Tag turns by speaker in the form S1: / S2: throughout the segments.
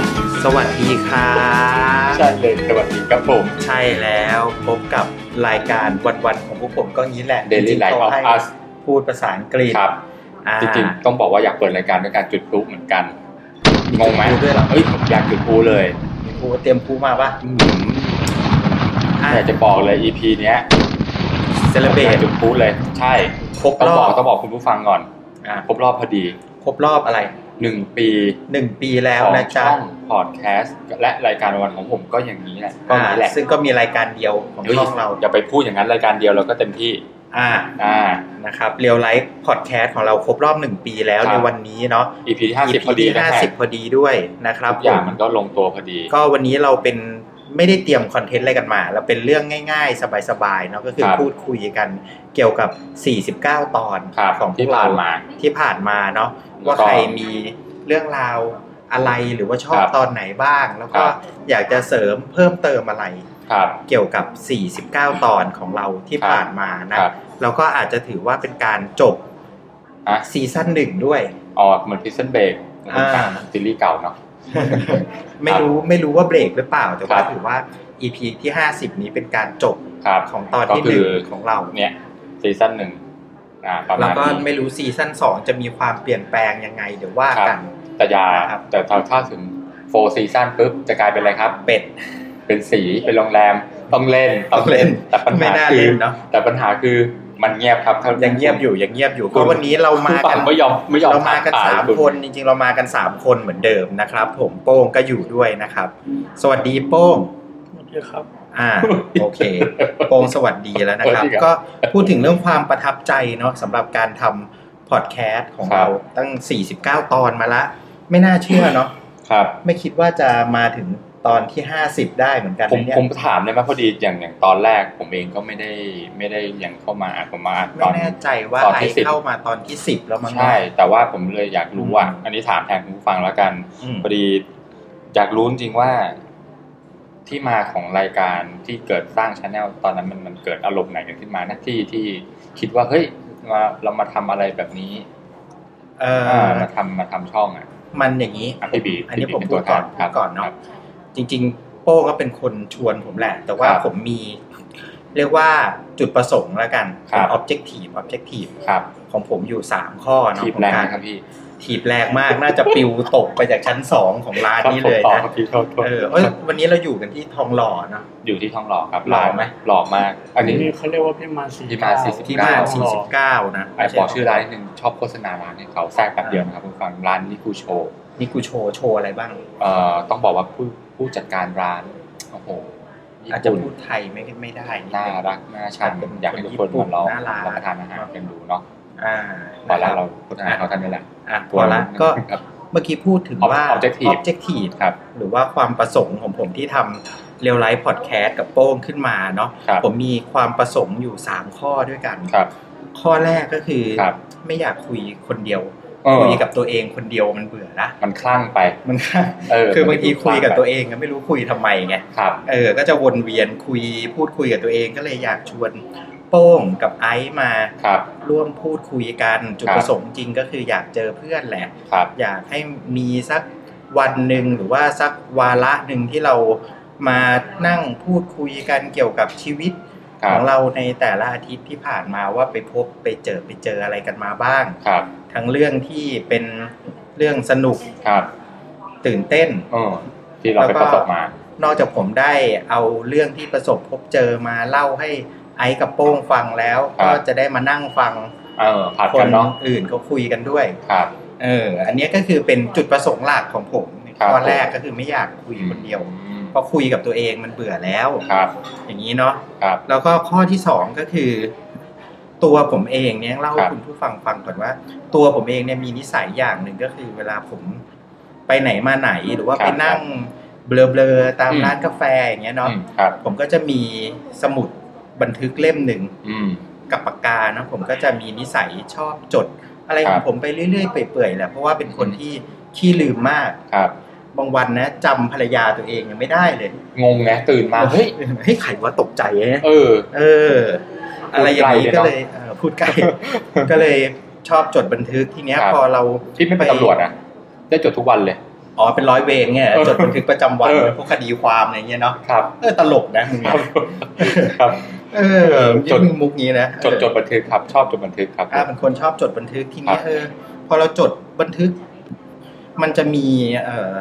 S1: ดีครับ
S2: ใช่เลยสวัสดีครับผม
S1: ใช่แล้วพบกับรายการวันๆของพวกผมก็งี้แหละ
S2: Daily
S1: จริงๆ
S2: Life
S1: เขา
S2: of
S1: ให้
S2: Us
S1: พูดภาษาอังกฤษ
S2: ครับ
S1: อ่า
S2: จริงๆต้องบอกว่าอยากเปิดรายการด้วยการจุดพลุเหมือนกันงงไหม
S1: จุดพลุด้วยเหรอ
S2: เอ้ยผมอยากจุดพลุเลย
S1: มีครูเตรียมครูมาปะ
S2: อืมอยากจะบอกเลย EP เนี้ย
S1: เซเลเบ
S2: อยาก
S1: ต
S2: จุดพลุเลย ใช่
S1: ครบ
S2: ต้อง
S1: รอ
S2: บอก
S1: บ
S2: ต้องบอกคุณผู้ฟังก่อน
S1: อ่ะ
S2: ครบรอบพอดี
S1: ครบรอบอะไร
S2: หนึ่งปี
S1: หนึ่งปีแล้ว
S2: ของ
S1: นะจ๊ะ
S2: ช่องพอดแคสต์และรายการวันของผมก็อย่างนี้แหละก็
S1: อ่า
S2: นี้แหละ
S1: ซึ่งก็มีรายการเดียวของ
S2: เฮ้ย
S1: ช่องเรา
S2: อย่าไปพูดอย่างนั้นรายการเดียวเราก็เต็มที่
S1: อ่า
S2: อ่า
S1: นะครับเรียวไลฟ์พอดแคสต์ของเราครบรอบหนึ่งปีแล้ว
S2: ครับ
S1: ในวันนี้เนาะ
S2: EP ที่ห้าสิบ
S1: EP
S2: พอดี
S1: ที่
S2: นะ
S1: ห้า
S2: แพ
S1: สิ
S2: ท
S1: บ
S2: ย์
S1: พอดีด้วยนะครับ
S2: ทุกอย่างมันก็ลงตัวพอดี
S1: ก็วันนี้เราเป็นไม่ได้เตรียมคอนเทนต์อะไรกันมา เราเป็นเรื่องง่ายๆ สบายๆเนาะก็คือ
S2: ครับ
S1: พูดคุยกันเกี่ยวกับ 49 ตอน
S2: ครับ
S1: ของพว
S2: ที่
S1: กเรา
S2: ผ่านมา
S1: ที่ผ่านมาเนาะ
S2: แล้วก็
S1: ว่าใครมีเรื่องราวอะไรหรือว่าชอบ
S2: ครับ
S1: ตอนไหนบ้าง แล้วก็
S2: ครับ
S1: อยากจะเสริมเพิ่มเติมอะไร
S2: ครับ
S1: เกี่ยวกับ 49 ตอนของเราที่ผ่านมานะครับ แล้วก็อาจจะถือว่าเป็นการจบ
S2: อ่ะ
S1: ซีซั่นหนึ่งด้วย
S2: อ๋อเหมือนพิซซันเบรก
S1: อ่า
S2: ซีรีส์เก่าเนาะ
S1: ไม่รู้ไม่รู้ว่าเบรกหรือเปล่าแต่ว่า
S2: ครับ
S1: ถือว่า EP ที่ 50 นี้เป็นการจบ
S2: ครับ
S1: ของตอนที่ห
S2: ก็คื
S1: นึ่ง
S2: อ
S1: ของเรา
S2: เนี่ยซีซั่นหนึ่งอ่าประ
S1: แล้ว
S2: มาณ
S1: ก็
S2: นี้
S1: ไม่รู้ซีซั่นสองจะมีความเปลี่ยนแปลงยังไง เดี๋ยวว่า
S2: ครับ
S1: กัน
S2: แต่อยา
S1: ครับ
S2: แต่ถ้าถ้าถึงโฟซีซั่นปุ๊บ จะกลายเป็นอะไรครับ
S1: เป็ด
S2: เป็นสีเป็นโรงแรมต้องเล่น
S1: ต้องเล่น
S2: แต่ปัญ
S1: ไม่
S2: หา
S1: น่า
S2: คื
S1: เล่
S2: อน
S1: เนาะ
S2: แต่ปัญหาคือมันเงียบครับท่า
S1: ยังเงียบอยู่ยังเงียบอยู่ก็วันนี้เรา
S2: คุณ
S1: มา
S2: ฝั่
S1: กั
S2: ง
S1: น
S2: ไม่ยอมไม่ยอม
S1: เรามากัน
S2: ป
S1: สาม
S2: ณ
S1: คนจริงๆ เรามากันสามคนเหมือนเดิมนะครับ ผมโป้งก็อยู่ด้วยนะครับ สวัสดีโป้ง
S3: ครับ
S1: อ่าโอเค โป้งสวัสดีแล้วนะครับ ก็พูดถึงเรื่องความประทับใจเนาะสำหรับการทำพอดแคสต์ของเราตั้ง 49 ตอนมาละ ไม่น่าเชื่อเนาะ
S2: ครับ
S1: ไม่คิดว่าจะมาถึงตอนที่ 50 ได้เหมือนกัน
S2: ผม
S1: นะเนี่ย
S2: ผมถามได้ไหมพอดีอย่างอย่างตอนแรกผมเองก็ไม่ได้ไม่ได้ยังเข้ามาผมมาต
S1: ไม่
S2: อน
S1: แน่ใจว่า
S2: ตอน
S1: ไอ
S2: ที่สิบ
S1: เข้ามาตอนที่ 10 แล้วมั้งนะ
S2: ใช่ แต่ว่าผมเลยอยากรู้อ่ะอันนี้ถามแทนคุณผู้ฟังแล้วกัน
S1: อืม
S2: พอดีอยากรู้จริงๆว่าที่มาของรายการที่เกิดสร้างชาแนลตอนนั้นมันมันเกิดอารมณ์ไหนกันขึ้นมานะที่ที่คิดว่าเฮ้ยมาเรามาทำอะไรแบบนี้
S1: เอ
S2: เอ
S1: อ
S2: อมาทำมาทำช่องอ่ะ
S1: มันอย่างนี้
S2: อ่ะพี่บี
S1: อันนี้
S2: พี่บี
S1: ผม
S2: เป็
S1: พูด
S2: ตัวแท
S1: ก่อนพู
S2: ครั
S1: ด
S2: บ
S1: ก่อนเนาะจริง ๆ โป้ก็เป็นคนชวนผมแหละ แต่ว่า
S2: ครับ
S1: ผมมี เรียกว่าจุดประสงค์แล้วกัน
S2: ครับ
S1: เป็น objective objective
S2: ครับ
S1: ของผมอยู่ 3 ข้อเนาะ
S2: ทีบ
S1: ของ
S2: แรง
S1: การ
S2: นะครับพี่
S1: ถีบแรงมากน่าจะปิวตกไปจากชั้น 2 ของร้านนี้เลย
S2: ครับผมต่อ
S1: นะครับ
S2: พี่โทษโทษ
S1: เออเอ้ยวันนี้เราอยู่กันที่ทองหล่อเนาะ
S2: อยู่ที่ท้องหล่อครับ
S1: หล่อไหม
S2: หล่อมาก อันนี้
S3: นี่เขาเรียกว่าพี่มาสี่
S2: พี่มาสี่สิบ
S1: ที่มา49 นะ
S2: ไอ้
S1: ม่ใช่
S2: บอก
S1: ทงหล่
S2: ชื่อร้านนิดนึงชอบโฆษณาร้านให้เขาแทรกแป๊บเดียวนะครับคุณฟังร้านนิคูโช
S1: นี่กูโชว์โชว์อะไรบ้าง
S2: เอ่อต้องบอกว่าผู้ผู้จัดการร้านโอ้โหญี่
S1: อาจจะ
S2: ปุ่น
S1: พูดไทยไม่ไม่ได้นิด
S2: น่า
S1: นึง
S2: รักน่าชัง
S1: เป็น
S2: อยากให้ทุก
S1: ญี่
S2: คน
S1: ปุ่น
S2: มาลอง
S1: น่ารัก
S2: รับประทานอาหารกันดูเนาะ
S1: อ่า
S2: พอแล้ว
S1: นะค
S2: เรา
S1: บ
S2: โฆษณาเขาท่านนี้แหละ
S1: อ่ะพอละก็
S2: ครับ
S1: เมื่อกี้พูดถึงว่า
S2: Objective
S1: objective
S2: ครับ
S1: หรือว่าความประสงค์ของผมที่ทำเรียวไลฟ์พอดแคสต์กับโป้งขึ้นมาเนาะ
S2: ครับ
S1: ผมมีความประสงค์อยู่ 3 ข้อด้วยกัน
S2: ครับ
S1: ข้อแรกก็คือ
S2: ครับ
S1: ไม่อยากคุยคนเดียว
S2: เออ
S1: คุยกับตัวเองคนเดียวมันเบื่อละ
S2: มันคลั่งไป
S1: มันก็
S2: เออ
S1: คือบางที
S2: มันดู
S1: คุยกับ
S2: คลั่งไป
S1: ตัวเองก็ไม่รู้คุยทำไมไง
S2: ครับ
S1: เออ ก็จะวนเวียนคุยพูดคุยกับตัวเองก็เลยอยากชวนโป้งกับไอซ์มา
S2: ครับ
S1: ร่วมพูดคุยกันจุด
S2: ครับ
S1: ประสงค์จริงก็คืออยากเจอเพื่อนแหละ
S2: ครับ
S1: อยากให้มีสักวันหนึ่งหรือว่าสักวาระหนึ่งที่เรามานั่งพูดคุยกันเกี่ยวกับชีวิต
S2: ครั
S1: ข
S2: บ
S1: องเราในแต่ละอาทิตย์ที่ผ่านมาว่าไปพบไปเจอไปเจออะไรกันมาบ้าง
S2: ครับ
S1: ทั้งเรื่องที่เป็นเรื่องสนุก
S2: ครับ
S1: ตื่นเต้น
S2: เออที่เราไปประสบมา
S1: นอกจากผมได้เอาเรื่องที่ประสบพบเจอมาเล่าให้ไอ้กับโป้งฟังแล้ว
S2: ครับ
S1: ก็จะได้มานั่งฟัง
S2: เออผัด
S1: ค
S2: กัน
S1: น
S2: เนาะ
S1: อื่นเขาคุยกันด้วย
S2: ครับ
S1: เอออันเนี้ยก็คือเป็นจุดประสงค์หลักของผม
S2: ครับ
S1: ข้อแรกก็คือไม่อยากคุยคนเดียว
S2: อืม
S1: เพราะคุยกับตัวเองมันเบื่อแล้ว
S2: ครับ
S1: อย่างนี้เนาะ
S2: ครับ
S1: แล้วก็ข้อที่สองก็คือ ตัวผมเองเนี่ยเล่าให้
S2: ครับ
S1: คุณผู้ฟังฟังก่อนว่า ตัวผมเองเนี่ยมีนิสัยอย่างหนึ่งก็คือเวลาผมไปไหนมาไหนหรือว่าไปนั่งเบลอๆตามร้านกาแฟอย่างเงี้ยเนาะ
S2: อืมครับ
S1: ผมก็จะมีสมุดบันทึกเล่มหนึ่ง
S2: อืม
S1: กับปากกาเนอะผมก็จะมีนิสัยชอบจด อะไรข
S2: ครั
S1: อง
S2: บ
S1: ผมไปเรื่อยๆ เปื่อยๆแหละเพราะว่าเป็นคนที่ขี้ลืมมาก
S2: ครับ
S1: บางวันนะจำภรรยาตัวเองยังไม่ได้เลย
S2: งงไงตื่นมาเฮ้ย
S1: เฮ้ยใครว่าตกใจเนี่ย
S2: เออ
S1: เออ อะไรอย่างนี้ก็เลยเออพูดไกล ก็เลยชอบจดบันทึกทีเนี้ย
S2: ครับ
S1: พอเรา
S2: ที่ไม่เป็นตำรวจนะได้จดทุกวันเลย
S1: อ๋อเป็นร้อยเวรไง
S2: เออ
S1: จดบันทึกประจำวัน
S2: เออ
S1: พวกคดีความอะไรเงี้ยเนาะ
S2: ครับ
S1: เออตลกนะมึง
S2: ค
S1: เนี่ย
S2: รับครับ
S1: เออ
S2: จด
S1: มึงมุกนี้นะ
S2: จดจดบันทึกครับ ชอบจดบันทึกครับ
S1: อ่าเป็นคนชอบจดบันทึกทีนี้
S2: ครับ
S1: เออพอเราจดบันทึก มันจะมีเอ่อ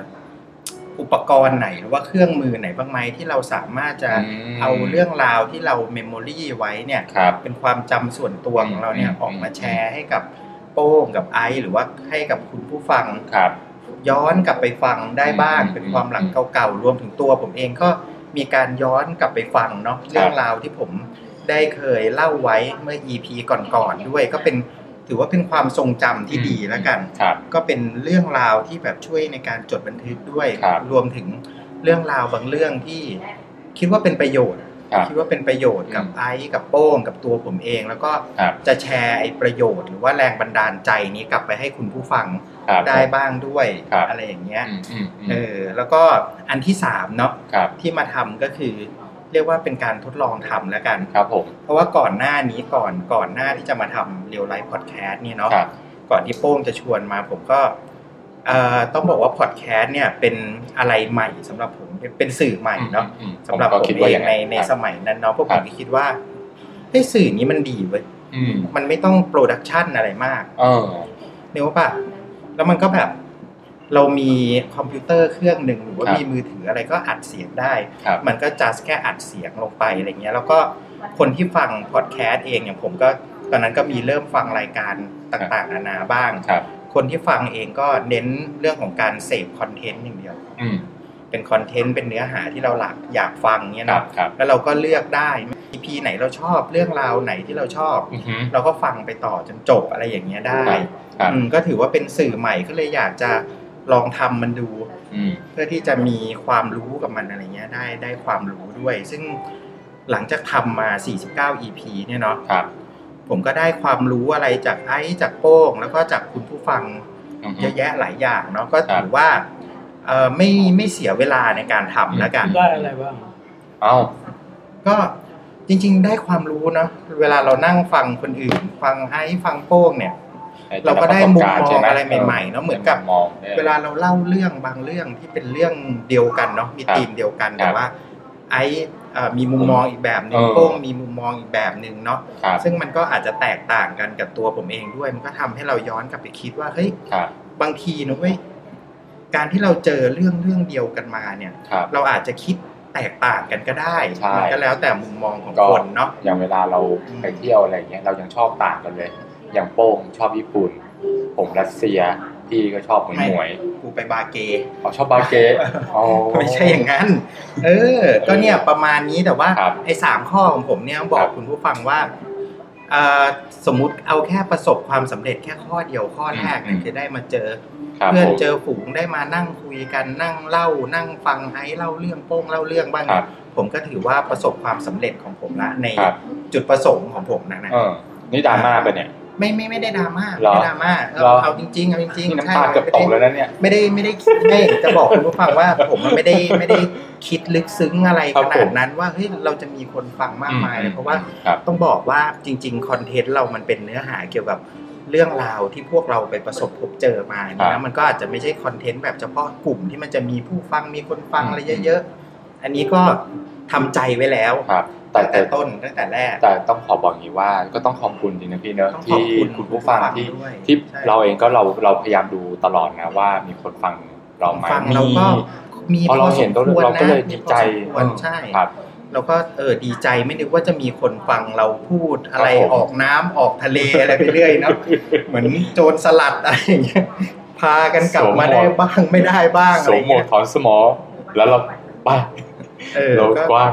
S1: อุปกรณ์ไหนหรือว่าเครื่องมือไหนบ้างไหมที่เราสามารถจะ
S2: ม
S1: เอาเรื่องราวที่เราเมมโมรีไว้เนี่ย
S2: ครับ
S1: เป็นความจำส่วนตัวของเราเนี่ย
S2: อืม
S1: ออกมาแชร์ให้กับโป้งกับไอซ์หรือว่าให้กับคุณผู้ฟัง
S2: ครับ
S1: ย้อนกลับไปฟังได้บ้าง
S2: อืม
S1: เป็นความหลังเก่าๆรวมถึงตัวผมเองก็มีการย้อนกลับไปฟังเนาะเรื่องราวที่ผมได้เคยเล่าไว้เมื่อ EP ก่อนๆด้วย ก็เป็นถือว่าเป็นความทรงจำที่
S2: อืม
S1: ดีแล้วกัน
S2: ครับ
S1: ก็เป็นเรื่องราวที่แบบช่วยในการจดบันทึกด้วย
S2: ครับ
S1: รวมถึงเรื่องราวบางเรื่องที่คิดว่าเป็นประโยชน์
S2: ครับ
S1: คิดว่าเป็นประโยชน์กับ
S2: อืม
S1: ไอซ์กับโป้งกับตัวผมเอง แล้วก็
S2: ครับ
S1: จะแชร์ไอ้ประโยชน์หรือว่าแรงบันดาลใจนี้กลับไปให้คุณผู้ฟัง
S2: ครับ
S1: ได้บ้างด้วย
S2: ครับ
S1: อะไรอย่างเงี้ย
S2: อืมอืมอืม
S1: เออแล้วก็อันที่สามเนาะ
S2: ครับ
S1: ที่มาทำก็คือ เรียกว่าเป็นการทดลองทำแล้วกัน
S2: ครับผม
S1: เพราะว่าก่อนหน้านี้ก่อนก่อนหน้าที่จะมาทำเรียวไลฟ์พอดแคสต์เนี่ยเนาะ
S2: ครับ
S1: ก่อนที่โป้งจะชวนมาผมก็เอ่อต้องบอกว่าพอดแคสต์เนี่ยเป็นอะไรใหม่สำหรับผมเป็นสื่อใหม่เนาะ
S2: อืมอื
S1: สำหรับ
S2: ก็
S1: ผม
S2: คิด
S1: เอ
S2: ว่าอง ย่าง
S1: ในในสมัยนั้นเนาะพวกผมก็คิดว่าเฮ้ยสื่อนี้มันดีเว้ย
S2: อืม
S1: มันไม่ต้องโปรดักชันอะไรมาก
S2: เออ
S1: เนกออกปะแล้วมันก็แบบ เรามีคอมพิวเตอร์เครื่องหนึ่งหรือว่า
S2: ครับ
S1: มีมือถืออะไรก็อัดเสียงได้
S2: ครับ
S1: มันก็จัสแค่อัดเสียงลงไปอะไรเงี้ย แล้วก็คนที่ฟังพอดแคสต์เองอย่างผมก็ตอนนั้นก็มีเริ่มฟังรายการต่างๆนานาบ้าง
S2: ครับ
S1: คนที่ฟังเองก็เน้นเรื่องของการเสพคอนเทนต์อย่างเดียว
S2: อืม
S1: เป็นคอนเทนต์เป็นเนื้อหาที่เราหลักอยากฟังเงี้ย
S2: ครับ
S1: เนาะ
S2: ครับ
S1: แล้วเราก็เลือกได้อีพีไหนเราชอบเรื่องราวไหนที่เราชอบ
S2: อือฮึ
S1: เราก็ฟังไปต่อจนจบอะไรอย่างเงี้ยได้
S2: ครับครับ
S1: อืมก็ถือว่าเป็นสื่อใหม่ก็เลยอยากจะลองทำมันดู
S2: อืม
S1: เพื่อที่จะมีความรู้กับมันอะไรเงี้ยได้ได้ความรู้ด้วย ซึ่งหลังจากทำมา 49 EP เนี่ยเนาะ
S2: ครับ
S1: ผมก็ได้ความรู้อะไรจากไอซ์จากโป้ง แล้วก็จากคุณผู้ฟัง
S2: อืม
S1: เยอะแยะหลายอย่างเนาะก็
S2: ครับ
S1: ถือว่าเอ่อไม่ไม่เสียเวลาในการทำแล้วกัน
S3: ได้อะไรบ้าง
S2: เอ้า
S1: ก็จริงๆ ได้ความรู้เนอะเวลาเรานั่งฟังคนอื่น ฟังไอ้ฟังโป้งเนี่ย เราก็ได้มุมมองอะไรใหม่ๆเนอะเหมือนกับ
S2: มองได้
S1: เวลาเราเล่าเรื่องบางเรื่องที่เป็นเรื่องเดียวกันเนาะมี
S2: ครับ
S1: ธีมเดียวกัน
S2: ค
S1: แต่
S2: รับ
S1: ว่าไอ้เอ่อมีมุมมองอีกแบบหนึ่ง
S2: เออ
S1: โป้งมีมุมมองอีกแบบหนึ่งเนาะ
S2: ครับ
S1: ซึ่งมันก็อาจจะแตกต่างกันกับตัวผมเองด้วย มันก็ทำให้เราย้อนกลับไปคิดว่าเฮ้ย
S2: ครับ
S1: บางทีนะเว้ยการที่เราเจอเรื่องเรื่องเดียวกันมาเนี่ย
S2: ครับ
S1: เราอาจจะคิดแตกต่างกันก็ได้
S2: ใช่
S1: มัก็แล้วแต่มุมมองของคนเนาะ
S2: อย่างเวลาเราไปเที่ยวอะไรเงี้ยเรายังชอบต่างกันเลย อย่างโป้งชอบญี่ปุ่น ผมรัสเซียพี่ก็ชอบหมวยหมวย
S1: กูไปบาเก
S2: อ๋อชอบบาเกะอ๋อ
S1: ไม่ใช่อย่างนั้น เออ ก็เนี่ยประมาณนี้แต่ว่า
S2: ครับ
S1: ไอ้สามข้อของผมเนี่ยต้องบอก
S2: ครับ
S1: คุณผู้ฟังว่าเอ่อสมมุติเอาแค่ประสบความสำเร็จแค่ข้อเดียวข้อแรกเนี่ย
S2: อืม
S1: คือได้มาเจอ
S2: ครับ
S1: เพื่อน
S2: ผม
S1: เจอฝูงได้มานั่งคุยกันนั่งเล่า นั่งฟังไอ้เล่าเรื่องโป้งเล่าเรื่องบ้าง
S2: ครับ
S1: ผมก็ถือว่าประสบความสำเร็จของผมละใน
S2: ครับ
S1: จุดประสงค์ของผมนะนะ
S2: เออนี่ดราม่าไปะเนี่ย
S1: ไม่ไม่ไม่ได้ดราม่า
S2: เหรอ
S1: ไม่ดราม่าเออ
S2: เหรอ
S1: เอาจริงๆเอาจริง
S2: นี่
S1: ๆใช่
S2: น้ำตาเกือบตก
S1: ไม่ได้
S2: แล้วนะเนี่ย
S1: ไม่ได้ไม่ได้ไม่จะบอกคุณผู้ฟังว่า ผมมันไม่ได้ไม่ได้คิดลึกซึ้งอะไร
S2: ครั
S1: ข
S2: บผม
S1: นาดนั้นว่าเฮ้ยเราจะมีคนฟังมากมายเลยเพราะว่า
S2: ครับ
S1: ต้องบอกว่าจริง ๆ คอนเทนต์เรามันเป็นเนื้อหาเกี่ยวกับเรื่องราวที่พวกเราไปประสบพบเจอมาเนี่ย
S2: ครั
S1: นะ
S2: บ
S1: มันก็อาจจะไม่ใช่คอนเทนต์แบบเฉพาะกลุ่มที่มันจะมีผู้ฟังมีคนฟัง
S2: อืม
S1: อะไรเยอะ ๆ อันนี้ก็ทำใจไว้แล้ว
S2: ครับแต่
S1: ตั้ง
S2: แต่
S1: แต่ต้นตั้งแต่แรก
S2: แต่ต้องขอบอกอย่างนี้ว่าก็ต้องขอบคุณจริงนะพี่เนอะ
S1: ต้องขอบ
S2: ที่
S1: คุณ
S2: คุณผู้ฟังที่
S1: ด้วย
S2: ที่
S1: ใช่
S2: เราเองก็เราเราพยายามดูตลอดนะว่ามีคนฟังเราไหม
S1: ฟัง
S2: มี
S1: เราก็มี
S2: พอเรา
S1: พอสม
S2: เห็นเรา
S1: ควร
S2: เราก็เลย
S1: นะ
S2: ดีใจ
S1: มีพอสมควร
S2: เออ
S1: ใช่
S2: ครับ
S1: เราก็เออดีใจไม่นึกว่าจะมีคนฟังเราพูดอะไร
S2: ครับผม
S1: ออกน้ำออกทะเลอะไรไปเรื่อย เนาะเหมือนโจรสลัดอะไรอย่างเงี้ยพากันกลับมาได้บ้างไม่ได้บ้าง
S2: ส
S1: อะไร
S2: วมหมว
S1: เงี้
S2: ก
S1: ย
S2: ถอนสมอ แล้วเราไป
S1: เออ
S2: เรา
S1: ก็
S2: กว้าง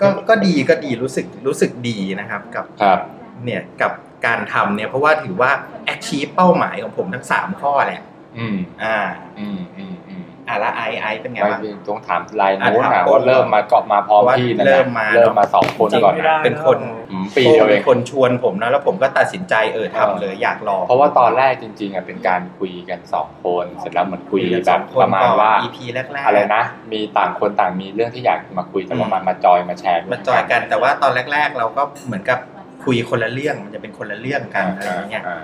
S1: ก็ก็ดีก็ดีรู้สึกรู้สึกดีนะครับกับ
S2: ครับ
S1: เนี่ยกับการทำเนี่ยเพราะว่าถือว่า achieve เป้าหมายของผมทั้ง 3 ข้อแหละ
S2: อืม
S1: อ่า
S2: อืมอืมอืม
S1: อ่ะและไอไอเป็นไง
S2: ไม่
S1: บ้าง
S2: ต้องถามลายนู้น
S1: อ่ะถา
S2: อะ
S1: ม
S2: ว่าเริ่มมาเกาะมาพร้อม
S1: ว่า
S2: พี่นะ
S1: เริ่มมา
S2: เริ่มมาสองคนก่อน
S3: จริงไม่ได้
S2: นะ
S1: เป็นคน
S2: อืมปีเดียวเอ
S1: ป็
S2: ง
S1: นคนชวนผมนะแล้วผมก็ตัดสินใจเออทำเลยอยากลอง
S2: เพราะว่าตอนแรกจริงๆอ่ะเป็นการคุยกันสองคนเสร็จแล้วเหมือนคุย
S1: คุย
S2: แบบประมาณว่า
S1: EP แรกๆ
S2: อะไรนะ มีต่างคนต่างมีเรื่องที่อยากมาคุยแต่ว่ามามาจอยมาแชร์ร่ว
S1: มาจอยกันแต่ว่าตอนแรก ๆ เราก็เหมือนกับคุยคนละเรื่องมันจะเป็นคนละเรื่องกันอะไรอย่างเงี้ย
S2: อ่า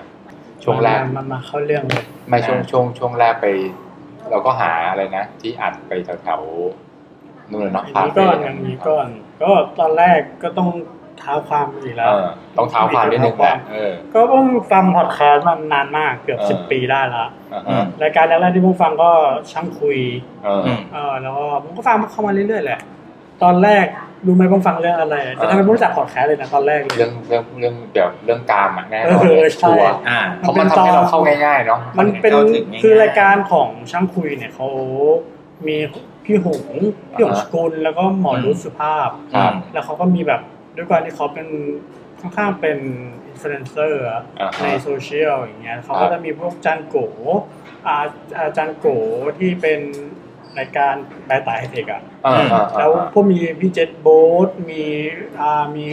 S2: ช่วงแรก
S3: มามามาเข้าเรื่องเลย
S2: ไม่ช่วง
S1: อ่า
S2: ช่วงช่วงแรกไป เราก็หาอะไรนะ ที่อัดไปแถวๆนู่นน่ะเนาะ
S3: อันนี้ก่อน
S2: พาไป
S3: อันนี้ก่อน ก็ตอนแรกก็ต้องเท้าความอีกแล้ว
S2: เออต้องเท้าความนิดนึงแหละเออ
S3: ก็เพิ่งฟังพอดแคสต์มานานมากเกือบ
S2: เออ
S3: สิบปีได้ละ
S2: อ่าฮะ
S3: รายการแรกๆที่เพิ่งฟังก็ช่างคุย
S2: เออ
S1: อืม
S3: เออแล้วก็ผมก็ฟังเข้ามาเรื่อยๆแหละ ตอนแรกรู้ไหมผมฟังเรื่องอะไร
S2: เอ
S3: จะ
S2: อ
S3: ทำไมไม่รู้จักพอดแคสต์เลยนะตอนแรกเลย
S2: เรื่องเรื่องเรื่องเดี๋ยวเรื่องกามอ่ะแน่นอน
S3: เอ
S2: เล
S3: อย ใช่
S2: ชัวร์
S1: อ่า
S2: เพราะมันทำให้เราเข้าง่ายๆเนาะ
S3: มันเป็น
S1: เข้าถึงง่ายๆ
S3: คือรายการของช่างคุยเนี่ยเขามีพี่หงส์พี่หงส์สกุลแล้วก็หมอรุษสุภาพ
S2: ครับ
S3: แล้วเขาก็มีแบบด้วยความที่เขาเป็นค่อนข้างเป็นอินฟลูเอนเซอร์อะ
S2: อ่า
S3: ใน
S2: ฮะ
S3: โซเชียลอย่างเงี้ยเขา
S2: ครั
S3: ก็
S2: บ
S3: จะมีพวกจานโกอาอาจารย์โกที่เป็นรายการแปลตายเทคอะ
S2: อ่าอ่าอ่า
S3: แล้วพวกมีพี่เจษโบ๊ทมีอ่ามี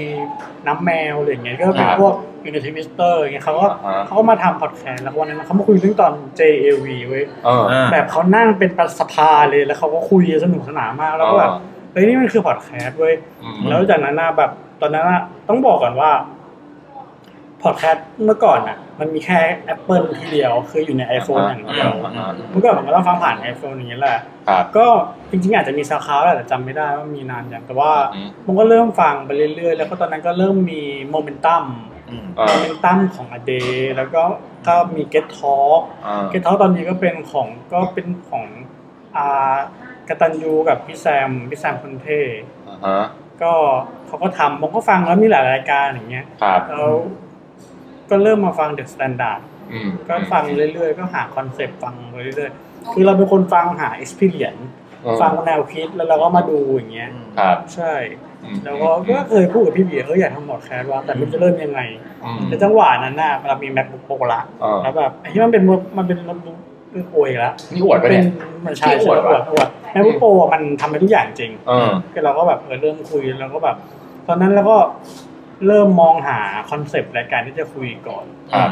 S3: น้ำแมวอะไรอย่างเงี้ยก็เป็น
S2: ครับ
S3: พวกยูนิทิมิสเตอร์อย่างเงี้ยเขาก็
S2: อ่าฮะ
S3: เขาก็มาทำพอดแคสต์แล้ววันนั้นเขามาคุยเรื่องตอน JAV เว้ย
S2: เออ
S1: อ่า
S3: แบบเขานั่งเป็นประสภาเลยแล้วเขาก็คุยสนุกสนานมากแล้วก็แบบเฮ้ยนี่มันคือพอดแคสต์เว้ย
S2: อืม
S3: แล้วจากนั้นนะแบบตอนนั้นนะต้องบอกก่อนว่าพอดแคสต์เมื่อก่อนน่ะ มันมีแค่ Apple ที่เดียวคืออยู่ใน iPhone อย่างเดียว
S2: อ่าอ่าอ่า
S3: เมื่อก่อนผมก็ต้องฟังผ่าน iPhone อย่างนี้ยแหละ
S2: ครับ
S3: ก็จริงๆ อาจจะมีซาวคลาวแหละแต่จำไม่ได้ว่ามีนานอย่างแต่ว่า
S2: อืม
S3: มันก็เริ่มฟังไปเรื่อยๆ แล้วก็ตอนนั้นก็เริ่มมีโมเมนตัม
S1: อืม
S2: เอ
S3: โม
S2: อ
S3: เมนตัมของอเดแล้วก็ก็มี Get Talk
S2: เออ
S3: Get Talk ตอนนี้ก็เป็นของก็เป็นของอ่ากตันยูกับพี่แซมพี่แซมคนเท่
S2: อ่าฮะ
S3: ก็เขาก็ทำผมก็ฟังแล้วมีหลายรายการอย่างเงี้ย
S2: ครับ
S3: แล้วก็เริ่มมาฟังเดอะสแตนดาร์ด
S2: อืม
S3: ก็ฟังเรื่อยๆ ก็หาคอนเซปต์ฟังไปเรื่อยๆ คือเราเป็นคนฟังหา experience
S2: เออ
S3: ฟังแนวคิดแล้วเราก็มาดูอย่างเงี้ย
S2: ครับ
S3: ใช่
S2: อืม
S3: แล้วก็ก็เคยพูดกับพี่เบียร์เอออยากทำหมอดแคสว่าแต่ไม่รู้จะเริ่มยังไง
S2: อืม
S3: แต่จังหวะนั้นน่ะเรามี macbook pro ละ
S2: เออ
S3: แล้วแบบไอ้ที่มันเป็นมันเป็นมันเป็นโอยอีกแล้ว
S2: นี่อวดไปะ
S3: เป็
S2: เนี่
S3: น
S2: ย
S3: เหมันใช่
S2: ที่อวด
S3: อ
S2: วะ
S3: วดอวด macbook pro อะมันทำได้ทุกอย่างจริง
S2: เออ
S3: คือเราก็แบบเออเริ่มคุยแล้วก็แบบ ตอนนั้นเราก็เริ่มมองหาคอนเซปต์รายการที่จะคุยก่อน
S2: ครับ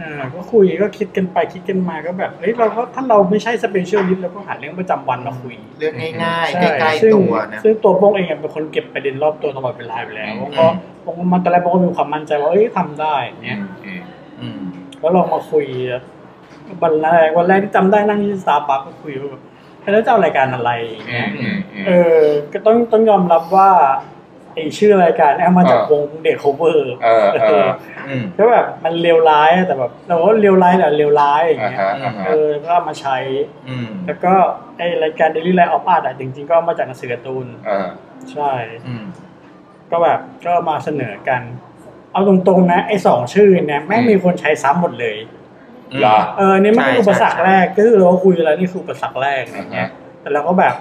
S3: อ่าก็คุยก็คิดกันไปคิดกันมาก็แบบเฮ้ยเราก็ถ้าเราไม่ใช่สเปเชียลลิสต์เราก็หาเรื่องประจำวันมาคุย
S1: เลือกง่ายๆ
S3: ใช่
S1: ใกล้
S3: ซึ่ง
S1: ๆตัวนะ
S3: ซึ่งตัวโป้งเองอะเป็นคนเก็บประเด็นรอบตัวตลอดเวลาอยู่แล้ว
S2: อืม
S3: ก็โป้งมาตอนแรกโป้งก็มีความมั่นใจว่าเอ้ยทำได้อย่าง
S2: อื
S3: เนี้ย
S2: มอืม
S1: อืม
S3: แล้วลองมาคุยวันแรกวันแรกที่จำได้นั่งที่สตาร์บัคก็คุยว่าแบบเฮ้ยแล้วจะเอารายการอะไรอย่าง
S2: อืมอื
S3: เงี้ย
S2: มอืม
S3: เออ ก็ต้องต้องยอมรับว่าไอชื่อรายการแอบมาจาก
S2: เอ
S3: ว
S2: อ
S3: งเด็กโคเวอร์
S2: เออเออ
S1: อืม
S3: ก็แบบมันเลวร้ายอะแต่แบบเราก็เลวร้ายแหละเลวร้ายอย่าง
S2: อ่า
S3: เงี้ย
S2: ฮะอ่าฮะ
S3: เออก็เอามาใช้
S1: อืม
S3: แล้วก็ไอรายการ Daily Life of Art อะจริงๆ ก็เอามาจากหนังสือการ์ตูน
S2: เออ
S3: ใช่
S1: อืม
S3: ก็แบบก็มาเสนอกัน เอาตรงๆนะ ไอสองชื่อเนี่ยแม่ง
S2: อืม
S3: มีคนใช้ซ้ำหมดเลย
S2: เหรอ
S3: เออเนี่ยมันคื
S1: ใช่
S3: ออุปสรรค
S1: ใช่
S3: แรกก็คือเราก็คุยแล้วนี่คืออุปสรรคแรก
S2: อ่า
S3: อย่างเงี้
S2: ฮะ
S3: ย แต่เราก็แบบ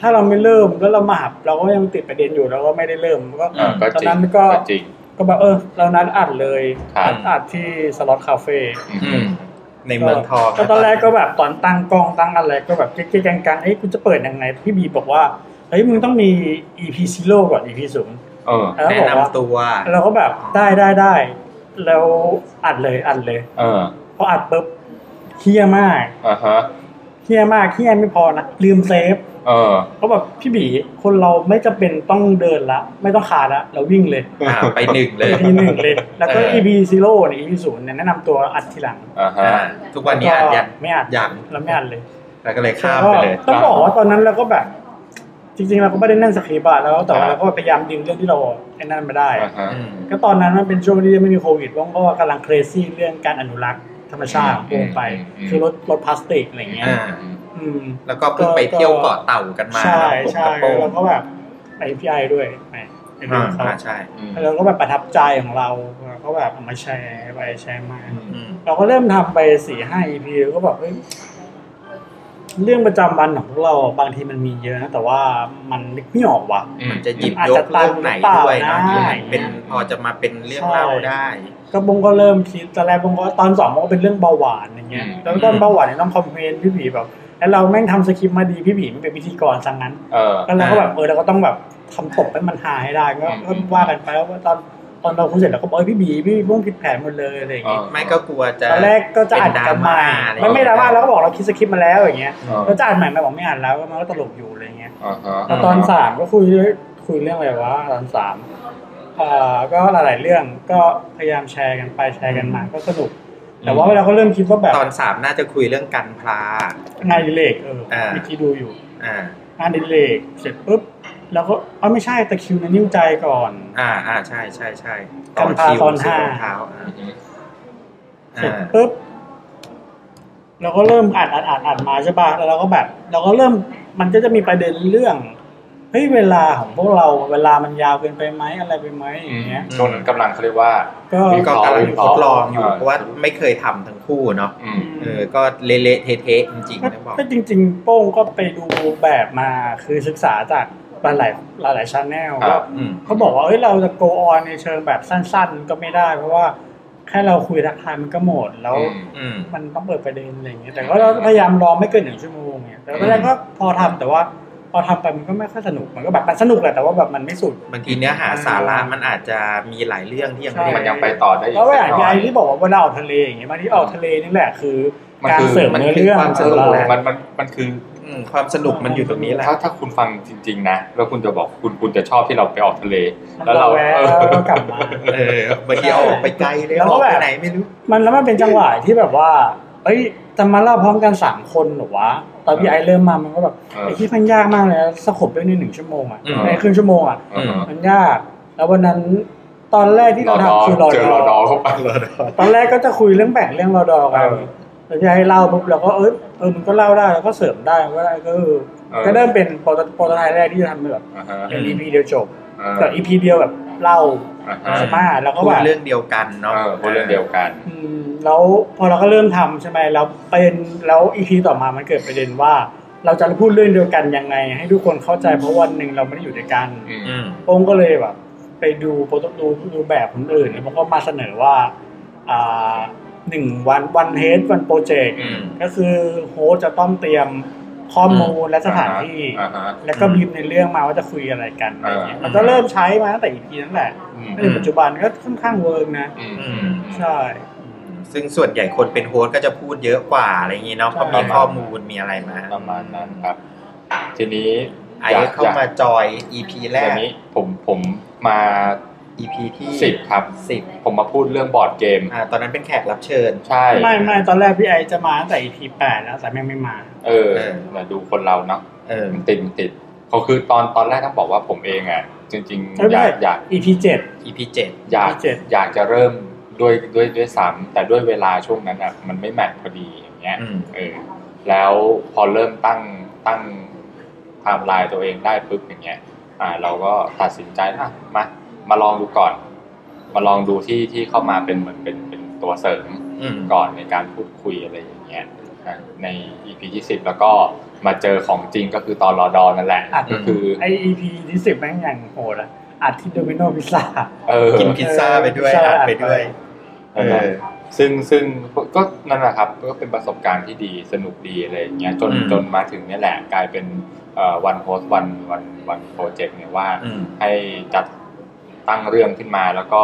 S3: ถ้าเราไม่เริ่มแล้วเรามาหับเราก็ยังติดประเด็นอยู่เราก็ไม่ได้เริ่มก็
S2: เออก็จริง
S3: ตอนนั้นก็
S2: จริง
S3: ก็แบบเออเรานัดอัดเลย
S2: ครับ
S3: นัดอัดที่สล็อตคาเฟ่
S1: อืม ในเมืองทอง
S3: ก็ตอนแรกก็แบบตอนตั้งกล้องตั้งอะไรก็แบบเก๊กๆกังๆเอ้ยกูจะเปิดยังไงพี่บีบอกว่าเฮ้ยมึงต้องมี EP 0ก่อน EP 0
S2: เออ
S3: แล้ว
S1: แนะ
S3: บอกว่าน
S1: ำตัว
S3: เราก็แบบได้ได้ได้แล้วอัดเลยอัดเลย
S2: เออ
S3: พออัดปุ๊บเฮี้ยมาก
S2: อ่าฮะ
S3: เฮี้ยมากเฮี้ยไม่พอนะลืมเซฟ
S2: เออ
S3: เขาแบบพี่บีคนเราไม่จำเป็นต้องเดินละ ไม่ต้องขาดละเราวิ่งเลย
S1: อ่า ไปหนึ่งเลย
S3: ทีหนึ่งเลย แล้วก็
S1: เออ
S3: EP 0โร่เนี่ย EP ศูนย์เนี่ยแนะนำตัวอัดทีหลัง
S2: อ่าฮะ
S1: อ่าทุกวันนี้อ่านยัน
S3: ก็ไม่อัด
S1: ยัง
S3: เราไม่อัดเลย
S1: แล้วก็เลยข้าม
S3: ก็
S1: ไปเลย
S3: ต้องบอกว่าตอนนั้นเราก็แบบ จริง ๆ เราก็ไม่ได้แน่นสคริปต์อะแล้วแต่ว่าเราก็พยายามดึงเรื่องที่เราไอ้นั่นมาได้
S2: อ่าฮะ
S1: อืม
S3: ก็ตอนนั้นมันเป็นช่วงที่ยังไม่มีโควิดว่องก็กำลังเครซี่เรื่องการอนุรักษ์ธรรมชาติ
S2: อืม
S3: ลงไป
S2: อืม
S3: คือลดลดพลาสติกอะไรเงี้ย
S1: อ่า
S3: อืม
S1: แล้วก็เพิ่งไปเที่ยวเกาะเต่ากันมา
S3: ใช่
S1: ผม
S3: ใช่
S1: กับโป้ง
S3: แล้วก็แบบไปพี่ไอด้วยไปไปดู
S1: อ่า
S3: เขา
S1: อ่าใช่
S2: อืม
S3: แล้วก็แบบประทับใจของเราเราก็แบบเอามาแชร์ไปแชร์มา
S1: อืม
S3: เราก็เริ่มทำไปสี่ห้า EP แล้วก็แบบเฮ้ยเรื่องประจำวันของพวกเราบางทีมันมีเยอะนะแต่ว่ามันนึกไม่ออกว่ะ
S2: อืม
S1: จะหยิบยกเรื่องไหนด้วยเนาะที่มันเป็นพอจะมาเป็นเรื่องเล่าได้
S3: ก็บงก็เริ่มคิดตอนแรกบงก็ตอนสองบงก็เป็นเรื่องเบาหวานอย่างเงี้ย
S2: อืม
S3: แล้วตอนเบาหวานเนี่ยต้องคอมเพลนพี่ผีแบบแล้วเราแม่งทำสคริปต์มาดีพี่ผีมันเป็นพิธีกรซะงั้น
S2: เออ
S3: แล้วเราก็แบบ
S1: อ่า
S3: เออเราก็ต้องแบบทำตบให้มันหาให้ได้ก็
S2: อืม
S3: ก็ว่ากันไปแล้วว่าตอนตอนเราคุยเสร็จเราก็บอกเอ้ยพี่บีพี่ม่วงผิดแผนหมดเลยอะไรอย่างงี้
S1: ไม่ก็กลัวจะ
S3: ตอนแรกก็จะอัด
S1: เป็นดรา
S3: กันใหม่
S1: ม่าอะไร
S3: ไม่ไม่ดราม่าเราก็บอกเราคิดสคริปต์มาแล้วอย่างเงี้ย
S2: เออ
S3: ก็จะอ่านใหม่มาบอกไม่อ่านแล้วก็มันก็ตลกอยู่อะไรเงี้ย
S2: อ่าฮะ
S3: แล้วตอนสามก็คุยคุยเรื่องอะไรวะตอนสามอ่าก็หลายๆเรื่องก็พยายามแชร์กันไปแชร์กันมาก็สนุก แต่ว่าเราก็เริ่มคิดว่าแบบ
S1: ตอนสามน่าจะคุยเรื่องกันพลา
S3: งานอดิเลกเอออา มีที่ดูอยู่
S1: อ่า
S3: งานอดิเลกเสร็จปุ๊บแล้วก็เอ๋อไม่ใช่ตะคริวในนิ้วใจก่อน
S1: อ่าอ่าใช่ใช่ใช่
S3: กันพลาตอนห้า
S1: ซื้รองเท้าอ่า
S3: เสร็จ
S1: อ่า
S3: ปุ๊บเราก็เริ่มอัดอัดอัดอัดมาใช่ป่ะแล้วเราก็แบบ เราก็เริ่มมันก็จะมีประเด็นเรื่องเฮ้ยเวลาของพวกเราเวลามันยาวเกินไปไหมอะไรไปไหมอย่างเงี้ย
S2: ช่วงนั้นกำลังเขาเรียกว่า
S3: ก็
S2: มี
S1: ก็
S2: วาม
S1: กำลังทดลองอยู่
S2: อ่า
S1: เพราะว่าไม่เคยทำทั้งคู่เนาะ
S2: อืม
S1: เออก็เละๆเทะๆจริงๆนะบอก
S3: ก็จริง ๆ โป้งก็ไปดูแบบมาคือศึกษาจากหลายหลายหลายชาแนล
S2: ครับ
S1: อืม
S3: เขาบอกว่าเอ้ยเราจะ go on ในเชิงแบบสั้น ๆ ก็ไม่ได้ เพราะว่าแค่เราคุยทักทายมันก็หมดแล้ว
S2: อืม
S1: อืม
S3: มันต้องเปิดประเด็นอะไรอย่างเงี้ยแต่ก็เราพยายามรอไม่เกินหนึ่งชั่วโมงเนี่ยแต่ตอนแรกก็พอทำแต่ว่า พอทำไปมันก็ไม่ค่อยสนุกมันก็แบบมันสนุกแหละแต่ว่าแบบมันไม่สุด
S1: บางทีเนื้อหาสาระ
S3: อ่ามั
S1: มันอาจจะมีหลายเรื่องที่ยังไม่
S3: ใช่
S1: ได้
S2: มันยังไปต่อได้อีก
S3: แล้วอย่าง
S2: สักหน่
S3: ยาย ที่บอกว่าเวลาออกทะเลอย่างเงี้ยบางทีออกทะเลนี่แหละคือ
S2: มัน
S3: การ
S2: คือ
S3: เสริมเนื้อเรื่อง
S1: มันคือความสนุกแหละ
S2: มันมันมันคือ
S1: อืมความสนุกมันอยู่ตรงนี้แหละ
S2: ถ้าถ้าคุณฟังจริง ๆ นะ แล้วคุณจะบอกคุณคุณจะชอบที่เราไปออกทะเล
S3: มัน
S2: แล้วเรา
S3: แวะ
S2: เออ
S3: แล้วก็กลับมา
S1: เออบางทีเอาออกไปไกลเลย
S3: แล้ว
S1: อ
S3: ก็
S1: อก
S3: แบบ
S1: ไปไหนไม่รู้
S3: มันแล้วมันเป็นจังหวะที่แบบว่าเอ้ยจะมาเล่าพร้อมกันสามคนเหรอวะตอนพี่ไอเริ่มมามันก็แบบ
S2: เออ
S3: ไอ้ที่มันยากมากเลยนะสะขบด้วยในหนึ่งชั่วโมงอ่ะ
S1: อืม
S3: ในครึ่งชั่วโมงอ่ะ
S2: เออ
S3: มันยาก แล้ววันนั้นตอนแรกที่
S2: รอ
S3: เรา
S2: ดอ
S3: ทำคือรอ
S2: เจอ
S3: ด
S2: รอดอ
S3: อ
S2: เข้าไป
S3: ตอนแรกก็จะคุยเรื่องแบ่งเรื่องรอดอกัน
S2: เออ
S3: แล้วจะให้เล่าปุ๊บเราก็เออเออมันก็เล่าได้แล้วก็เสริมได้ก็ได้ก็เออ
S2: เออ
S3: ก็เริ่มเป็นโปรโตโปรโตไทป์แรกที่จะทำแบบ
S2: อ่าฮะ
S3: เป็น EP เดียวจบ
S2: เออ
S3: แต่ EP เดียวแบบเล่า
S2: อ่า
S1: เออ
S2: ฮะ
S3: สมากแล้วก็
S1: พู
S3: แบ
S1: ด
S3: บ
S1: เรื่องเดียวกัน
S2: เอ
S1: เนาะ
S2: อพูดเรื่องเดียวกัน
S3: อืมแล้วพอเราก็เริ่มทำใช่ไหมแล้วเป็นแล้ว EP ต่อมามันเกิดประเด็นว่า เราจะพูดเรื่องเดียวกันยังไง ให้ทุกคนเข้าใจเพราะวันหนึ่งเราไม่ได้อยู่ด้วยกัน
S2: อืม
S1: อืม
S3: องค์ก็เลยแบบไปดูโปรโตดูดูแบบคนอื่นแล้วมันก็มาเสนอว่าอ่าหนึ่งวันวันเฮดวันโปรเจกต์
S1: อืม
S3: ก็คือโฮสต์จะต้องเตรียมข้อมูลและสถานที่
S2: อ่าฮะ
S3: แล้วก็บีบในเรื่องมาว่าจะคุยอะไรกันอะไรเงี้ย
S2: อ่ามั
S3: มันก็เริ่มใช้มาตั้งแต่อีพีนั้นแหละ
S2: อืม
S3: จนถึงปัจจุบันก็ค่อนข้างเวิร์กนะ
S2: อืม
S1: อื
S2: อืม
S1: ม
S3: ใช่
S1: ซึ่งส่วนใหญ่คนเป็นโฮสต์ก็จะพูดเยอะกว่าอะไรอย่างงี้เนาะเพราะมี
S2: ใช่
S1: ข้อมูลมีอะไรมา
S2: ประมาณนั้นครับ ทีนี้
S1: ไอ้เข้ามาจอย EP แร
S2: ที
S1: ก
S2: นี้ผมผมมา
S1: EP ที่
S2: สิบครับ
S1: สิบ
S2: ผมมาพูดเรื่องบอร์ดเกม
S1: อ่าตอนนั้นเป็นแขกรับเชิญ
S2: ใช่
S3: ไม่ไม่ตอนแรกพี่ไอจะมาตั้งแต่อีพีแปดแล้วแต่แม่งไม่มา
S2: เออ
S1: เออ
S2: มาดูคนเราเนาะ
S1: เออ
S2: มันติดมันติดเขาคือตอนตอนแรกต้องบอกว่าผมเองอ่ะจริง
S3: ไม่
S2: ๆ
S3: เป็
S2: อนยาก
S3: ไร
S2: อยาก
S3: EP เจ็ด
S1: EP เจ็ด
S2: อยาก
S3: ไม่เจ็บ
S2: อยากจะเริ่มด้วยด้วยด้วยซ้ำแต่ด้วยเวลาช่วงนั้นอ่ะมันไม่แมทพอดีอย่างเงี้ยเออแล้วพอเริ่มตั้งตั้งไทม์ไลน์ตัวเองได้ปุ๊บอย่างเงี้ยอ่าเราก็ตัดสินใจอ่ะมามาลองดูก่อน มาลองดูที่ที่เข้ามาเป็นเหมือนเป็นเป็นตัวเสริม ก่อนในการพูดคุยอะไรอย่างเงี้ยนะใน EP ที่10 แล้วก็มาเจอของจริงก็คือตอนรอดอนั่นแหละ
S3: อ่ะ
S2: ก็คือ
S3: ไอ EP ที่สิบแม่งอย่างโหดอะอัดที่โดมิโนพิซซ่า
S2: เออ
S1: กินพิซซ่าไปด้วย
S3: พิซซ่า
S1: อัดไปด้วย เอ
S2: นั่นแหละ
S1: อ
S2: ซึ่งซึ่งก็นั่นแหละครับก็เป็นประสบการณ์ที่ดีสนุกดีอะไรอย่างเงี้ยจน
S1: อืม
S2: จนมาถึงเนี่ยแหละกลายเป็นวันโพสวันวันวันโปรเจกต์เนี่ยว่า
S1: อืม
S2: ให้จัดตั้งเรื่องขึ้นมาแล้วก็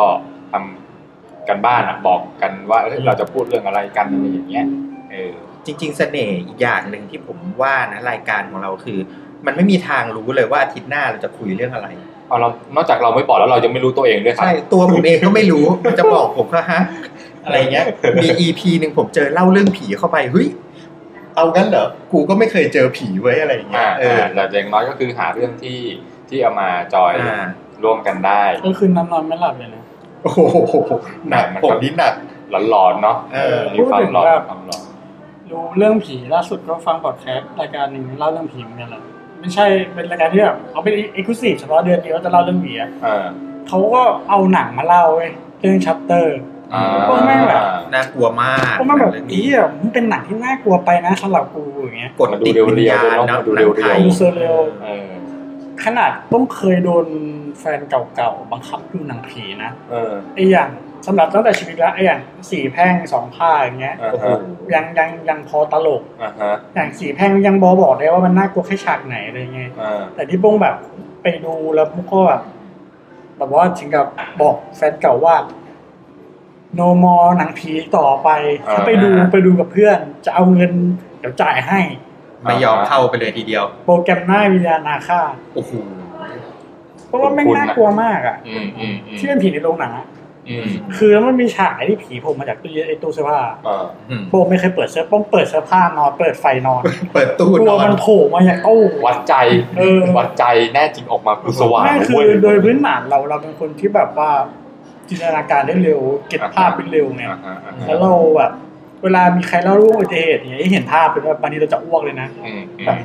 S2: ทำกันบ้านอะบอกกันว่าเอ้ยเราจะพูดเรื่องอะไรกันอะไรอย่างเงี้ยเออ
S1: จริงๆเสน่ห์อีกอย่างหนึ่งที่ผมว่านะรายการของเราคือ มันไม่มีทางรู้เลยว่าอาทิตย์หน้าเราจะคุยเรื่องอะไร
S2: เอาเรา นอกจากเราไม่บอกแล้วเรายังไม่รู้ตัวเองด้วยครับ
S1: ใช่ตัวผมเองก็ไม่รู้ มันจะบอกผมก็ฮะอะไรเงี้ยมี EP หนึ่งผมเจอเล่าเรื่องผีเข้าไปเฮ้ยเอางั้นเหรอกูก็ไม่เคยเจอผีไว้ยอะไรเงี้
S2: อ่าย
S1: เออ
S2: อ่าแต่อย่างน้อยก็คือหาเรื่องที่ที่เอามาจอย
S1: อ่า
S2: ร่วมกันได้
S3: ก็คือนอนนอนไม่หลับเลยนะ
S1: โอ้โหหนักผมนี่หนัก
S2: หลอนๆเนาะ
S1: เออ
S2: มีความหลอน
S3: พูดถึงแบบ
S2: ความหลอน
S3: รู้เรื่องผีล่าสุดก็ฟังพอดแคสต์รายการหนึ่งเล่าเรื่องผีเหมือนกันเลยไม่ใช่เป็นรายการที่แบบเขาเป็นเอกลุศิเฉพาะเดือนเดียวจะเล่าเรื่องผีอะ
S2: เออ
S3: เขาก็เอาหนังมาเล่าเว้ยเรื่องชัปเตอร์
S2: อ่า
S3: พวกแม่งแบบ
S1: น่ากลัวมาก
S3: ก็มาแบบ
S1: เรื่อง
S3: อี
S1: นี้
S3: อ่ะมันเป็นหนังที่น่ากลัวไปนะสำหรับกูอย่างเงี้ย
S1: กดติดวิญญาณเนาะหนังไทย
S3: ดูเซเรียล
S2: เออ
S3: ขนาดต้องเคยโดนแฟนเก่าๆบังคับดูหนังผีนะ
S2: เออ
S3: ไอ้อย่างสำหรับตั้งแต่ชีวิตละไอ้อย่างสี่แพร่งสองผ้าอย่างเงี้ย
S2: อ่า
S1: โอ้โห
S2: ฮะ
S3: ยังยังยังพอตลก
S2: อ่าฮะ
S3: อย่างสี่แพร่งยังบอบอกได้ว่ามันน่ากลัวแค่ฉากไหนอะไรเงี้ย
S2: อ่า
S3: แต่ที่บงแบบไปดูแล้วพวกก็แบบแบบว่าถึงกับบอกแฟนเก่าว่า โนมอหนังผีต่อไป ถ้าไปดู
S1: อ่า
S3: ไปดูกับเพื่อน จะเอาเงิน เดี๋ยวจ่ายให้
S1: ไม่ยอมเข้าไปเลยทีเดียว
S3: โปรแกรมหน้าวิญญาณอาฆาต
S1: โอ้โห
S3: เพราะว่าแม่งน่ากลัวมากอ่ะ
S2: อืมอืมอืม
S3: ที่เป็นผีในโรงหนังอะ
S2: อืม
S3: คือแล้วมันมีฉากไอ้ที่ผีโผมมาจากตู้เย็นไอ้ตู้เสื้อผ้า
S2: อ่า
S1: อืม
S3: โบไม่เคยเปิดเสื้อป้องเปิดเสื้อผ้านอนเปิดไฟนอน
S1: เปิดตู้
S3: กลั
S1: น
S3: ว
S1: อน
S3: มันโผล่มาจากตู้
S2: วัดใจ
S3: เออ
S2: วัดใจแน่จริงออกมากูสว่าง
S3: ไม่คื
S2: เว้
S3: อโดยพื้นฐานเราเราเป็นคนที่แบบว่าจินตนาการได้เร็ว เก็บภาพได้เร็วไง
S2: อ่าอ่าอ่า
S3: แล้วเราแบบเวลามีใครเล่าเรื่องอุบัติเหตุอย่างเงี้ยให้เห็นภาพเป็นแบบบางทีเราจะอ้วกเลยนะ
S2: อืมอืม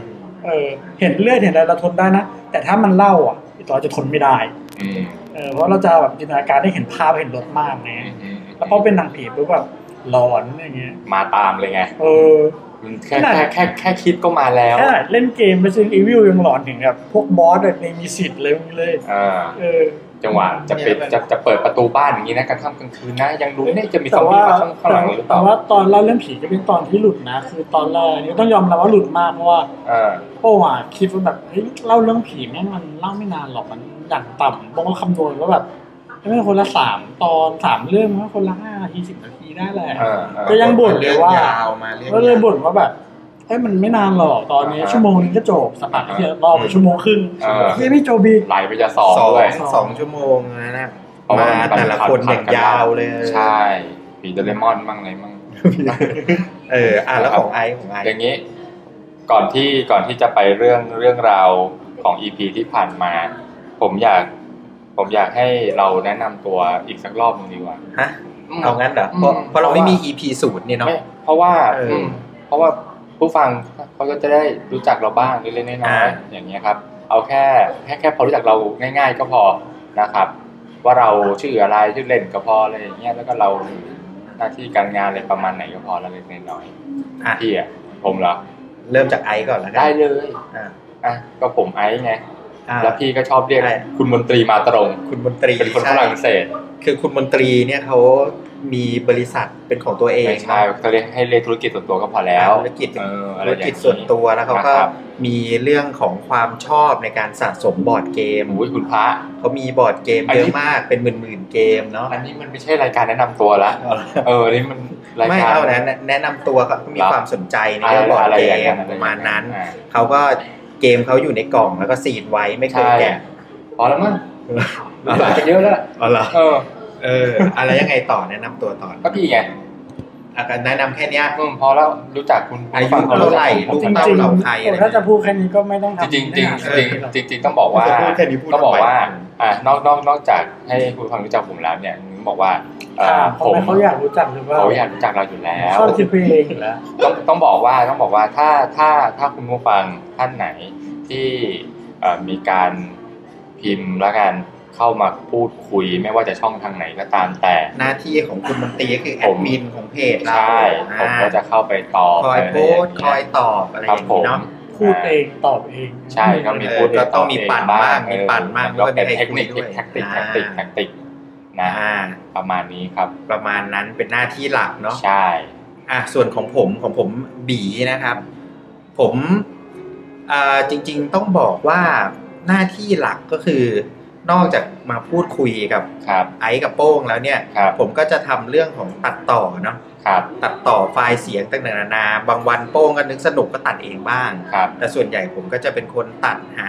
S3: เออเห็นเลือดเห็นอะไรเราทนได้นะ แต่ถ้ามันเล่าอ่ะเราจะทนไม่ได้
S2: อืม
S3: เออเพราะเราจะแบบจินตนาการได้เห็นภาพเห็นรถมากไง
S2: อืมอืม
S3: แล้วพอเป็นหนังผีปุ๊บแบบหลอนอย่างเงี้ย
S2: มาตามเลยไง
S3: เออ
S2: มันแค่แค่แค่แค่คิดก็มาแล้ว
S3: แค่เล่นเกม Resident Evil ยังหลอนถึงแบบพวกบอสแบบในมีสิทธิ์เลยมึงเลย
S2: อ่า
S3: เออ
S2: จังหวะจะปิดจะจะเปิดประตูบ้านอย่างนี้นะกลางค่ำกลางคืนนะยังรู้เนี่ยจะมีซอ
S3: แต่
S2: มบี้มา
S3: ว่า
S2: ข้างข้างหลังหรือเป
S3: แต่
S2: ล่า
S3: ว่าตอนเล่าเรื่องผีก็เป็นตอนที่หลุดนะ คือตอนแรกนี่ต้องยอมรับว่าหลุดมากเพราะว่า
S2: เออ
S3: โป้อะคิดว่าแบบเฮ้ยเล่าเรื่องผีแม่งมันเล่าไม่นานหรอกมันอย่างต่ำบงก็คำนวณว่าแบบไม่คนละสามตอนสามเรื่องมันก็คนละห้านาทีสิบนาทีได้แหละ
S2: เออเออ
S3: ก็ยังบ่นเลยว่า
S1: เรื่องยาวมาเรื่อง
S3: ก็เลยบ่นว่าแบบเอ้ยมันไม่นานหรอกตอนนี้
S2: อ่าฮะ
S3: ชั่วโมงนึงก็จบสักพักเดียวรอไป
S1: อืม
S3: ชั่วโมงครึ่ง
S2: อ่า
S3: เฮ้ยพี่โจบี
S2: ไหลไปจะสอง
S1: สอง
S2: ด้วย
S1: สองชั่วโมงนะนะ
S2: เพราะว่า
S1: มา
S2: มัน
S1: แต่ละคนอย่างยาวเลย
S2: ใช่ผีเดเรมอนมั่งอะไรมั่ง
S1: เอออ่ะแล้วของไอซ์ของไอซ์
S2: อย่างนี้ก่อนที่ก่อนที่จะไปเรื่องเรื่องราวของ EP ที่ผ่านมา ผมอยาก ผมอยากให้เราแนะนำตัวอีกสักรอบหนึงดีกว่า
S1: ฮะ
S2: ม
S1: เอางั้นเหรอเพ
S2: อื
S1: ราะ
S2: ม
S1: เพราะเราไม่มี EP ศูนย์เนี่ยเนาะ
S2: ไม่เพราะว่า
S1: เอออื
S2: มเพราะว่าผู้ฟังเขาก็จะได้รู้จักเราบ้างเล็กๆน้อ
S1: อ่า
S2: ยๆอย่างเงี้ยครับ เอาแค่แค่แค่พอรู้จักเราง่าย ๆ ก็พอนะครับ ว่าเราชื่ออะไรชื่อเล่นก็พออะไรอย่างเงี้ยแล้วก็เราหน้าที่การงานอะไรประมาณไหนก็พอแล้วเล็กๆน้อย
S1: อ่ะ
S2: ๆพี่อ่ะผมเหรอ
S1: เริ่มจากไอซ์ก่อนแล้วกั
S2: ได้
S1: น
S2: เลย
S1: อ่ะ
S2: อ่ะก็ผมไอซ์ไง
S1: อ่ะ
S2: แล้วพี่ก็ชอบเรียก
S1: ใช่
S2: คุณมนตรีมาตรง
S1: คุณมนตรี
S2: เป็นคนฝ
S1: ใช่
S2: รั่งเศส
S1: คือคุณมนตรีเนี่ยเขามีบริษัทเป็นของตัวเอง
S2: ไม่ใช่เขาเรียกให้เรียกธุรกิจส่วนตัวก็พอแล้ว
S1: ธุรกิจ
S2: เอออะ
S1: ธุร
S2: ไอย่างนี้
S1: กิจส่วนตัวแล้วเขาก็
S2: นะครับ
S1: มีเรื่องของความชอบในการสะสมบอร์ดเกม
S2: อุ้ยคุณพระ
S1: เขามีบอร์ดเกม
S2: อัน
S1: เย
S2: นี้
S1: อะมากเป็นหมื่นๆเกมเนาะ
S2: อันนี้มันไม่ใช่รายการแนะนำตัวละ
S1: เอาละ
S2: เอออันนี่มันราย
S1: ไม่
S2: การ
S1: เท่านั้นนะแนะนำตัวครับมีความสนใจใน
S2: อะ
S1: เรื่องบอร์ด
S2: ไร
S1: เก
S2: อย่าง
S1: ม
S2: เงี้ย
S1: ประมาณนั้น
S2: อ่า
S1: เขาก็เกมเขาอยู่ในกล่องแล้วก็ซีดไว้ไม่เคย
S2: ใช่
S1: แกะ
S2: พอแล้วมั้ง
S1: เอา
S2: หลา
S1: ละ
S2: ยกันเยอะแล้วล่ะ
S1: เอาละ
S2: เออ
S1: เอออะไรยังไงต่อแนะนำตัวต่อ
S2: ก็พี่ไง
S1: อ่ะก็แนะนำแค่เนี้ย
S2: อืมพอแล้วรู้จักคุณ
S1: อายุ
S2: ฟัง
S1: เท่าไหร่
S2: ผม
S1: ลูก
S2: จริง
S1: เต้าเหล่าใครอะไร
S3: ถ้าจะพูดแค่นี้ก็ไม่ต้องทำ
S2: จริงๆจริง
S3: เนื้อหา
S2: ๆจริงๆจริงๆจริงๆต้องบอกว่า
S1: จะพูดแค่นี้พูด
S2: ก็บอกว่า
S1: ทำไม
S2: อ่านอกนอกนอกจากให้คุณฟังรู้จักผมแล้วเนี่ยนึกบอกว่าเอ่อ
S3: ถาม
S2: ผ
S3: เขา
S2: ม
S3: ไหมเขาอยากรู้จักหรือว่า
S2: เขาอยากรู้จักเราอยู่แล้ว
S3: ชอบคิดไปเองอยู่แล้ว
S2: ต้องต้องบอกว่าต้องบอกว่าถ้าถ้าถ้าคุณผู้ฟังท่านไหนที่เอ่อมีการพิมพ์และกันเข้ามาพูดคุย ไม่ว่าจะช่องทางไหนก็ตามแต่
S1: หน้าที่ของคุณมนตรีก็คือแอ
S2: ผ
S1: ด
S2: ม
S1: มินของเพจเรา
S2: ใช่ ผมก็จะเข้าไปตอบ
S1: คอยโพสต์
S2: ะ
S1: ค
S2: ไราง
S1: อย
S2: เงี้
S1: ตอบอะไร
S2: ค
S1: อ
S2: รับ
S1: ย่าง
S2: ผ
S1: นี้
S2: ม
S1: เนาะ
S3: พูดเองตอบเอง
S2: ใช่ครับมีพูด
S1: เออก็ต้องมีปั่นบ้าง
S2: เออ
S1: มีปั่นบ้าง
S2: ก็เป็น
S1: ไม่ค่
S2: เท
S1: อย
S2: ค
S1: มี
S2: นิค
S1: ใครคุยด้วย
S2: แท็กติก
S1: อ่า
S2: แท็กติกแท็กติกนะ
S1: อ่า
S2: ประมาณนี้ครับ
S1: ประมาณนั้นเป็นหน้าที่หลักเนาะ
S2: ใช่
S1: อ่ะส่วนของผมของผมบีนะครับ ผมอ่าจริงๆต้องบอกว่าหน้าที่หลักก็คือนอกจากมาพูดคุยกับ
S2: ครับ
S1: ไอซ์กับโป้งแล้วเนี่ย
S2: ครับ
S1: ผมก็จะทำเรื่องของตัดต่อเนาะ
S2: ครับ
S1: ตัดต่อไฟล์เสียงต่างๆนานาบางวันโป้งก็นึกสนุกก็ตัดเองบ้าง
S2: ครับ
S1: แต่ส่วนใหญ่ผมก็จะเป็นคนตัดหา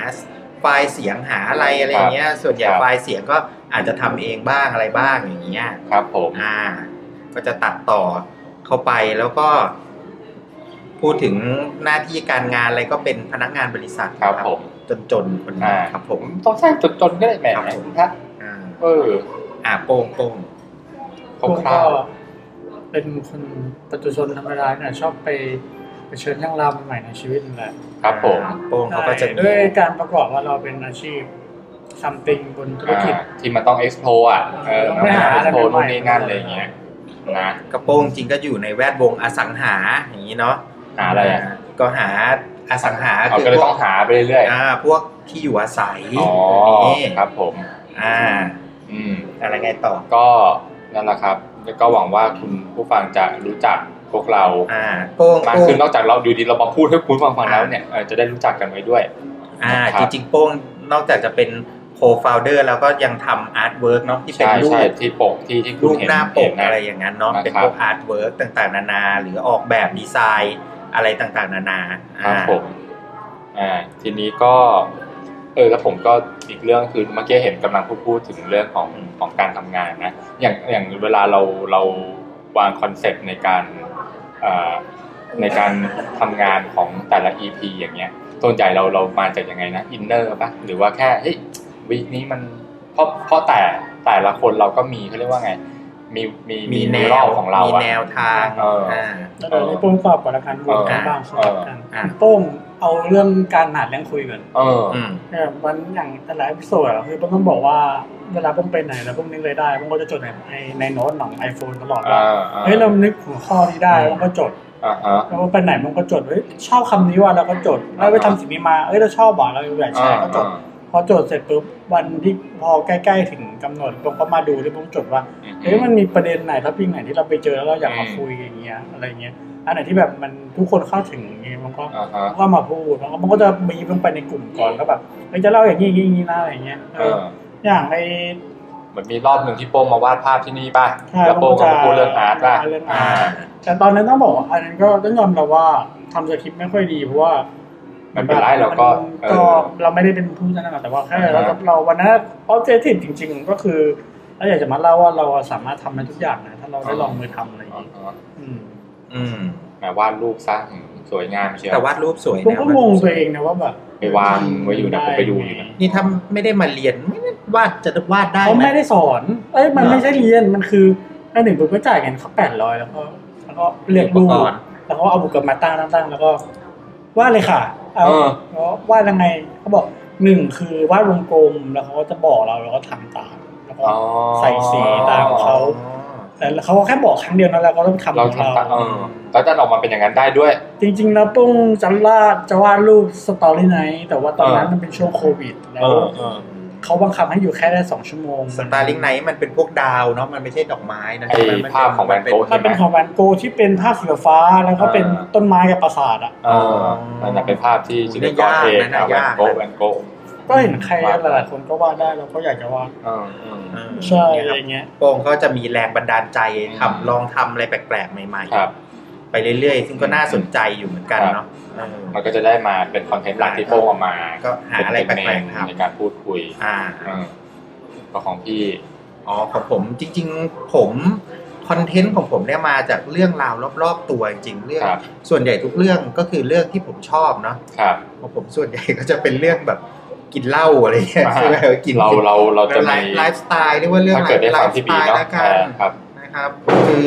S1: ไฟล์เสียงหาอะไรอะไรอย่างเงี้ย ส่วนใหญ่
S2: ครับ
S1: ไฟล์เสียงก็อาจจะทำเองบ้างอะไรบ้างอย่างเงี้ย
S2: ครับผม
S1: อ่าก็จะตัดต่อเข้าไปแล้วก็ พูดถึงหน้าที่การงานอะไรก็เป็นพนักงานบริษัท
S2: ครับผม
S1: จนจนๆคนนี้
S2: อ่า
S1: ครับผม
S2: ต้องใช่จนจนๆก็ได้แหม
S1: ครับผม
S2: ครับ
S1: อ่า
S2: เออ
S1: อ่าโป้งโป้ง
S2: ค
S3: ผม
S2: ร่า
S3: ก็
S2: ว
S3: เป็นคนปัจจุชนธรรมดาเนี่ยชอบไปไปเชิญช่างรำใหม่ในชีวิตนั่นแหละ
S2: ๆครับผม
S1: อ่าโป้งเขาก็จะมี
S3: ด้วยการประกอบว่าเราเป็นอาชีพ something บนธุรกิจ
S2: อ่าที่มันต้อง explore อ่ะเออ
S3: ต้องไปหาอะไร
S2: โพ
S3: ใหม่ๆ
S2: นู่นนี่นั่นอะไรอย่างเงี้ยนะ
S1: กระโป้งจริงก็อยู่ในแวดวงอสังหาอย่างนี้เนาะ
S2: หาอะไรอ่ะ
S1: ก็หาอสังหา
S2: เอาก็เลยต้องหาไปเรื่อยๆ
S1: อ่าพวกที่อยู่อาศัย
S2: อ๋อ
S1: นี่
S2: ครับผม
S1: อ่า
S2: อืม
S1: อะไรไงต่อ
S2: ก็นั่นแหละครับแล้วก็หวังว่าคุณผู้ฟังจะรู้จักพวกเรา
S1: อ่าโป้ง
S2: มาก
S1: โป้ง
S2: ขึ้นนอกจากเราอยู่ดีเรามาพูดให้คุณฟังฟังแล้วเนี่ยเออจะได้รู้จักกันไว้ด้วย
S1: อ่า
S2: ครั
S1: จ
S2: บ
S1: ริงๆโป้งนอกจากจะเป็นโคฟาวเดอร์แล้วก็ยังทำอาร์ตเวิร์กเนาะที่เป็น
S2: ใช่
S1: รู
S2: ใช่
S1: ป
S2: ที่ปกที่ที่คุณ
S1: รูป
S2: เห็น
S1: หน้าปก
S2: เห็ะ
S1: อะไรอย่างนั้นเนาะ
S2: นะครับ
S1: เป็นพวกอาร์ตเวิร์กต่างๆ นานา หรือออกแบบดีไซน์อะไรต่างๆ นานา
S2: ครับ
S1: อ่า
S2: ผม อ่า ทีนี้ก็ เออแล้วผมก็อีกเรื่องคือเมื่อกี้เห็นกำลังพูดพูดถึงเรื่องของของการทำงานนะอย่างอย่างเวลาเราเราวางคอนเซปต์ในการเอ่อในการทำงานของแต่ละ EP อย่างเงี้ยส่วนใหญ่เราเรามาจากยังไงนะอินเนอร์ปะหรือว่าแค่เฮ้ยวีคนี้มันเพราะเพราะแต่แต่ละคนเราก็มีเขาเรียกว่าไง มีมี
S1: มีแน
S2: มี
S1: ว
S2: รอบของเรา
S1: มี
S2: อะ
S1: แนวทาง
S2: เอออ่
S1: า
S3: แล้วเดี๋ยวนี้ปมสอบก่อนละกัน
S2: เออ
S3: กันบ้างสอบกัน
S1: อ่ะ
S3: โป้งเอาเรื่องการหาดเลี้ยงคุยก่อน
S2: เออ
S1: อืม
S3: เออมันอย่างแต่ละเอพิโซดอะคือป้งต้องบอกว่าเวลาป้งไปไหนแล้วป้งนึกเลยได้ป้งก็จะจดในในในโน้ตของไอโฟนตลอดว่า
S2: อ่าอ่
S3: เฮ้ยเรานึกหัวข้อนี้ได้ป้งก็จด
S2: อ่าฮะ
S3: แล้วมันไปไหนมันก็จดเฮ้ยชอบคำนี้ว่าเราก็จดแล้วไปทำสิ่งนี้มาเอ้ยเราชอบบ่ะเราอยากแชร์ก็จด พอจดเสร็จปุ๊บวันที่พอใกล้ๆถึงกำหนดผมก็มาดูที่ผมจดว่าเฮ้ยมันมีประเด็นไหนท็อปิกไหนที่เราไปเจอแล้วเราอยากมา
S2: อืม
S3: คุยอย่างเงี้ยอะไรเงี้ยอันไหนที่แบบมันทุกคนเข้าถึงอย่างเงี้ยมันก็
S2: อ่าฮะ
S3: ก็มาพูดมันก็มันก็จะมีลงไปในกลุ่มก่อนก็แบบเฮ้ยจะเล่าอย่างนี้อย่างนี้อย่างนี้นะอะไรเงี้ยเอ
S2: เอ
S3: อ
S2: อ
S3: อย่างไอ้
S2: เหมือนมีรอบหนึ่งที่โป้งมาวาดภาพที่นี่ป่ะ
S3: ใช่
S2: แล้วโป้งก็มาพูดเรื่องอาร์ตป่ะ
S3: เรื่องอาร์ต แต่ตอนนั้นต้องบอกว่าอันนั้นก็ต้องยอมรับว่าทำสคริปต์ไม่ค่อยดีเพราะว่า
S2: มันเป็นไรเราก็เอ
S3: ก็
S2: อ
S3: เราไม่ได้เป็นผู้ชนะหรอกแต่ว่าแค่เรา
S2: อ่าฮะ
S3: เราวันนั้นออบเจกติจริง ๆ ก็คือเราอยากจะมาเล่าว่าเราสามารถทำได้ทุกอย่างนะถ้าเราได้ลองมือทำอะไรอย่าง
S2: อ๋อ
S3: นี้
S2: อ๋อ
S3: อืม
S1: อืม
S2: แหมวาดรูปซะอืมสวยงามเชียว
S1: แต่วาดรูปสวย
S3: ผม
S1: นะ
S3: ก็งงตัวเองนะว่าแบบ
S2: ไปวางไว้อยู่นะผมไปดูอยู่นะ
S1: นี่ถ้าไม่ได้มาเรียนไม่ได้วาดจะวาดได้
S3: เขา
S1: ไหม
S3: ไม่ได้สอน เอ้ยมัน
S1: เหรอ
S3: ไม่ใช่เรียนมันคืออันหนึ่งปุ๊บก็จ่ายกันเขาแปดร้อยแล้วก็แล้วก็เลือกรูป
S1: ปกรณ์
S3: แล้วก็เอาบุกกลับมาตั้งตั้งตั้งแล้วก็วาดเลยค่ะเอา
S2: เออ
S3: แล้ววาดยังไงเขาบอกหนึ่งคือวาดวงกลมแล้วเขาก็จะบอกเราแล้วก็ทำตามแล้วก็
S2: อ๋อ
S3: ใส่สีตามเขา
S1: อ๋อ
S3: แต่เขาก็แค่บอกครั้งเดียวนั้นแหล้วก็ต้องทำ
S2: เรา
S3: ของ
S2: ทำตามเอ
S3: เรา
S2: อแล้วจะออกมาเป็นอย่างนั้นได้ด้วย
S3: จริงๆแล้วปุ้งจันลาดจะวาดรูปสตอรี่ไนท์แต่ว่าตอนนั้น
S2: เออ
S3: มันเป็นช่วงโควิด แล้
S2: เอ
S3: ว
S2: อเออ
S3: เขาบังคับให้อยู่แค่ได้สองชั่วโมง
S1: สไตาร์ลิงไนท์มันเป็นพวกดาวเนาะมันไม่ใช่ดอกไม้นะ
S2: ไอ้ภาพของแวนโก๊ะ
S3: มั
S2: ใช่ไห
S3: น
S2: ม
S3: เป็นของแวนโกที่เป็นภาพสีฟ้าแล้วก็เป็น
S2: เออ
S3: ต้นไม้กับปราสาทอ่ะ
S2: เออนั่นนะเป็นภาพที่ศิลปกรเองนะแวนโก๊ะแวนโก๊ะ
S3: ก็เห็นใครหลายๆคนก็วาดได้เราก็อยากจะวาด
S2: เออเออ
S1: เออ
S3: ใช่
S1: เนี่ยค
S3: อะไร
S1: รับ
S3: เงี้ย
S1: โป่งก็จะมีแรงบันดาลใจทำ
S2: อืม
S1: ลองทำอะไรแปลกๆ ใหม่
S2: ครับ
S1: ๆ ไปเรื่อยๆ ซึ่งก็น่าสนใจอยู่เหมือนกันเนาะเออ
S2: มันก็จะได้มาเป็นคอนเทนต์หลักที่โป้งเออกมา
S1: ก็หาอะไรแปลกๆทำ
S2: ในการพูดคุย
S1: อ่า
S2: เออก็ของพี่
S1: อ๋อของผมจริงๆผมคอนเทนต์ของผมเนี่ยมาจากเรื่องราวรอบๆตัวจริงๆเรื่อง
S2: ครับ
S1: ส่วนใหญ่ทุกเรื่องก็คือเรื่องที่ผมชอบเนาะ
S2: ครับ
S1: ของผมส่วนใหญ่ก็จะเป็นเรื่องแบบกินเหล้าอะไรเงี้ย
S2: อ่า
S1: ใช่ไหมกิน
S2: เราเราเราจะ
S1: ไล
S2: มี
S1: ฟ์ไลฟ์สไตล์เรียกว่าเรื่อง
S2: ถ้าเกิดได้
S1: ไล
S2: ฟัง
S1: ฟ์ส
S2: ที่
S1: ไต
S2: บี
S1: ล์
S2: เนาะ
S1: ละกัน
S2: อ่าครับ
S1: นะครับคือ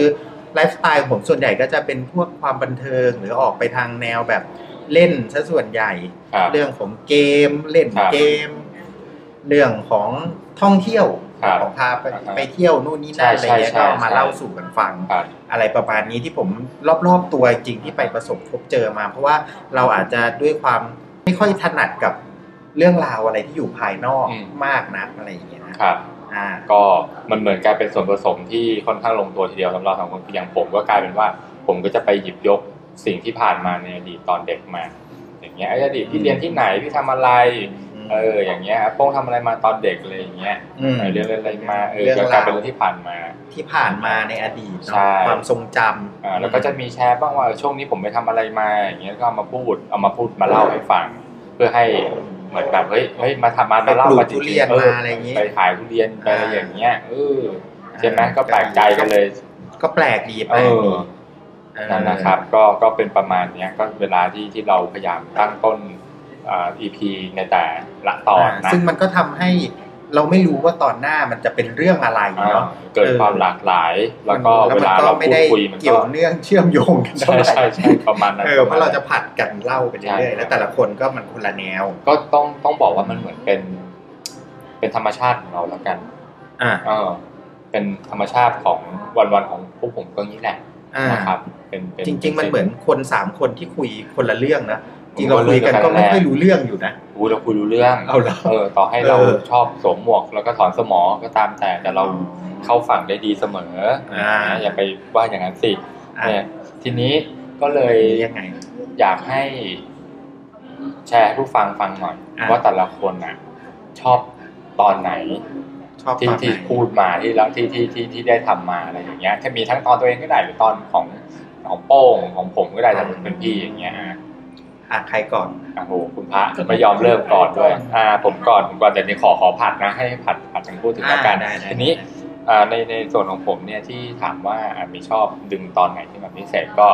S1: ไลฟ์สไตล์ของผมส่วนใหญ่ก็จะเป็นพวกความบันเทิงหรือออกไปทางแนวแบบเล่นซะส่วนใหญ่
S2: ครับ
S1: เรื่องของเกมเล่น
S2: ครับ
S1: เกม เรื่องของท่องเที่ยว
S2: ครับ
S1: ของพาไป
S2: อ่าฮะ
S1: ไปเที่ยวนู่นนี่นั่นอะไร
S2: ใช่
S1: เงี้ย
S2: ใช่
S1: ก็เอามา
S2: ใช่
S1: เล่าสู่กันฟัง
S2: ครับ
S1: อะไรประมาณนี้ที่ผมรอบๆตัวจริงๆที่ไปประสบพบเจอมา เพราะว่าเราอาจจะด้วยความไม่ค่อยถนัดกับเรื่องราวอะไรที่อยู่ภายนอก
S2: อืม
S1: มากนักอะไรอย่างเงี้ยนะครับ อ่า
S2: ก็มันเหมือนกลายเป็นส่วนผสมที่ค่อนข้างลงตัวทีเดียวสำหรับสองคนคืออย่างผมก็กลายเป็นว่า ผมก็จะไปหยิบยกสิ่งที่ผ่านมาในอดีตตอนเด็กมา อย่างเงี้ยไอ้อดีตพี่เรียนที่ไหนพี่ทำอะไร เอออย่างเงี้ยโป้งทำอะไรมาตอนเด็กเลยอย่างเงี้ย
S1: อืม
S2: เออเรื่องอะไรมาเออ
S1: เรื่อง
S2: ก็
S1: ราว
S2: กลายเป็นเรื่องที่ผ่านมา
S1: ที่ผ่านมาในอดีตเน
S2: ใช่
S1: อะความทรงจำ
S2: อ่าแล้วก็จะมีแชร์บ้างว่าเออช่วงนี้ผมไปทำอะไรมาอย่างเงี้ยก็เอามาพูดเอามาพูดมาเล่าให้ฟัง เพื่อให้เหมือนแบบเฮ้ยเฮ้ยมาทำมา
S1: ไป
S2: มา
S1: ป
S2: เล่า
S1: ลูก
S2: มาจริ
S1: ทุ
S2: ง
S1: เรียน
S2: ๆเอ
S1: มา
S2: อ
S1: อะไรอย่างงี้
S2: ไปขายทุเรียนไปอะไรอย่างเงี้ยเออใช่ไหมก็แปลกใจกันเลย
S1: ก็แปลกดีแป
S2: เอ
S1: ลกด
S2: อ
S1: ี
S2: นั่นนะครับก็ก็เป็นประมาณเนี้ยก็เวลาที่ที่เราพยายามตั้งต้นอ่า EP ในแต่ละตอนนะ
S1: ซึ่งมันก็ทำให้เราไม่รู้ว่าตอนหน้ามันจะเป็นเรื่องอะไร
S2: อ่า
S1: เนาะ
S2: เกิดความหลากหลาย แล้วก็เวลาเรา
S1: ไม่
S2: พูด
S1: ได้
S2: คุยมัน
S1: เกี่
S2: ก็
S1: ยวเนื่องเชื่อมโยงกันเท่า
S2: ใช่
S1: ไหร่
S2: ใช่ใช่ประมาณนั้น
S1: เออเพ
S2: ปมณนั้น
S1: ราะเราจะผัดกันเล่าไปเรื่อย
S2: ใช่
S1: ๆแล้วแต่ละคนก็มันคนละแนว
S2: ก็ต้องต้องบอกว่ามันเหมือนเป็น เป็นธรรมชาติของเราแล้วกัน
S1: อ่า
S2: เออ เป็นธรรมชาติของวันวันๆของพวกผมก็งี้แหละ
S1: อ่า
S2: นะครับ เป็นเป็น
S1: จริง ๆ มันเหมื
S2: ป็
S1: อนคนสามคนที่คุยคนละเรื่องนะ
S2: ผม
S1: จริงเราคุยกัน
S2: ก็
S1: ก็
S2: เรื่
S1: ไม่
S2: องกันแหละ
S1: ค่อยรู้เรื่องอยู่นะ
S2: อู้เราคุยรู้เรื่อง
S1: เอาเหรอ
S2: เออ ต่อให้เรา
S1: เออ
S2: ชอบสวมหมวกแล้วก็ถอนสมอก็ตามแต่แต่เราเข้าฝั่งได้ดีเสมออา อย่าไปว่าอย่างนั้นสิ
S1: อ่ะ
S2: เนี่ยทีนี้ก็เลย
S1: ยังไง
S2: อยากให้ แชร์ให้ผู้ฟังฟังหน่อย
S1: อ่ะ
S2: ว่าแต่ละคนอ่ะ ชอบตอนไหน
S1: ชอบ
S2: ที่
S1: ตอน
S2: ที่
S1: ไหน
S2: พูดมาที่แล้วที่ที่ที่ที่ได้ทำมาอะไรอย่างเงี้ยถ้ามีทั้งตอนตัวเองก็ได้หรือตอนของของโป้งของผมก็ได้ถ้าเป็นพี่อย่างเงี้ยอ่ะ
S1: อ่ะใครก่อน
S2: โอ้โหคุณพระไม่ยอมเริ่มก่อนด้วยอ่าผมก่อนผมก่อนแต่นี่ขอขอผัดนะ ให้ผัดผัดกันพูดถึงแล้วกัน
S1: อ่าได้ได้
S2: ทีนี้อ่าในในส่วนของผมเนี่ยที่ถามว่าอ่ามีชอบดึงตอนไหนที่แบบพิเศษก็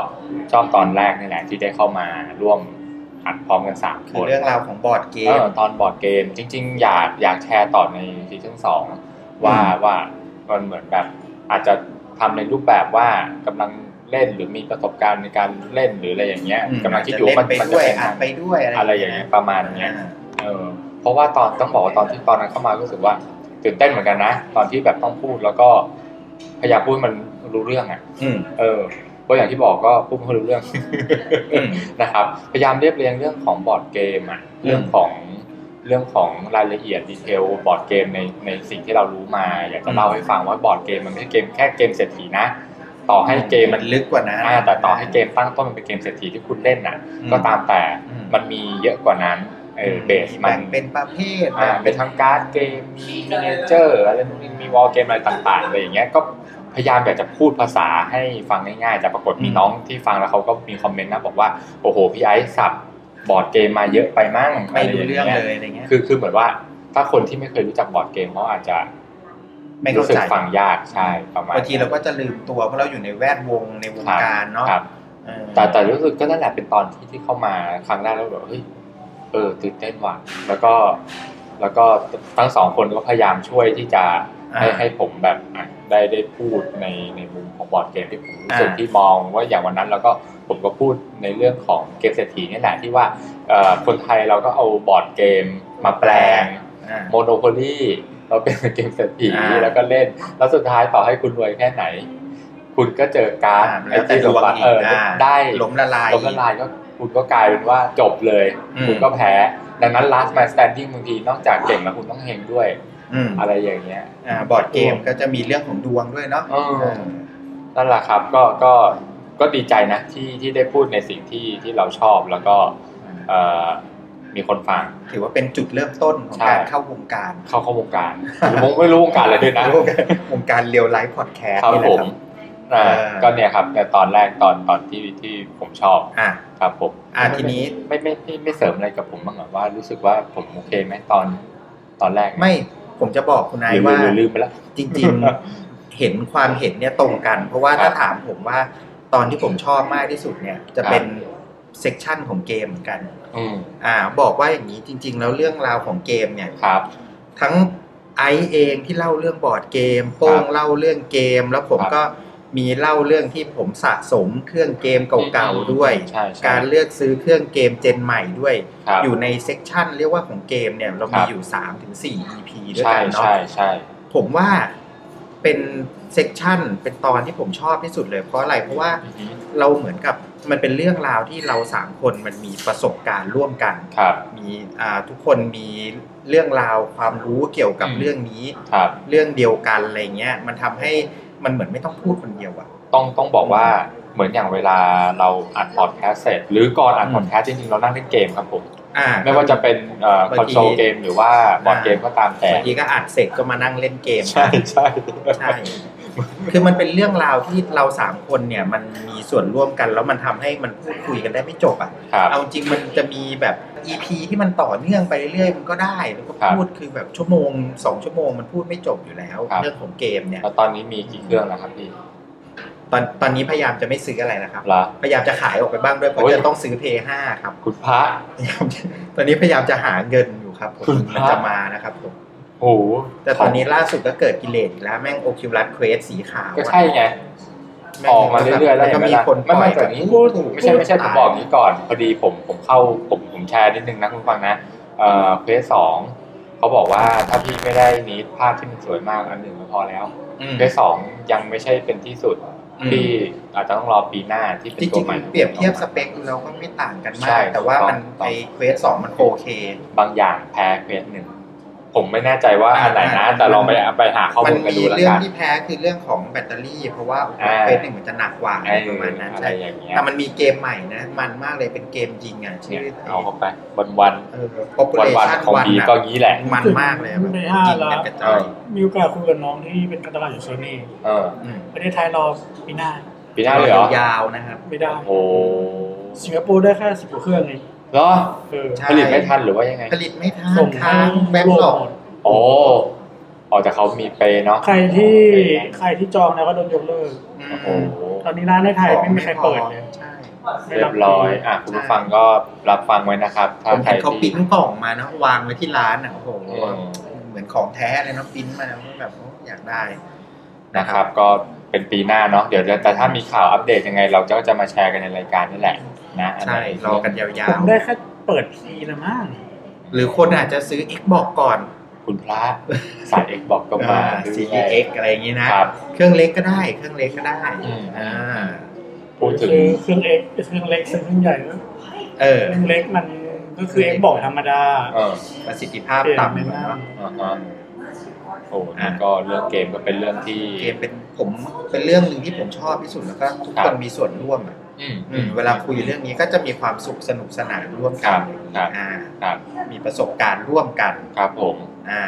S2: ชอบตอนแรกนี่แหละที่ได้เข้ามาร่วมอัดพร้อมกันสามค
S1: คือน เรื่องราวของบอร์ดเก
S2: เอ
S1: ม
S2: อตอนบอร์ดเกมจริง ๆ อยากอยากแชร์ต่อในซีซั่นสองว่าว่ามันเหมือนแบบอาจจะทำในรูปแบบว่ากำลังเล่นหรือมีประสบการณ์ในการเล่นหรืออะไรอย่างเงี้ย
S1: อืม
S2: กำลังคิดอยู่
S1: อาจจะ
S2: ว่ามัน
S1: เล่นไป
S2: มัน
S1: ด้วย
S2: จะเป็น
S1: อ่านไปด้วยอะไร
S2: อะไรอย่างเงี้ย
S1: นะ
S2: ประมาณเนี้ย
S1: อ่า
S2: เออเพราะว่าตอนต้องบอกว่าตอนที่ตอนนั้นเข้ามารู้สึกว่าตื่นเต้นเหมือนกันนะ ตอนที่แบบต้องพูดแล้วก็พยายามพูดให้มันรู้เรื่องอ่ะ
S1: อืม
S2: เออเพราะอย่างที่บอกก็พูดไม่ค่อยรู้เรื่อง
S1: อืม
S2: นะครับพยายามเรียบเรียงเรื่องของบอร์ดเกมอะ
S1: อืม
S2: เรื่องของเรื่องของรายละเอียดดีเทลบอร์ดเกมในในสิ่งที่เรารู้มา อยากจะเล่าให้ฟังว่าบอร์ดเกมมันไม่ใช่เกมแค่เกมเศรษฐีนะ ต่อให้เกมมัน
S1: ลึกกว่านะ
S2: อ่าแต่ต่อให้เกมตั้งต้นมันเป็นเกมเศรษฐีที่คุณเล่นน่ะ
S1: อืม
S2: ก็ตามแต่
S1: อืม
S2: มันมีเยอะกว่านั้นเออเบสมั
S1: แบ่
S2: น
S1: งเป็นประเภท
S2: อ่าเป็นทั้งการ์ดเกมมีมินิเจอร์อะไรพวกนี้มีวอลเกมอะไรต่างๆอะไรอย่างเงี้ยก็พยายามอยากจะพูดภาษาให้ฟังง่ายๆแต่ปรากฏมีน้องที่ฟังแล้วเขาก็มีคอมเมนต์นะบอกว่าโอ้โหพี่ไอซ์สับบอร์ดเกมมาเยอะไปมั่ง
S1: ไม่รู้เรื่อง
S2: ะไย่า
S1: เลยอะไรเงี้ย
S2: คือคือเหมือนว่าถ้าคนที่ไม่เคยรู้จักบอร์ดเกมเขาอาจจะ
S1: ไม่
S2: รู้
S1: เข้า
S2: สึก
S1: ใจ
S2: ฟังยากใช่ประมาณ
S1: บางทีเราก็จะลืมตัวเพราะเราอยู่ในแวดวงในวงการเนาะ
S2: ครับ
S1: เออ
S2: แต่แต่รู้สึกก็นั่นแหละเป็นตอนที่ที่เข้ามาครั้งแรกแล้วแบบเฮ้ยเออตื่นเต้นว่ะแล้วก็ แล้วก็ทั้งสองคนก็พยายามช่วยที่จะ
S1: อ่า
S2: ให้ให้ผมแบบอ่ะได้ได้พูดในในมุมของบอร์ดเกมที่ผมรู้สึก
S1: อ่า
S2: ที่มองว่าอย่างวันนั้นแล้วก็ผมก็พูดในเรื่องของเกมเศรษฐีนี่แหละที่ว่าเอ่อคนไทยเราก็เอาบอร์ดเกมมาแปลง
S1: อ่า
S2: โมโนโพลีเราเป็นเกมเศรษฐี
S1: อ่า
S2: แล้วก็เล่น แล้วสุดท้ายต่อให้คุณรวยแค่ไหน คุณก็เจอการ์ด
S1: อ่าแล้วแต่
S2: ไอ้ที่
S1: ดวง
S2: บัติ
S1: อีก
S2: เออ
S1: อ่า
S2: ได้
S1: ล้มละลาย
S2: ล้มละลายก็คุณก็กลายเป็นว่าจบเลย
S1: อืม
S2: คุณก็แพ้ ดังนั้น last man standing บางทีนอกจากเก่งแล้วคุณต้องเฮงด้วย
S1: อืม
S2: อะไรอย่างเงี้ย
S1: อ่าบอร์ดเกมก็จะมีเรื่องของดวงด้วยเนาะ
S2: เออ นั่นแหละครับก็ก็ก็ดีใจนะที่ที่ได้พูดในสิ่งที่ที่เราชอบแล้วก็เอ่อมีคนฟัง
S1: ถือว่าเป็นจุดเริ่มต้นของ
S2: ใช่
S1: การเข้าวงการ
S2: เข้าเข้าวงการผมไม่รู้วงการอะไรด้วยนะ
S1: วงการเรียวไลฟ์พอดแคสต์
S2: ครับ
S1: นี่แห
S2: ผ
S1: ละค
S2: ม
S1: รับ
S2: อ่า
S1: เออ
S2: ก็เนี่ยครับในตอนแรกตอนตอนที่ที่ผมชอบ
S1: อ่ะ
S2: ครับผม
S1: อ่ะทีนี้
S2: ไม่ไม่ไม่ไม่เสริมอะไรกับผมบ้างเหรอว่ารู้สึกว่าผมโอเคไหมตอนตอนแรก
S1: ไม่ผมจะบอกคุณนาย
S2: หรือ
S1: ว่า
S2: หรือลืมไปแล้ว
S1: จริง ๆ เห็นความเห็นเนี่ยตรงกัน เพราะว่าถ้าถามผมว่าตอนที่ผมชอบมากที่สุดเนี่ย จะเป็นเซกชันของเกมเหมือนกัน
S2: อืม
S1: อ่า บอกว่าอย่างนี้จริง ๆ แล้วเรื่องราวของเกมเนี่ย
S2: ครับ
S1: ทั้งไอซ์เองที่เล่าเรื่องบอร์ดเกม โป้งเล่าเรื่องเกม แล้วผม
S2: ครับ
S1: ก็มีเล่าเรื่องที่ผมสะสมเครื่องเกมเก่า
S2: อืม
S1: ๆด้วย
S2: ใช่ใช่
S1: การเลือกซื้อเครื่องเกมเจนใหม่ด้วย
S2: ครับ
S1: อยู่ในเซกชันเรียกว่าของเกมเนี่ย เรามี
S2: ครับ
S1: อยู่ 3-4 EP ด้วย
S2: ใช่
S1: กันเนาะ
S2: ใช่ใช่
S1: ผมว่าเป็นเซกชันเป็นตอนที่ผมชอบที่สุดเลยเพราะอะไรเพราะว่า
S2: อือฮึ
S1: เราเหมือนกับมันเป็นเรื่องราวที่เราสามคนมันมีประสบการณ์ร่วมกัน
S2: ครับ
S1: มีอ่าทุกคนมีเรื่องราวความรู้เกี่ยวกับ
S2: อืม
S1: เรื่องนี้
S2: ครับ
S1: เรื่องเดียวกันอะไรเงี้ยมันทำให้มันเหมือนไม่ต้องพูดคนเดียวอะ
S2: ต้องต้องบอกว่าเหมือนอย่างเวลาเราอัดพอดแคสต์เสร็จหรือก่อนอัด
S1: อืม
S2: พอดแคสต์จริงๆเรานั่งเล่นเกมครับผม
S1: อ่า
S2: ไม่ว่าจะเป็นเอ่อบ
S1: าง
S2: ค
S1: ที
S2: อนโซลเกมหรือว่าบอร์ดเกมก็ตามแต่
S1: บางทีก็อัดเสร็จก็มานั่งเล่นเกม
S2: ใช่ใช่
S1: ใช่ คือมันเป็นเรื่องราวที่เราสามคนเนี่ยมันมีส่วนร่วมกันแล้วมันทำให้มันพูดคุยกันได้ไม่จบอ่ะ
S2: ครับ
S1: เอาจริงมันจะมีแบบ EP ที่มันต่อเนื่องไปเรื่อยๆมันก็ได้ แล้วก็
S2: ครับ
S1: พูดคือแบบชั่วโมงสองชั่วโมงมันพูดไม่จบอยู่แล้ว
S2: ครับ
S1: เรื่องของเกมเนี่ย
S2: แล้วตอนนี้มีกี่เครื่องแล้วครับพี่
S1: ตอนตอนนี้พยายามจะไม่ซื้ออะไรนะครับ
S2: ละ
S1: พยายามจะขายออกไปบ้างด้วยเพราะ
S2: โอ้ย
S1: จะต้องซื้อ P5 ครับ
S2: คุณพระ
S1: พยายามตอนนี้พยายามจะหาเงินอยู่ครับผม
S2: คุณพระ
S1: มันจะมานะครับผม
S2: โอ้โห
S1: แต่ตอนนี้ล่าสุดก็เกิดกิเลสอีกแล้วแม่งโอคิวลัสเควสสีขาว
S2: ก็ใช่ไง
S1: แง
S2: ออกมาเรื่อยๆ แล้ว
S1: ก็
S2: เห็นไห
S1: มี
S2: ล่ะ
S1: คน
S2: ไม่
S1: ป
S2: ไม่
S1: ล่
S2: แต่
S1: อย
S2: นี้
S3: พูดถึง
S2: ไม่ใช่ไม่ใช่ผมบอกอย่างนี้ก่อน พอดีผมผมเข้าผมผมแชร์นิดนึงนะคุณฟังนะเอ่อเฟสสองเขาบอกว่าถ้าพี่ไม่ได้นิดภาพที่มันสวยมากอันหนึ่งก็พอแล้ว
S1: อืม
S2: เฟสสองยังไม่ใช่เป็นที่สุด
S1: อืม
S2: ที่อาจจะต้องรอปีหน้าที่เป็
S1: จ
S2: นตั
S1: ริ
S2: ว
S1: ง
S2: ใหม่
S1: ๆเปรียบเทียบสเปคดูแล้วก็ไม่ต่างกัน
S2: ใช่
S1: มาก แต่ว่า
S2: ถูกต้อง
S1: มันไอเควสสองมันโอเค
S2: บางอย่างแพ้เฟสหนึ่งผมไม่แน่ใจว่าอันไหนนะ
S1: อ่า
S2: แต่ลองไปไปหาข้อ
S1: มั
S2: มูลกัน
S1: มี
S2: ดูแล้ว
S1: เรื่อง
S2: กัน
S1: ที่แพ้คือเรื่องของแบตเตอรี่ เพราะว่า
S2: อ่า
S1: เควสหนึ่งมันจะหนักกว่า
S2: เอ
S1: ป
S2: อ
S1: ระมาณนั้น
S2: อะไร
S1: ใช่
S2: อย่างเงี้ย
S1: แต่มันมีเกมใหม่นะ มันมากเลยเป็นเกมยิงอ่ะ
S2: เนี่
S1: ชื่
S2: ย
S1: อ
S2: เอาเข้าไปวันวัน
S1: เออ
S2: วัน
S1: population
S2: วัน ๆ ของ
S1: วัน
S2: บี
S1: อะ
S2: ก็งี้แหละ
S1: มันมากเลยอะแบบ
S3: ไม่
S1: ยิ
S3: ห้าง ละ
S1: กันกระจาย
S3: มีโอกาสคุยกับน้องที่เป็นกระตลาดอยู่โซนี่
S2: เออ
S1: อืม
S3: ประเทศไทยรอปีหน้า
S2: ปีหน้าเลยเหรอ
S1: ยาวๆนะครับ
S3: ไม่ได้
S2: โอ้
S3: สิงคโปร์ได้แค่สิบกว่าเครื่องเอง
S2: เหรอ
S3: เออ
S1: ใช่
S2: ผลิตไม่ทันหรือว่ายังไง
S1: ผลิตไม่ทัน
S3: ส่ง
S1: ค้างแบ็ค
S3: รวม
S1: หลอก
S3: หมด
S2: โอ้ออกจากเขามีเปย์เนาะ
S3: ใครที่
S2: เปย์
S3: ใครที่จองแล้วก็โดนยกเลิก
S2: โอ้โห
S3: ตอนนี้ร้านในไทย
S1: ของ
S3: ไม่มีใครเปิดเลย
S1: ใช่
S3: ไม่
S2: เรีย
S3: รับ
S2: บร้อยอ่ะคุณผู้ฟังก็รับฟังไว้นะครับ
S1: ผ
S2: ถ้าม ใคร
S1: เห็นเขา
S2: ที่
S1: ปิ้นกล่องมานะวางไว้ที่ร้านอ่ะโอ้โห
S2: อืม
S1: เหมือนของแท้เลยเนาะปิ้นมาแล้วแบบอยากได้
S2: นะครับ ก็เป็นปีหน้าเนาะเดี๋ยวจะแต่ถ้ามีข่าวอัปเดตยังไง เราก็จะมาแชร์กันในรายการนี่แหละนะ
S1: ใช่รอกันยา
S3: ผ
S1: ว
S3: มได้แค่เปิดพีละมั้ง
S1: ๆ หรือคนอาจจะซื้อ Xbox ก่อน
S2: คุณพระสายเอกบอกก็มา
S1: อ่า
S2: เรื่อย
S1: CEX อะไรอย่างงี้นะครับ เครื่องเล็กก็ได้ เครื่องเล็กก็ได้
S2: อืม
S1: อ่า
S2: พูดถึง
S3: ซื้อเครื่องเอ็กซื้อเครื่องเล็กซื้อเครื่องใหญ่ด้วย
S1: เออ
S3: เครื่องเล็กมันก็คือเอ็กบอกธรรมดา
S2: เออ
S1: ประสิทธิภาพ
S3: เปลี่ยน
S1: ต่ำ
S3: ไม่
S1: กว่า
S3: ได้
S1: เนาะ
S2: อ่าฮะโอ้นั่นก็เรื่องเกมก็เป็นเรื่องที่
S1: เกมเป็นผมเป็นเรื่องหนึ่งที่ผมชอบที่สุดแล้วก็ทุก
S2: ครับ
S1: คนมีส่วนร่วมอะ
S2: อืม
S1: อืมเวลาคุยเรื่องนี้ก็จะมีความสุขสนุกสนานร่วมกันอย่างนี้
S2: ครับ
S1: อ่า
S2: ครับ
S1: มีประสบการณ์ร่วมกัน
S2: ครับผม
S1: อ่า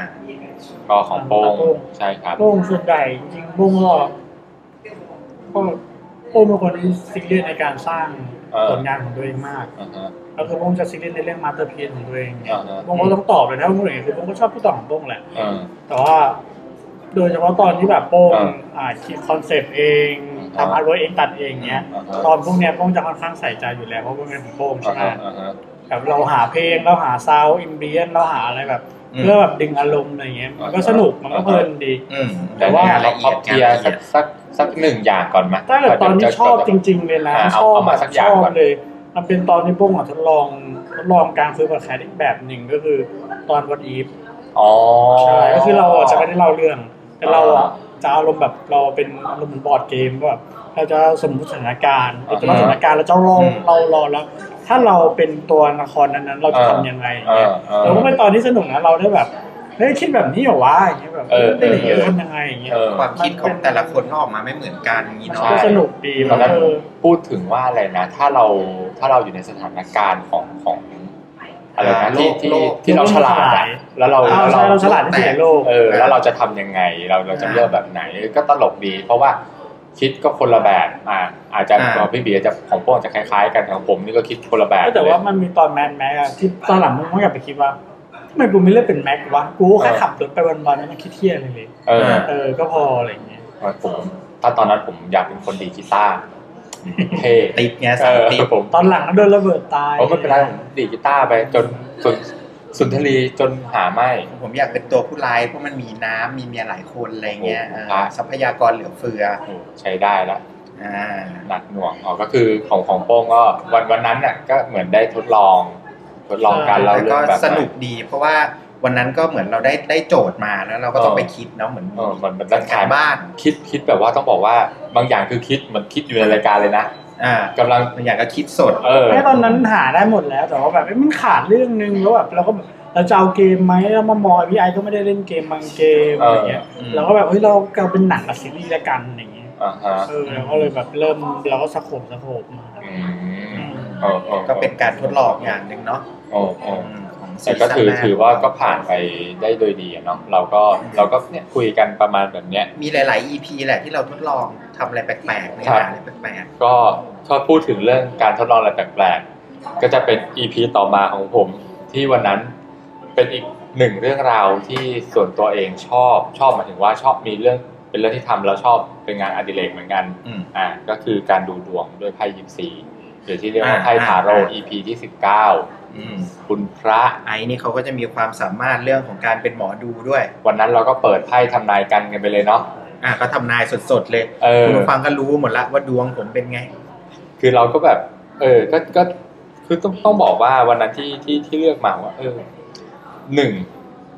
S2: ก็ของโป้งใช่ครับ
S3: โป้งส่วนใหญ่จริงๆโป้งก็ก็โป้งเป็นคนที่ซีเรียสในการสร้าง
S2: เออ
S3: ผลงานของตัวเองมาก
S2: อ่าฮะ
S3: ก็คือโป้งจะซีเรียสในเรื่องมาสเตอร์เพียของตัวเองเนี่ย
S2: อ่าฮะ
S3: โป้งก็ต้องตอบเลยนะโป้งอย่างเงี้ยคือโป้งก็ชอบผู้ตอบของโป้งแหละ
S2: เออ
S3: แต่ว่าโดยเฉพาะตอนที่แบบโป้ง
S2: อ่า
S3: อ่าคิดคอนเซปต์เอง
S2: อ่า
S3: ทำอาร์ตเวิร์กเองตัดเองเนี้ย
S2: อ่าฮะ
S3: ตอนพวกเนี้ยโป้งจะค่อนข้างใส่ใจอยู่แล้วเพราะว่าเป็นของโป้ง
S2: อ่า
S3: ใช่ไหม
S2: ฮะอ่าฮะ
S3: แบบเราหาเพลงเราหาซาวอินเดียนเราหาอะไรแบบ
S1: อืม
S3: เพื่อแบบดึงอารมณ์อะไรเงี้ยมันก็สนุกมันก็เพลินดี
S1: อืม
S3: แต่
S2: แต่
S3: ว่า
S2: ว่า
S1: เป็นงนละ
S2: เรา
S1: เอี
S2: คร
S1: ยด
S2: อบเคลียร์
S1: งานละเอี
S2: สั
S1: ย
S2: ก
S1: ด
S2: สักสักหนึ่งอย่างก่อนมา
S3: ตั้งแต่ตอนที่ชอบจริง ๆ เลยนะ
S2: อ่าเอา
S3: ชอบ
S2: เอามาสักอย่าง
S3: ชอบ
S2: ก่อน
S3: เลย มันเป็นตอนที่โป้งอ่ะทดลองทดลองการคุยกับแคทอีกแบบหนึ่งก็คือตอนวันอีฟ
S2: อ๋อ
S3: ใช่ก็คือเราอ่ะจะไม่ได้เล่าเรื่อง แต่เรา
S2: อ่า
S3: อ่ะจะอารมณ์แบบเราเป็นอารมณ์เหมือนบอร์ดเกมว่าแบบเราจะสมมติสถานการณ์เราจะเล่าสถานการณ์แล้วเจ้าเรา
S1: อืม
S3: เรารอแล้ว ถ้าเราเป็นตัวละครนั้นๆ เราจะ
S2: อ่า
S3: ทำยังไงอย่าง
S2: เอ
S3: เงี้
S2: อย เออ
S3: เราก็เป็นตอนที่สนุกนะเราได้แบบเฮ้ยคิดแบบนี้เหรอวะอย่างเงี้ยแบบ
S2: เออ
S3: ได้หรือ
S2: เออ
S3: ทำยังไงอย่างเงี้ย
S2: เออ
S1: ความคิดของแต่ละคนก็ออกมาไม่เหมือนกันอย่างนี้
S3: มัน
S1: เนาะ
S3: ก็สนุกดี
S2: ตอนนั้น
S3: เออ
S2: พูดถึงว่าอะไรนะ ถ้าเราถ้าเราอยู่ในสถานการณ์ของของอะไรนะ
S1: อ่าโล
S2: ที่
S1: ก
S2: ที่
S1: โลก
S2: ที่เราฉลาดอะแล้วเรา
S3: เอา
S2: แล้ว
S3: ใช่
S2: เรา
S3: เราฉลาดที่สุดในโลก
S2: เออแล้วเราจะทำยังไงเราเราจะ
S1: อ่า
S2: เลือกแบบไหนก็ตลกดี เพราะว่าคิดก็คนละแบบอ่าอาจจะ
S1: อ่า
S2: ของพี่เบียร์จะของโป้งจะคล้ายๆ กันของผมนี่ก็คิดคนละแบบ
S3: ก็แต่
S2: เลย
S3: ว่ามันมีตอนแมนแม็กอะที่ตอนหลังมึงก็กลับไปคิดว่าทำไมกูไม่เลือกเป็นแม็กวะกูแค่
S2: เออ
S3: ขับรถไปวันๆแล้วมันคิดเที่ยอะไรเลย
S2: เออ
S3: เออ ก็พออะไรอย่างเงี้ย
S2: ผมถ้าตอนนั้นผมอยากเป็นคนดีดกีตาร์เท่
S1: ติดไง
S2: เอ
S1: สาม
S2: อ
S1: ติด
S2: ผม
S3: ตอนหลังก็โดนระเบิดตาย
S2: ผมไม่เป็นไรผมดีดกีตาร์ไปจนสุนสุนทรีจนหาไม่
S1: ผมอยากเป็นตัวผู้ร้ายเพราะมันมีน้ำมีเมียหลายคนอะไรเงี้ย
S2: โอ้โห
S1: เออทรัพยากรเหลือเฟือ
S2: โอ้ใช้ได้ละ
S1: อ่า
S2: หนักหน่วงอ๋อก็คือของของโป้งก็วันวันนั้นน่ะก็เหมือนได้ทดลอง ทดลองการเล่า
S1: แล้ว
S2: เรื่
S1: ก็
S2: องแบบ
S1: สนุกดี เพราะว่าวันนั้นก็เหมือนเราได้ได้โจทย์มาแล้วเราก็ต้องไปคิดเนาะเหมือน
S2: เออมันมันต้อง
S1: กา
S2: ขารย
S1: บ้าน
S2: คิดคิดแบบว่าต้องบอกว่าบางอย่างคือคิดเหมันคิดอยู่ในรายการเลยนะ
S1: อ่าก
S2: ำลัง
S1: มันอยากก็คิดสด
S2: เออ
S3: แม้ตอนนั้นหาได้หมดแล้วแต่ว่าแบบเอ้ยมันขาดเรื่องนึงแล้วแบบเราก็แบบเราจะเอาเกมไหมแล้วมามอยพี่ไอก็ไม่ได้เล่นเกมบางเกม
S2: เอออ
S3: อะไรเงี้ย
S1: อืม
S3: เราก็แบบเฮ้ยเรากลายเป็นหนังกับซีรีส์ละกันอย่างเงี้ย
S2: อ่าฮะ
S3: เออเราก็เลยแบบเริ่มเราก็สะโขบสะโขบมา
S2: อืมเออออ
S1: ก็เป็นการทดลองอย่างหนึ่งเนาะ
S2: โอ้โอ้
S1: อืมของซี
S2: แต่ก็ถือ
S1: ซั่นแร
S2: ถือว่าก็ผ่านไปได้โดยดีอะเนาะเราก็เราก็เนี่ยคุยกันประมาณแบบเนี้ย
S1: มีหลาย ๆ EP แหละที่เราทดลองทำอะไรแปลกๆใน
S2: ครับ
S1: หาอะไรแปลก
S2: ก็ถ้าพูดถึงเรื่องการทดลองอะไรแปลกๆ ก็จะเป็น EP ต่อมาของผมที่วันนั้นเป็นอีกหนึ่งเรื่องราวที่ส่วนตัวเองชอบชอบหมายถึงว่าชอบมีเรื่องเป็นเรื่องที่ทำแล้วชอบเป็นงานอดิเรกเหมือนกัน
S1: ๆอืม
S2: อ่าก็คือการดูดวงด้วยไพ่ยิมซีหรือที่เรียกว่า
S1: อ่า
S2: ไพ่ทาโร่
S1: อ่า
S2: EP ที่19
S1: อืม
S2: คุณพระ
S1: ไอ้นี่เขาก็จะมีความสามารถเรื่องของการเป็นหมอดูด้วย
S2: วันนั้นเราก็เปิดไพ่ทำนายกันกันไปเลยเนาะ
S1: อ่ะก็ทำนายสดๆเลย
S2: เออ
S1: คุณผู้ฟังก็รู้หมดละว่าดวงผมเป็นไง
S2: คือเราก็แบบ เออ ก็ ก็ คือต้อง ต้องบอกว่าวันนั้นที่ ที่ ที่เลือกมาว่า เออ หนึ่ง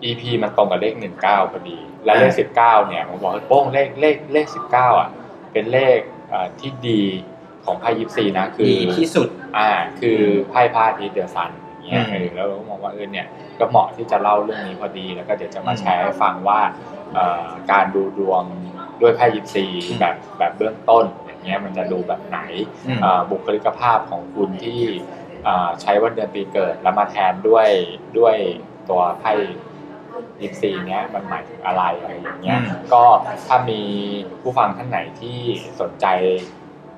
S2: EP มันตรงกับเลขหนึ่งเก้าพอดี และเลขสิบเก้าเนี่ย ผมบอกว่าโป้งเลข เลข เลขสิบเก้าอ่ะ เป็นเลขอ่าที่ดีของไพ่ยิปซีนะ คือ
S1: ดีที่สุด
S2: อ่า คือไพ่พระอาทิตย์เดือสันอย่างเงี้ย
S1: อืม
S2: เออ แล้วเราก็มองว่าเออเนี่ย ก็เหมาะที่จะเล่าเรื่องนี้พอดี แล้วก็เดี๋ยวจะมาแชร์ให้ฟังว่าเอ่อการดูดวงด้วยไพ่ยิปซีแบบ แบบเบื้องต้น อย่างเงี้ย มันจะดูแบบไหน
S1: อืม
S2: อ่าบุคลิกภาพของคุณที่อ่าใช้วันเดือนปีเกิด แล้วมาแทนด้วยด้วยตัวไพ่ยิปซีเนี้ยมันหมายถึงอะไรอะไรอย่างเงี้ยก็ถ้ามีผู้ฟังท่านไหนที่สนใจ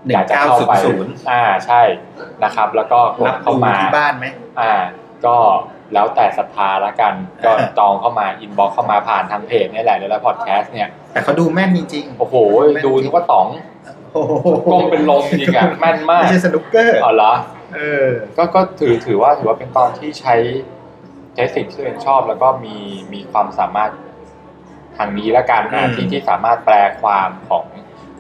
S1: หนึ่
S2: อง ยากจะ
S1: เก้าศู
S2: เข้า
S1: น
S2: ไป
S1: ย์ศูนย์
S2: อ่าใช่นะครับ แล้วก็ก
S1: รับ
S2: ด
S1: ดู
S2: เข้ามา
S1: ที่บ้านไหม
S2: อ่าก็แล้วแต่ศรัทธาละกัน ก็
S1: อ่า
S2: จองเข้ามาอินบ็อกเข้ามาผ่านทางเพจเนี่ยแหละแล้วแล้วพอดแคสต์เนี่ย
S1: แต่เขาดูแม่นจริง
S2: โอ้โห ดูนึกว่าต๋อง
S1: ๆโอ้โห
S2: ก้มเป็นลมจริงอ่ะ แม่นมาก
S1: ไม่ใช่สนุกเกอร์
S2: อ๋อเหรอ
S1: เออ
S2: ก็ก็ถือถือว่าถือว่าเป็นตอนที่ใช้ใช้สิ่งที่ตัวเองชอบ แล้วก็มีมีความสามารถทางนี้ละกันนะ
S1: อืม
S2: ที่ที่สามารถแปลความของ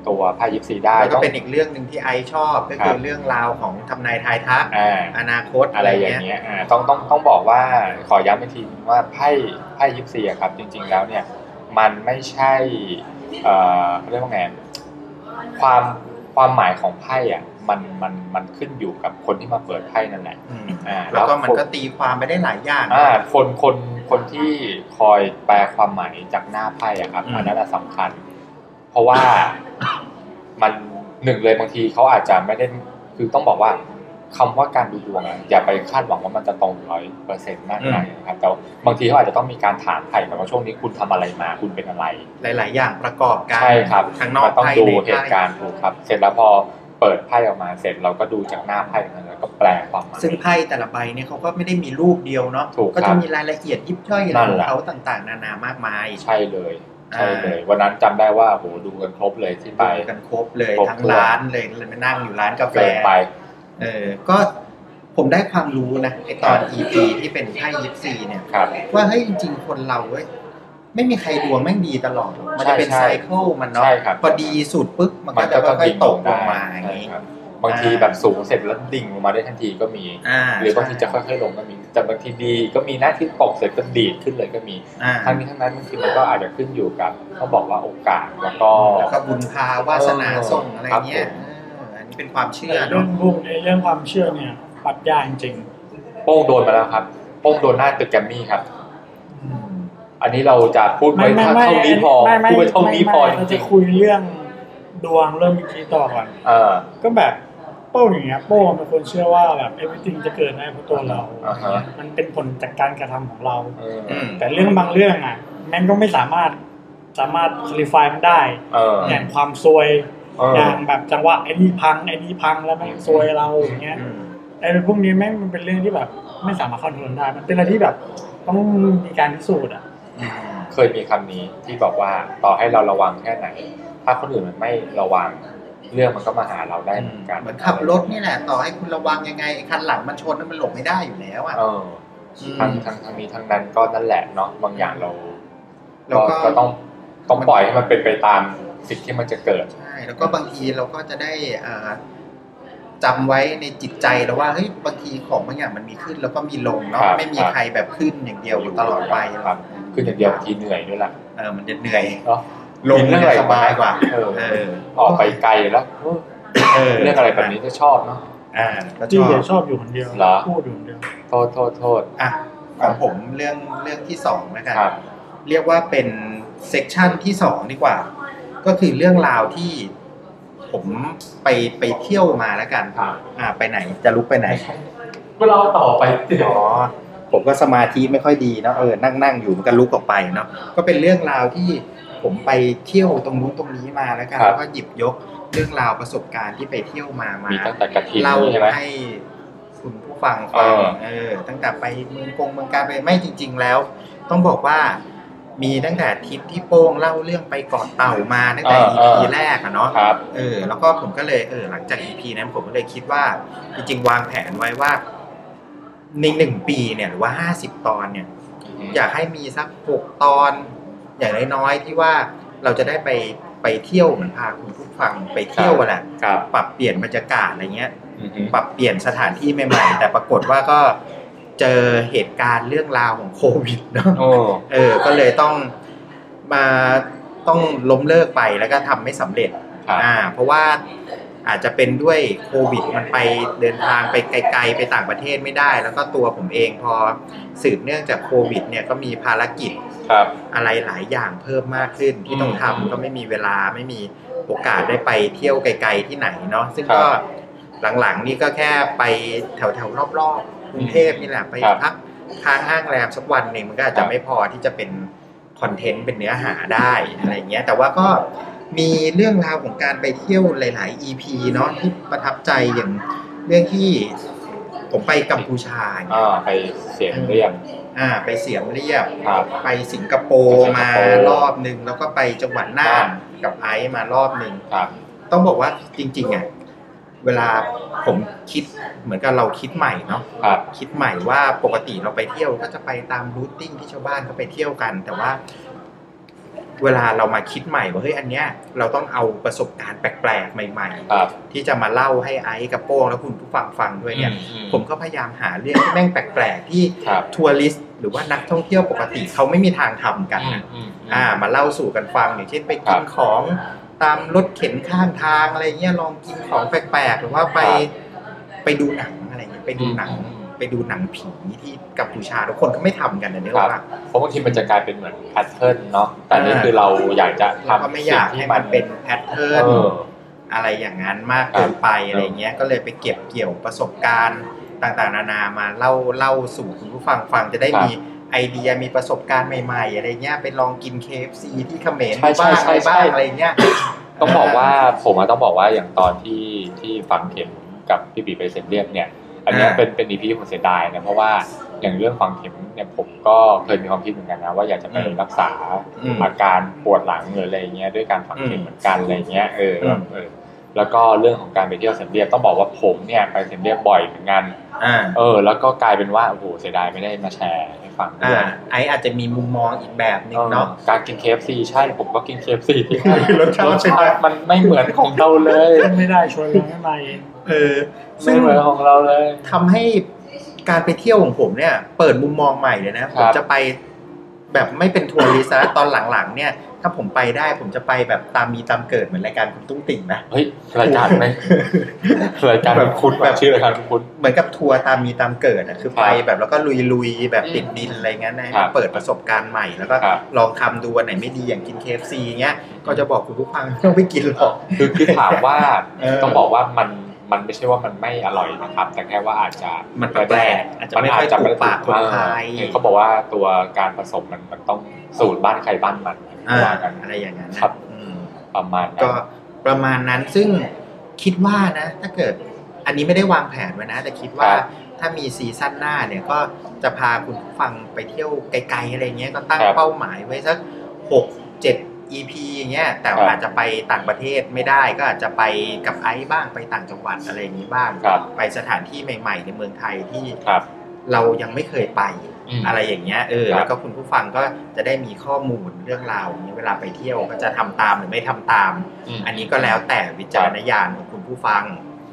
S2: ตัวไพายิปซีได้
S1: แล้วก็
S2: ต้อง
S1: เป็นอีกเรื่องหนึ่งที่ไอชอบก็คือเรื่องราวของทำนายทายทัก
S2: อ่า
S1: อนาคต
S2: อะไรอย่างเงี้ยอ่าต้องต้องต้องบอกว่าขอย้ำอีกทีนึงว่าไพ่ไพ่ยิปซีอะครับ จริง ๆ แล้วเนี่ยมันไม่ใช่เอ่อเขาเรียกว่าไงความความหมายของไพ่อะมันมันมันขึ้นอยู่กับคนที่มาเปิดไพ่นั่นแหละ
S1: อืม
S2: อ่า
S1: แล้วก็มัน
S2: ค
S1: ก็ตีความไปได้หลายอย่าง
S2: อ่าคนคนคนที่คอยแปลความหมายจากหน้าไพ่อะครับ
S1: อืม
S2: อันนั้นอะสำคัญ เพราะว่ามันหนึ่งเลยบางทีเขาอาจจะไม่ได้คือต้องบอกว่าคำว่าการดูดวงอะอย่าไปคาดหวังว่ามันจะตรงร้อยเปอร์เซ็นต์มากนักนะครับแต่ว่าบางทีเขาอาจจะต้องมีการถามไถ่ก่อนว่าช่วงนี้คุณทำอะไรมาคุณเป็นอะไร
S1: หลาย ๆ อย่างประกอบกัน
S2: ใช่ครับ
S1: ทั้งนอก
S2: มันต้อง
S1: ไพ่
S2: ดู
S1: ใน
S2: เห
S1: ไพ่
S2: ตุการณ์ถูกครับ เสร็จแล้วพอเปิดไพ่ออกมาเสร็จเราก็ดูจากหน้าไพ่นั้นแล้วก็แปลความหมาย
S1: ซึ่งไพ่แต่ละใบเนี่ยเขาก็ไม่ได้มีรูปเดียวเนาะ
S2: ถูกครับ
S1: ก็จะมีรายละเอียดยิบย่อยอะไร
S2: นั่
S1: ข
S2: น
S1: อง
S2: แหละ
S1: เขาต่างๆ นานามากมาย
S2: ใช่เลยใช่เลย วันนั้นจำได้ว่าโหดูกันครบเลยที่ไป
S1: กันครบเลย
S2: ครบ
S1: ทั้ง
S2: ถ้วน
S1: ร้านเลยมานั่งอยู่ร้านกาแฟ
S2: เกินไป
S1: เออก็ผมได้ความรู้นะไอตอน
S2: ครับ
S1: EP ที่เป็นไพ่ยิปซีเนี่ย
S2: ครับ
S1: ว่าเฮ้ยจริงๆ คนเราเว้ยไม่มีใครดวงแม่งดีตลอดหรอกมันจะเป็น
S2: ใช่
S1: ไซ
S2: ใช่
S1: เคิลมันเนาะ
S2: ใช่ครับ
S1: พอดีสุดปุ๊บมันก็จะค่อยๆตกลงมาอย่าง
S2: ได้
S1: งี้
S2: ครับบางที
S1: อ่า
S2: แบบสูงเสร็จแล้วดิ่งลงมาได้ทันทีก็มี
S1: อ่า
S2: หรือบางทีจะค่อยๆลงก็มี แต่บางทีดีก็มีหน้าที่ตกเสร็จก็ดีดขึ้นเลยก็มี
S1: อ่า
S2: ทั้งนี้ทั้งนั้นบางทีมันก็อาจจะขึ้นอยู่กับเขาบอกว่าโอกาสแล้วก็
S1: แล้วก็บุญพาวาสนาส่งอะไรเงี้ย
S2: ครับผม
S1: เอออันนี้เป็นความเชื่อ
S3: เรื่อ
S1: เนาะ
S3: งพวกนี้เรื่องความเชื่อเนี่ยปรัดยากจริง
S2: โป้งโดนมาแล้วครับ โป้งโดนหน้าตึกแกรมมี่ครับ อันนี้เราจะพูด
S3: ๆ
S2: ไว้เท่านี้พอ
S3: ไม่ไม่
S2: พูดไว้เท่านี้พอจ
S3: เรา
S2: ริ
S3: จะ
S2: ง
S3: คุยเรื่องดวงเริ่มเมื่อกี้ต่อก่อน
S2: ๆเออ
S3: ก็แบบโป้งอย่างเงี้ยโป้งเป็นคนเชื่อว่าแบบ everything จะเกิดได้เพราะตัวเรา
S2: อ่าฮะ
S3: มันเป็นผลจากการกระทำของเรา
S2: เออ
S1: อืม
S3: แต่เรื่องบางเรื่องอ่ะแม่งก็ไม่สามารถสามารถคลิฟายมันได้
S2: เออ
S3: อย่างความซวย
S2: เออ
S3: อย่างแบบจังหวะไอ้นี่พังไอ้นี่พังแล้วแม่งซวยเราอย่างเงี้ย
S1: อืม
S3: ไอ้พวกนี้แม่งมันเป็นเรื่องที่แบบ ไม่สามารถคอนโทรลได้ มันเป็นอะไรที่แบบ ต้องมีการพิสูจน์อ่ะ
S1: อืม
S2: เคยมีคำนี้ที่บอกว่าต่อให้เราระวังแค่ไหน ถ้าคนอื่นมันไม่ระวังเรื่องมันก็มาหาเราได้เหมือนกัน
S1: เหมือนขับรถนี่แหละต่อให้คุณระวังยังไงไอ้คันหลังมันชนนั้นมันหลบไม่ได้อยู่แล้วอ่ะ
S2: เออทั้งทั้งทั้งนี้ทั้งนั้นก็นั่นแหละเนาะบางอย่างเรา
S1: แล้วก็
S2: ก็ต้องต้องปล่อยให้มันเป็นไปตามสิ่งที่มันจะเกิด
S1: ใช่แล้วก็บางทีเราก็จะได้อ่าจำไว้ในจิตใจแล้วว่าเฮ้ยบางทีของบางอย่างมันมีขึ้นแล้วก็มีลงเนาะ
S2: ครับ
S1: ไม่มี
S2: ครับ
S1: ใครแบบขึ้นอย่างเดียวอยู่ตลอดไปหรอก
S2: ครับขึ้นอย่างเดียวบางทีเหนื่อยด้วยล่ะ
S1: เออมันจะเหนื่อย
S2: เนาะ
S1: ลง
S2: มีเรื่องอะไร
S1: สบายกว่า
S2: เออ
S1: เออ
S2: ออกไปไกลแล้วเออ
S1: เออ
S2: เรื่องอะไรแบบนี้จะชอบเนาะ
S1: อ่าก็ช
S3: ที่
S1: อ
S3: จะ
S1: บ
S3: ชอบอยู่คนเดียว
S2: เหรอ
S3: พูดอยู่คนเดียว
S2: โทษโทษโทษ
S1: อ่ะของผมเรื่องเรื่องที่สองแล้วกัน
S2: ครับ
S1: เรียกว่าเป็นเซกชันที่สองดีกว่า ก็คือเรื่องราวที่ผมไปไปเที่ยวมาแล้วกัน
S2: อ่า
S1: อ่าไปไหนจะลุกไปไหน
S2: เมื่อเราต่อไป เดี๋ยว
S1: อ๋อผมก็สมาธิไม่ค่อยดีเนาะเออนั่งนั่งอยู่มันก็ลุกออกไปเนาะก็เป็นเรื่องราวที่ผมไปเที่ยวตรงนู้นตรงนี้มาแล้วกัน
S2: ครับ
S1: แล้วก็หยิบยกเรื่องราวประสบการณ์ที่ไปเที่ยวมามา
S2: มีตั้งแต่กระถิ่น
S1: เล่า
S2: ใช่ไหม
S1: ให้คุณผู้ฟัง
S2: เอ
S1: ฟัง
S2: อ
S1: เออตั้งแต่ไปเมืองกงเมืองการไปไม่จริง ๆ แล้ว ต้องบอกว่ามีตั้งแต่ทริปที่โป้งเล่าเรื่องไปเกาะเต่ามาตั้งแต่ EP แรกอะเนาะ
S2: ครับ
S1: เออแล้วก็ผมก็เลยเออหลังจาก EP นั้นผมก็เลยคิดว่าจริงๆ วางแผนไว้ว่าในหนึ่งปีเนี่ยหรือว่าห้าสิบตอนเนี่ย อยากให้มีสักหกตอน อย่างน้อยๆที่ว่าเราจะได้ไปไปเที่ยวเหมือนพาคุณผู้ฟังไปเที่ยว
S2: ครับ
S1: แหละ
S2: ครับ
S1: ปรับเปลี่ยนบรรยากาศอะไรเงี้ย
S2: อือหือ
S1: ปรับเปลี่ยนสถานที่ใหม่ๆ แต่ปรากฏว่าก็เจอเหตุการณ์เรื่องราวของโควิดเนาะ
S2: โอ้
S1: เออ ก็เลยต้องมาต้องล้มเลิกไปแล้วก็ทำไม่สำเร็จ
S2: ครับ
S1: อ่า เพราะว่าอาจจะเป็นด้วยโควิดมันไปเดินทางไปไกลๆไปต่างประเทศไม่ได้ แล้วก็ตัวผมเองพอสืบเนื่องจากโควิดเนี่ยก็มีภารกิจ
S2: ครับ
S1: อะไรหลายอย่างเพิ่มมากขึ้นที่ต้องทำ
S2: อืม
S1: ก็ไม่มีเวลาไม่มีโอกาสได้ไปเที่ยวไกลๆที่ไหนเนาะซึ่งก็
S2: ครับ
S1: หลังๆนี่ก็แค่ไปแถวๆรอบๆกรุงเทพนี่แหละไป
S2: ครับ
S1: พักค้างห้างแรมสักวันหนึ่งมันก็อาจจะไม่พอที่จะเป็น คอนเทนต์เป็นเนื้อหาได้อะไรเงี้ยแต่ว่าก็ มีเรื่องราวของการไปเที่ยวหลาย ๆ EP เนาะที่ประทับใจอย่างเรื่องที่ผมไปกัมพูชาเนี่ย
S2: อ่าไปเสียงเรียบ
S1: อ่า ไปเสียมเรียบ
S2: ครับ
S1: ไปสิงคโปร์มา
S2: ไปสิงคโปร์
S1: รอบหนึ่งแล้วก็ไปจังหวัดน่านกับไอซ์มารอบหนึ่ง
S2: ครับ
S1: ต้องบอกว่าจริงๆอ่ะเวลาผมคิดเหมือนกับเราคิดใหม่เนาะ
S2: ครับ
S1: คิดใหม่ว่าปกติเราไปเที่ยวก็จะไปตามรูทติ้งที่ชาวบ้านเขาไปเที่ยวกัน แต่ว่า เวลาเรามาคิดใหม่ว่าเฮ้ยอันเนี้ย เราต้องเอาประสบการณ์แปลกๆใหม่
S2: ครับ
S1: ๆ ที่จะมาเล่าให้ไอซ์กับโป้งและคุณผู้ฟังฟังด้วยเนี่ย
S2: อื
S1: ผมก็พยายามหาเรื่องที่แม่งแปลกๆที่
S2: ครับ
S1: ทัวริสต์หรือว่านักท่องเที่ยวปกติเขาไม่มีทางทำกันนะ
S2: อืมม
S1: อ่ามาเล่าสู่กันฟังอย่างเช่นไปกินของตามรถเข็นข้างทางอะไรเงี้ยลองกินของแปลกๆหรือว่าไป
S2: ครับ
S1: ไปดูหนังอะไรเงี้ยไปดูหนัง
S2: อืม
S1: ไปดูหนังผีที่กัมพูชาทุกคนก็ไม่ทำกันนะเนี่ยว่า
S2: เพราะบางทีมันจะกลายเป็นเหมือนแพทเทิร์นเนาะแต่นี่
S1: อ่า
S2: คือเราอยากจะ
S1: เราก็
S2: ทำ
S1: ไม่อง
S2: สิ่
S1: ยากให้
S2: ที่
S1: มั
S2: มัน น
S1: เป็
S2: เป็น น
S1: แพทเทิ
S2: เอ
S1: ร์น
S2: อ
S1: อะไรอย่างนั้นมากเกินไป
S2: ครับ
S1: อะไรเงี้ยก็เลยไปเก็บเกี่ยวประสบการณ์ต่างๆ นานามาเล่าเล่าสู่คุณผู้ฟังฟังจะได้มีไอเดียมีประสบการณ์ใหม่ๆอะไรเงี้ยไปลองกิน KFC ที่เขมรดูบ้างอะไรบ้างอะไรเงี้ย
S2: ต้องบอกว่าผมอะต้องบอกว่าอย่างตอนที่ที่ฟังเข็มกับพี่บีไปเซ็นเรียบเนี่ย อันเนี้ย
S1: อ่า
S2: เป็นเป็นอีพีผมเสียดายนะเพราะว่าอย่างเรื่องฟังเข็มเนี่ยผมก็เคยมีความคิดเหมือนกันนะว่าอยากจะไปรักษา
S1: อืม
S2: อาการปวดหลังหรืออะไรเงี้ยด้วยการฟังเข็
S1: อืม
S2: มเหมือนกันอะไรเงี้ยเออ
S1: อืม
S2: เออแล้วก็เรื่องของการไปเที่ยวเซนเรียบต้องบอกว่าผมเนี่ยไปเซนเรียบบ่อยเหมือนกัน
S1: อ่า
S2: เออ แล้วก็กลายเป็นว่าโอ้โหเสียดายไม่ได้มาแชร์ให้ฟังด้
S1: อ่า
S2: วย
S1: ไอซ์อาจจะมีมุมมองอีกแบบหนึงเนาะ
S2: ออการกิน KFC ใช่ผมก็กิน KFC ที่นั่น
S1: รสชาติมันเป็นไง
S2: มันไม่เหมือนของเราเลย
S3: ไม่ได้ชวนกันไม่ไป
S1: เออ
S2: ไม่
S1: ซึ่ง
S2: เหมือนของเราเลย
S1: ทำให้การไปเที่ยวของผมเนี่ย เปิดมุมมองใหม่เลยนะ ผมจะไปแบบไม่เป็นทัวริสต์นะตอนหลังๆ เนี่ย ถ้าผมไปได้ผมจะไปแบบตามมีตามเกิดเหมือนรายการคุณตุ้งติ่งนะ
S2: เฮ้ยรายการไหมรายการ
S1: แบบ
S2: คุณ
S1: แบ
S2: แบบ บชื่อรายการคุณ
S1: เหมือนกับทัวร์ตามมีตามเกิดอะคือไปแบบแล้วก็ลุยๆแบบติดดินอะไรเงี้ยนะครับ เปิดประสบการณ์ใหม่แล้วก็
S2: ครับ
S1: ลองทำดูวันไหนไม่ดีอย่างกินเคฟซีเงี้ยก็จะบอกคุณผู้ฟังไม่ต้องไปกินหรอก
S2: คือคือถามว่า
S1: เออ
S2: ต้องบอกว่ามันมันไม่ใช่ว่ามันไม่อร่อยนะครับ แต่แค่ว่าอาจจะ
S1: มันแปลกๆอาจจะไม่ค่อยถูกปากคนไทย
S2: เออเขาบอกว่าตัวการผสมมันมันต้องสูตรบ้านใครบ้านมัน
S1: อ่า
S2: ว่ากัน
S1: อะไรอย่างนั้นนะครับ อืม
S2: ประมาณนั้น
S1: ก็ประมาณนั้นซึ่งคิดว่านะ ถ้าเกิดอันนี้ไม่ได้วางแผนไว้นะ แต่คิดว่า
S2: ครับ
S1: ถ้ามีซีซั่นหน้าเนี่ยก็จะพาคุณผู้ฟังไปเที่ยวไกลๆอะไรเงี้ยก็ตั้ง
S2: ครับ
S1: เป้าหมายไว้สักหกเจ็ด EP อย่างเงี้ยแต่
S2: ครับ
S1: อาจจะไปต่างประเทศไม่ได้ ก็อาจจะไปกับไอซ์บ้างไปต่างจังหวัดอะไรอย่างนี้บ้าง
S2: ครับ
S1: ไปสถานที่ใหม่ ๆ ในเมืองไทยที่
S2: ครับ
S1: เรายังไม่เคยไป
S2: ม
S1: อะไรอย่างเงี้ยเออ
S2: ครับ
S1: แล้วก็คุณผู้ฟังก็จะได้มีข้อมูลเรื่องราวอย่างเงี้ยเวลาไปเที่ยวก็จะทำตามหรือไม่ทำตาม
S2: ม
S1: อันนี้ก็แล้วแต่วิจารณญาณของคุณผู้ฟัง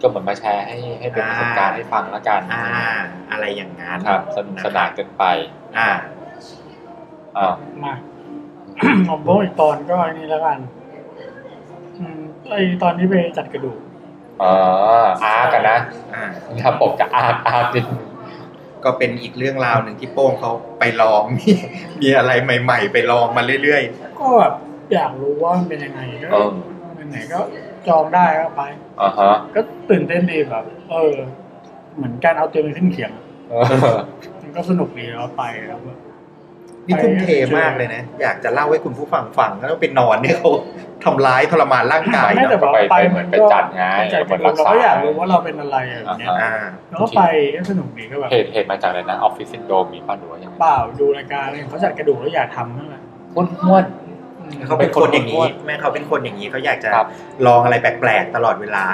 S2: ก็เหมือนมาแชร์ให้ให้เป็นประสบการณ์ให้ฟังละกัน
S1: อ่า อะไรอย่างงั้น
S2: ครับสนุกสนานกันไป
S1: อ่า
S2: อ่าว
S3: มา ผมพวกอีกตอนก็อันนี้แล้วกันอืมไอตอนที่ไปจัดกระดูก
S2: อ๋ออาร์กันนะ
S1: อ่า
S2: ครับผมจะอาร์อาร์นิดนึง
S1: ก็เป็นอีกเรื่องราวหนึ่งที่โป้งเขาไปลอง มีมีอะไรใหม่ ๆ ไปลองมาเรื่อย
S3: ก็แบบอยากรู้ว่ามันเป็นยังไง
S2: เอ
S3: ก็
S2: อ
S3: ไหนๆก็จองได้ก็ไป
S2: อ่าฮะ
S3: ก็ตื่นเต้นดีแบบ เออ เหมือนการเอาตัวเองขึ้นเขียง
S2: เออ
S3: มันก็สนุกดีแล้วไปแล้วแบบ
S1: ๆ นี่ทุ่มเทมากเลยนะ อยากจะเล่าให้คุณผู้ฟังฟังแล้วไปนอนเนี่ยเขาทำร้ายทรมานร่างกาย
S3: ไม่แต่
S1: นะ
S2: ก็
S3: ว่า
S2: ไป
S3: ไป
S2: ไปเหมือนไป
S3: มันก็
S2: จัดไง
S3: จาก
S2: เห
S3: ก
S2: มือนรั
S3: ระดูก
S2: ก
S3: เรา
S2: ษา
S3: ก็อยากรู้ว่าเราเป็นอะไรอะไรอย่างเงี้ย
S2: อ่าฮะ
S1: อ่า
S3: แล้วก็ไปก็สนุกดีก็แบบ
S2: เหตุเหตุมาจากอะไรนะออฟฟิศซินโดมมีป้าหนูว่ายังไง
S3: เปล่าดูรายการอะไรเขาจัดกระดูกแล้วอยากทำนั่นแหละ
S2: ม้วนม้วน
S3: อืม
S1: เขาเป็นคนอย่าง
S2: เป็นคนอ้ว
S1: นี้
S2: น
S1: แม่เขาเป็นคนอย่างนี้เขาอยากจะ
S2: ครับ
S1: ลองอะไรแปลกๆตลอดเวลา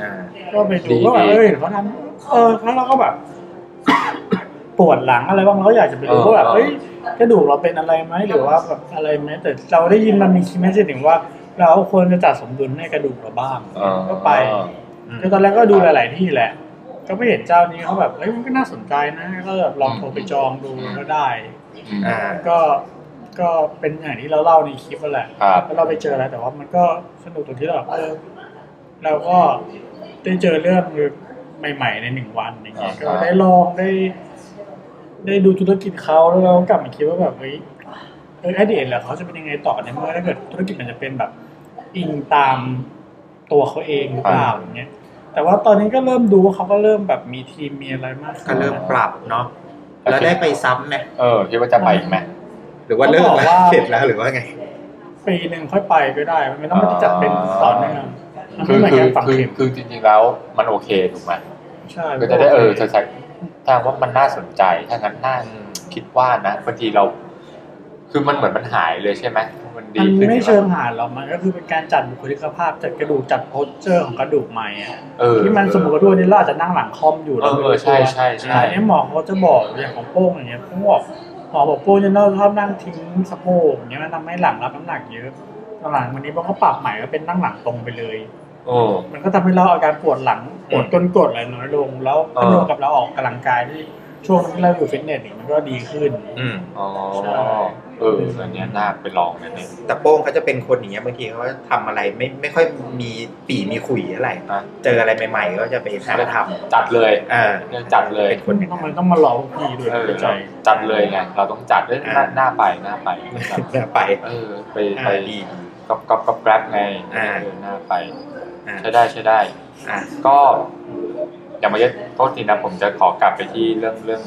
S1: อ่า
S3: ก็ไป
S2: ดี
S3: ดูก็แบบ
S2: ดี
S3: เออเห็นเขาทำเออแล้วเราก็แบบ ปวดหลังอะไรบ้างเราก็อยากจะไปดู
S2: เออ
S3: ว่าแบบ
S2: เออ
S3: เอ้ยกระดูกเราเป็นอะไรไหมหรือว่าแบบอะไรไหมแต่เราได้ยินมันมีคิดไม่ใช่ถึงว่า เราควรจะจัดสมดุลให้กระดูกเราบ้าง
S2: เออ
S3: ก็ไป
S1: อืม
S3: ก็ตอนแรกก็ดูหลาย ๆ ที่แหละ ก็ไปเห็นเจ้านี้เขาแบบเอ้ยมันก็น่าสนใจนะก็แบบลองโทรไปจองดูก็ได้
S2: อืม
S1: อ่า
S3: ก็ก็เป็นอย่างที่เราเล่าในคลิปนั่นแหละ
S2: ครับ
S3: แล้วเราไปเจอแล้วแต่ว่ามันก็สนุกตรงที่เราแบบเออเราก็ได้เจอเรื่องใหม่ ๆ ในหนึ่งวันอย่างเงี้ยก็
S2: อ่าฮะ
S3: ได้ลองได้ ได้ดูธุรกิจเขาแล้วเรากลับมาคิดว่าแบบเฮ้ยเออไอเดียเหรอเขาจะเป็นยังไงต่อในเมื่อถ้าเกิดธุรกิจมันจะเป็นแบบอิงตามตัวเขาเองหรือเปล่าอย่างเงี้ยแต่ว่าตอนนี้ก็เริ่มดูว่าเขาก็เริ่มแบบมีทีมมีอะไรมากขึ้น
S1: ก็เริ่มปรับเนาะแล้วได้ไปซ้ำไหม
S2: เออคิดว่าจะไปอีกไหม
S1: หรือว่าเลิกแล้วเสร็จแล้วหรือว่าไง
S3: ปีหนึ่งค่อยไปก็ได้ มันไม่ต้องจัดเป็นตอนเนี้มัน
S2: คื
S3: ไม่
S2: อ
S3: เหมือน
S2: คือ
S3: การฝัง
S2: คือ
S3: เข็ม
S2: คือจริงๆแล้วมันโอเคถูกไหม
S3: ใช่
S2: ก็จะได้เออจะใช้ทางว่ามันน่าสนใจถ้างั้นน่าคิดว่านะบางทีเรา คือมันเหมือนมันหายเลยใช่ไหมมันดี
S3: มัน
S2: ขึ้น
S3: ไม่เชิงหาหรอกมันก็คือเป็นการจัดบุคลิกภาพจัดกระดูกจัดโพสเจอร์ของกระดูกใหม่อะ
S2: เออ
S3: ที่มันสมมติว่าด้วยนี่เราอาจจะนั่งหลังคอมอยู่
S2: เออเออใช่ใช่ใช่
S3: อันนี้หมอเขาจะบอกอย่างของโป้งอย่างเงี้ยเขาบอกหมอบอกโป้งจะน่าชอบนั่งทิ้งสะโพกอย่างเงี้ยมันทำให้หลังรับน้ำหนักเยอะตอนหลังวันนี้โป้งก็ปรับใหม่ก็เป็นนั่งหลังตรงไปเลย
S2: โอ้
S3: มันก็ทำให้เราอาการปวดหลังปวดก้นกดอะไรน้อยลง แล้ว
S2: เออ
S3: พนวกกับเราออกกำลังกายที่ช่วงที่เราอยู่ฟิตเนสเนี่ยมันก็ดีขึ้น
S1: อืม
S2: อ๋อ
S3: ใช่
S2: เอออันเนี้ยน่าไปลองนะเนี่ย
S1: แต่โป้งเขาจะเป็นคนอย่างเงี้ยบางทีเขาก็ทำอะไรไม่ไม่ค่อยมีปีมีขุยอะไร
S2: นะ
S1: เจออะไรใหม่ๆก็จะไปหาท
S2: จัดเลย
S1: ำอ่า
S2: เนี่ยจัดเลย
S1: เป็นคนอย่าง
S3: ต้อง
S1: นั้
S3: มัน นต้องมารอพี่ด้วย
S2: เออ
S3: เข้าใจ
S2: จัดเลยไงเราต้องจัดด้วยหน้าหน้าไปห น้าไปจัด
S1: ไป
S2: เออไป
S1: อ่า
S2: ไป
S1: ดี
S2: กับกับกับแกร็บไง
S1: อ่า
S2: เดินหน้าไป
S1: อ่า
S2: ใช้ได้ใช้ได้
S1: อ่า
S2: ก็อย่างเมื่อกี้โทษทีนะผมจะขอกลับไปที่เรื่องเรื่อง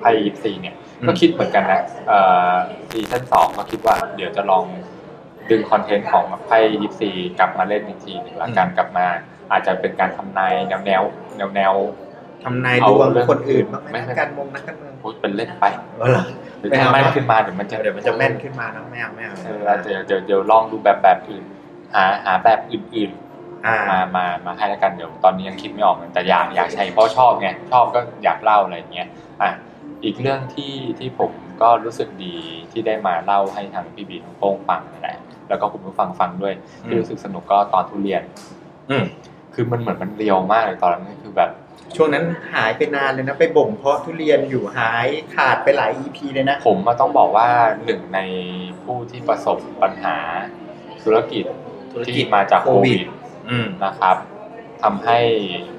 S2: ไพ่ยิปซีเนี่ย
S1: อืม
S2: ก็คิดเหมือนกันนะเอ่อซีซั่นสองก็คิดว่า เดี๋ยวจะลองดึงคอนเทนต์ของไพ่ยิปซีกลับมาเล่นอีกทีหนึ่งละกันกลับมา อาจจะเป็นการทำนายแนวแนวแนวแนว
S1: ทำนาย
S2: เอา
S1: ดวง
S2: เรื่อง
S1: คนอื่นบ้างไหม
S2: ไม่
S1: นักการเมองนักการเมือง
S2: โอ้ยเป็นเล่นไป
S1: เออเหรอ
S2: เดี๋ยว
S1: ไม่เอา
S2: จะแม่นขึ้นมาเดี๋ยวมันจะ
S1: เดี๋ยวมันจะแม่นขึ้นมานะไม่เอาไม่เอา
S2: เออแล้วเดี๋ยวเดี๋ยวเดี๋ยวลองดูแบบแบบอื่น หาหาแบบอื่น
S1: อ่า
S2: ๆมามามาให้แล้วกันเดี๋ยวตอนนี้ยังคิดไม่ออกเหมือนแต่อยากอยากใช้เพราะชอบไงชอบก็อยากเล่าอะไรอย่างเงี้ยอ่ะอีกเรื่องที่ที่ผมก็รู้สึกดีที่ได้มาเล่าให้ทางพี่บีน้องโป้งฟังนั่นแหละแล้วก็คุณผู้ฟังฟังด้วยที่รู้สึกสนุกก็ตอนทุเรียน
S1: อืม
S2: คือมันเหมือนมันเรียวมากเลยตอนนั้นคือแบบ
S1: ช่วงนั้นหายไปนานเลยนะ ไปบ่มเพาะทุเรียนอยู่หายขาดไปหลาย EP เลยนะ
S2: ผมมาต้องบอกว่าหนึ่งในผู้ที่ประสบปัญหาธุรกิจ
S1: ธุรกิจ
S2: ที่มาจากโค
S1: โควิ
S2: วิ
S1: ด
S2: ด
S1: อืม
S2: นะครับทำให้